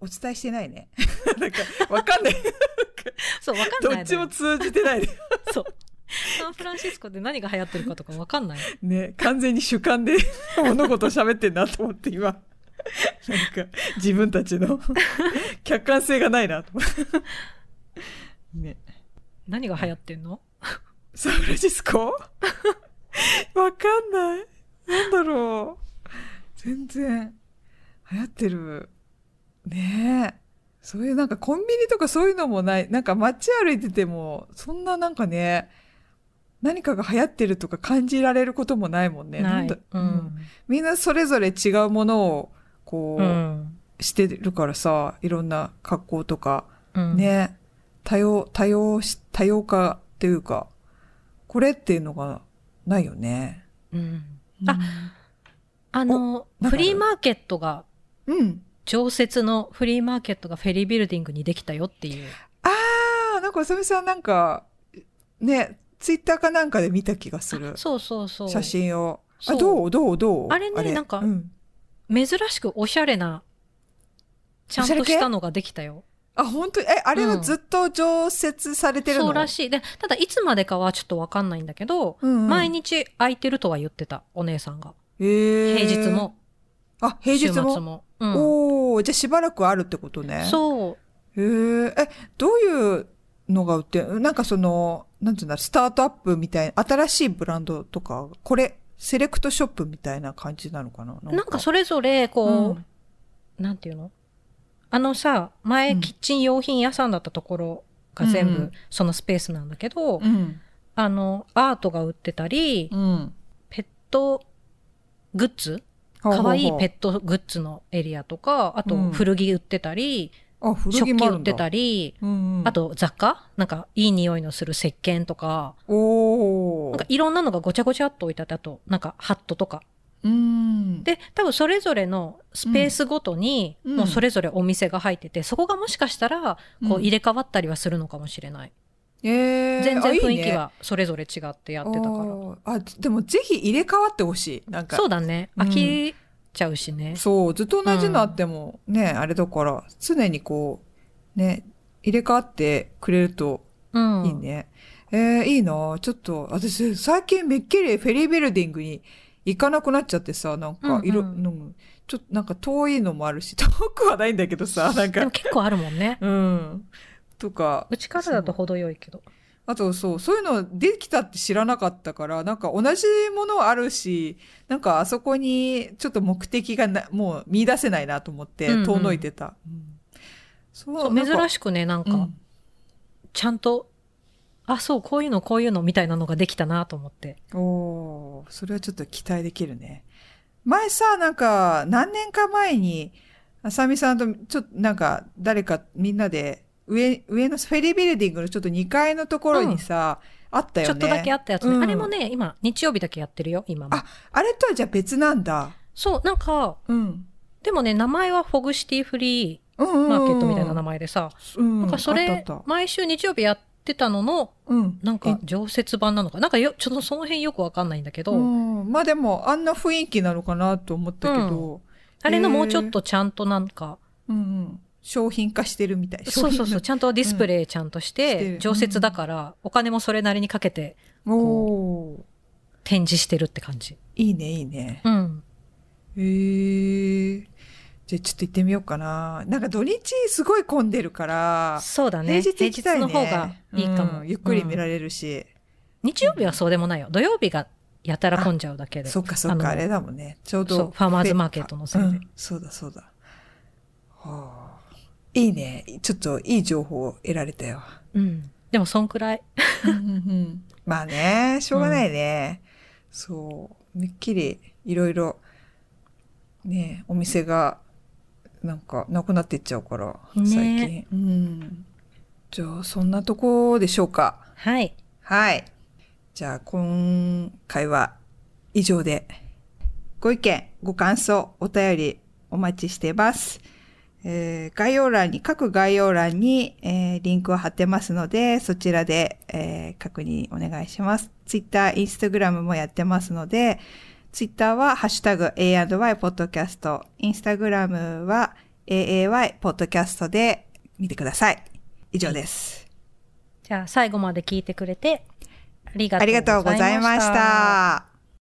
[SPEAKER 1] お伝えしてないね。 <laughs> なんか、わかん
[SPEAKER 2] <laughs>
[SPEAKER 1] ない。
[SPEAKER 2] そう、わかん
[SPEAKER 1] ど
[SPEAKER 2] ない
[SPEAKER 1] っ
[SPEAKER 2] のよ。
[SPEAKER 1] ちも通じてないね。
[SPEAKER 2] そう。サンフランシスコで何が流行ってるかとかわかんない。
[SPEAKER 1] ね、完全に主観
[SPEAKER 2] <laughs>
[SPEAKER 1] で物事を喋ってんなと思って今。なんか、自分たち
[SPEAKER 2] <laughs>
[SPEAKER 1] の客観性がないなと思ってね。
[SPEAKER 2] 何が流行ってんの
[SPEAKER 1] サンフランシスコわかんない。なんだろう。全然、流行ってる。ねえ。そういうなんかコンビニとかそういうのもない。なんか街歩いてても、そんななんかね、何かが流行ってるとか感じられることもないもんね。
[SPEAKER 2] なんい
[SPEAKER 1] だ。
[SPEAKER 2] う
[SPEAKER 1] うん
[SPEAKER 2] ん。
[SPEAKER 1] みんなそれぞれ違うものをこう、
[SPEAKER 2] うん。
[SPEAKER 1] してるからさいろんな格好とか、
[SPEAKER 2] うん。
[SPEAKER 1] ね多様多様し多様化っていうかこれっていうのがないよね。
[SPEAKER 2] うん。
[SPEAKER 1] うん
[SPEAKER 2] ああの、
[SPEAKER 1] お
[SPEAKER 2] フリーマーケットが、
[SPEAKER 1] うん。
[SPEAKER 2] 常設のフリーマーケットがフェリービルディングにできたよっていう。
[SPEAKER 1] ああなんかおさみさんなんかねツイッターかなんかで見た気がする
[SPEAKER 2] あそうそうそう。
[SPEAKER 1] 写。真を。
[SPEAKER 2] そ
[SPEAKER 1] あ
[SPEAKER 2] う
[SPEAKER 1] どうどうどう
[SPEAKER 2] あれねなんか
[SPEAKER 1] うん
[SPEAKER 2] 珍しくおしゃれな、ちゃんとしたのができたよ。
[SPEAKER 1] あ本当にえあれはずっと常設されてるの、
[SPEAKER 2] そうらしい。で、ただいつまでかはちょっとわかんないんだけど、
[SPEAKER 1] うんうん
[SPEAKER 2] 毎日空いてるとは言ってた、お姉さんが。
[SPEAKER 1] え
[SPEAKER 2] 平
[SPEAKER 1] ー
[SPEAKER 2] 日も、
[SPEAKER 1] あ平
[SPEAKER 2] 週
[SPEAKER 1] 日
[SPEAKER 2] 末
[SPEAKER 1] も
[SPEAKER 2] も。うん。
[SPEAKER 1] おおじゃあしばらくあるってことね。う。
[SPEAKER 2] そう。
[SPEAKER 1] へえ、え、どういうのが売ってるなんかその、なんていうんだろう、スタートアップみたいな、新しいブランドとか、これ、セレクトショップみたいな感じなのかななん
[SPEAKER 2] なんかそれぞれ、こ
[SPEAKER 1] ん
[SPEAKER 2] う、なんていうのあのさ、前、
[SPEAKER 1] うん
[SPEAKER 2] キッチン用品屋さんだったところが全
[SPEAKER 1] うんう
[SPEAKER 2] 部
[SPEAKER 1] ん、
[SPEAKER 2] そのスペースなんだけど、
[SPEAKER 1] うん。
[SPEAKER 2] あの、アートが売ってたり、
[SPEAKER 1] うん。
[SPEAKER 2] ペットグッズ
[SPEAKER 1] か
[SPEAKER 2] 可愛いペ
[SPEAKER 1] ッ
[SPEAKER 2] ットグッズのエリアとか、あと
[SPEAKER 1] うん
[SPEAKER 2] 古着売ってたり、
[SPEAKER 1] ト。あ、古着
[SPEAKER 2] 食器
[SPEAKER 1] もあ
[SPEAKER 2] 売
[SPEAKER 1] る
[SPEAKER 2] っ
[SPEAKER 1] ん
[SPEAKER 2] て
[SPEAKER 1] だ。
[SPEAKER 2] たり、
[SPEAKER 1] うんうん、
[SPEAKER 2] あ、と雑貨なんかいい匂いのする石鹸とか、
[SPEAKER 1] おお。
[SPEAKER 2] なんかいろんなのがごちゃごちゃっと置いてあって、あとなんかハットとか。
[SPEAKER 1] うん。
[SPEAKER 2] で、多分それぞれのスペースごとに、
[SPEAKER 1] うん
[SPEAKER 2] もうそれぞれお店が入ってて、そこがもしかしたら、
[SPEAKER 1] う
[SPEAKER 2] こうん入れ替わったりはするのかもしれない。
[SPEAKER 1] えー、
[SPEAKER 2] 全然
[SPEAKER 1] あ
[SPEAKER 2] 雰囲気はそれぞれ違ってや
[SPEAKER 1] あ
[SPEAKER 2] ってたから。
[SPEAKER 1] いいねあーあ、でもぜひ入れ替わってほしい。なんか、
[SPEAKER 2] そうだね。
[SPEAKER 1] うん
[SPEAKER 2] 飽きちゃうしね。
[SPEAKER 1] そう、ずっと同じのあってもね、あれだから、常にこう、ね、入れ替わってくれると
[SPEAKER 2] うん。
[SPEAKER 1] いいね。えー、いいなちょっと、私、最近めっきりフェリービルディングに行かなくなっちゃってさ、なん
[SPEAKER 2] うん
[SPEAKER 1] か
[SPEAKER 2] う、ん
[SPEAKER 1] いろ、うんちょっとなんか遠いのもあるし、遠くはないんだけどさ、なん
[SPEAKER 2] でも
[SPEAKER 1] か、
[SPEAKER 2] 結構あるもんね。
[SPEAKER 1] うん。とか、
[SPEAKER 2] うちからだと程よいけど。
[SPEAKER 1] あとそう、そういうのできたって知らなかったから、なんか同じものあるし、なんかあそこにちょっと目的がな、もう見出せないなと思って
[SPEAKER 2] うんうん
[SPEAKER 1] 遠のいてた。うんそ
[SPEAKER 2] そう珍
[SPEAKER 1] し
[SPEAKER 2] しくね、なん
[SPEAKER 1] い
[SPEAKER 2] か、ちゃんと、あ、そう、こういうの、こういうのみたいなのができたなと思って。
[SPEAKER 1] おーそれはちょっと期待できるね。前さ、なんか、何年か前に、あさみさんと、ちょっと、なんか、誰かみんなで、上、上のフェリービルディングのちょっと2階のところにさ、あったよね。
[SPEAKER 2] ちょっとだけあったやつね。
[SPEAKER 1] うん
[SPEAKER 2] あれもね、今、日曜日だけやってるよ、今も
[SPEAKER 1] あ。あれとはじゃあ別なんだ。
[SPEAKER 2] そう、なんか、
[SPEAKER 1] うん。
[SPEAKER 2] でもね、名前はフォグシティフリ
[SPEAKER 1] うんうんう
[SPEAKER 2] ー
[SPEAKER 1] ん
[SPEAKER 2] マーケットみたいな名前でさ、
[SPEAKER 1] うん、
[SPEAKER 2] なんかそれ、
[SPEAKER 1] あったあった
[SPEAKER 2] 毎週日曜日やってたのの、
[SPEAKER 1] うん、
[SPEAKER 2] なん
[SPEAKER 1] え
[SPEAKER 2] か常設版なのか、なんかよ、 <laughs> ちょっとその辺よくわかんないんだけど、
[SPEAKER 1] うん、まあでもあんな雰囲気なのかなと思ったけど、
[SPEAKER 2] あれのもうちょっとちゃんとなんか、
[SPEAKER 1] うんうん、商品化してるみたい
[SPEAKER 2] そうそうそう、ちゃんとディスプレイちゃんとして、
[SPEAKER 1] してる
[SPEAKER 2] 常設だから、お金もそれなりにかけて
[SPEAKER 1] うおー
[SPEAKER 2] 展示してるって感じ。
[SPEAKER 1] いいねいいね
[SPEAKER 2] うん。
[SPEAKER 1] へえー、じゃあちょっと行ってみようかななんか土日すごい混んでるから、
[SPEAKER 2] そうだ
[SPEAKER 1] 平
[SPEAKER 2] ね。
[SPEAKER 1] 日
[SPEAKER 2] 平
[SPEAKER 1] 行き
[SPEAKER 2] 日
[SPEAKER 1] たいね
[SPEAKER 2] の方がいいかも。
[SPEAKER 1] うんゆっくり見ら
[SPEAKER 2] る。
[SPEAKER 1] れるし、
[SPEAKER 2] 日曜日はそうでもないよ。土曜日がやたら混んじゃうだけで。
[SPEAKER 1] そっかそっ
[SPEAKER 2] あの
[SPEAKER 1] かあれだもんねちょうど
[SPEAKER 2] そうファーマーズマーケットのせいで
[SPEAKER 1] うんそうだそうだはあいいねちょっといい情報を得られ
[SPEAKER 2] <laughs>
[SPEAKER 1] たよ
[SPEAKER 2] うん。でも、そんくらい。
[SPEAKER 1] まあね、しょうがないね。そう、めっきりいろいろ、ね、お店が、なんか、なくなっていっちゃうから、最近。
[SPEAKER 2] ね
[SPEAKER 1] うん。じゃあ、そんなとこでしょうか。
[SPEAKER 2] はい。
[SPEAKER 1] はい。じゃあ、今回は以上で、ご意見、ご感想、お便りお待ちしてます。えー概要欄に、各概要欄に、えーリンクを貼ってますので、そちらで、えー確認お願いします。Twitter、Instagram もやってますので、Twitter は、ハッシュタグ A&Y ポッドキャスト、Instagram は AAY ポッドキャストで見てください。以上です。
[SPEAKER 2] じゃあ最後まで聞いてくれてありが
[SPEAKER 1] ありがとうございました。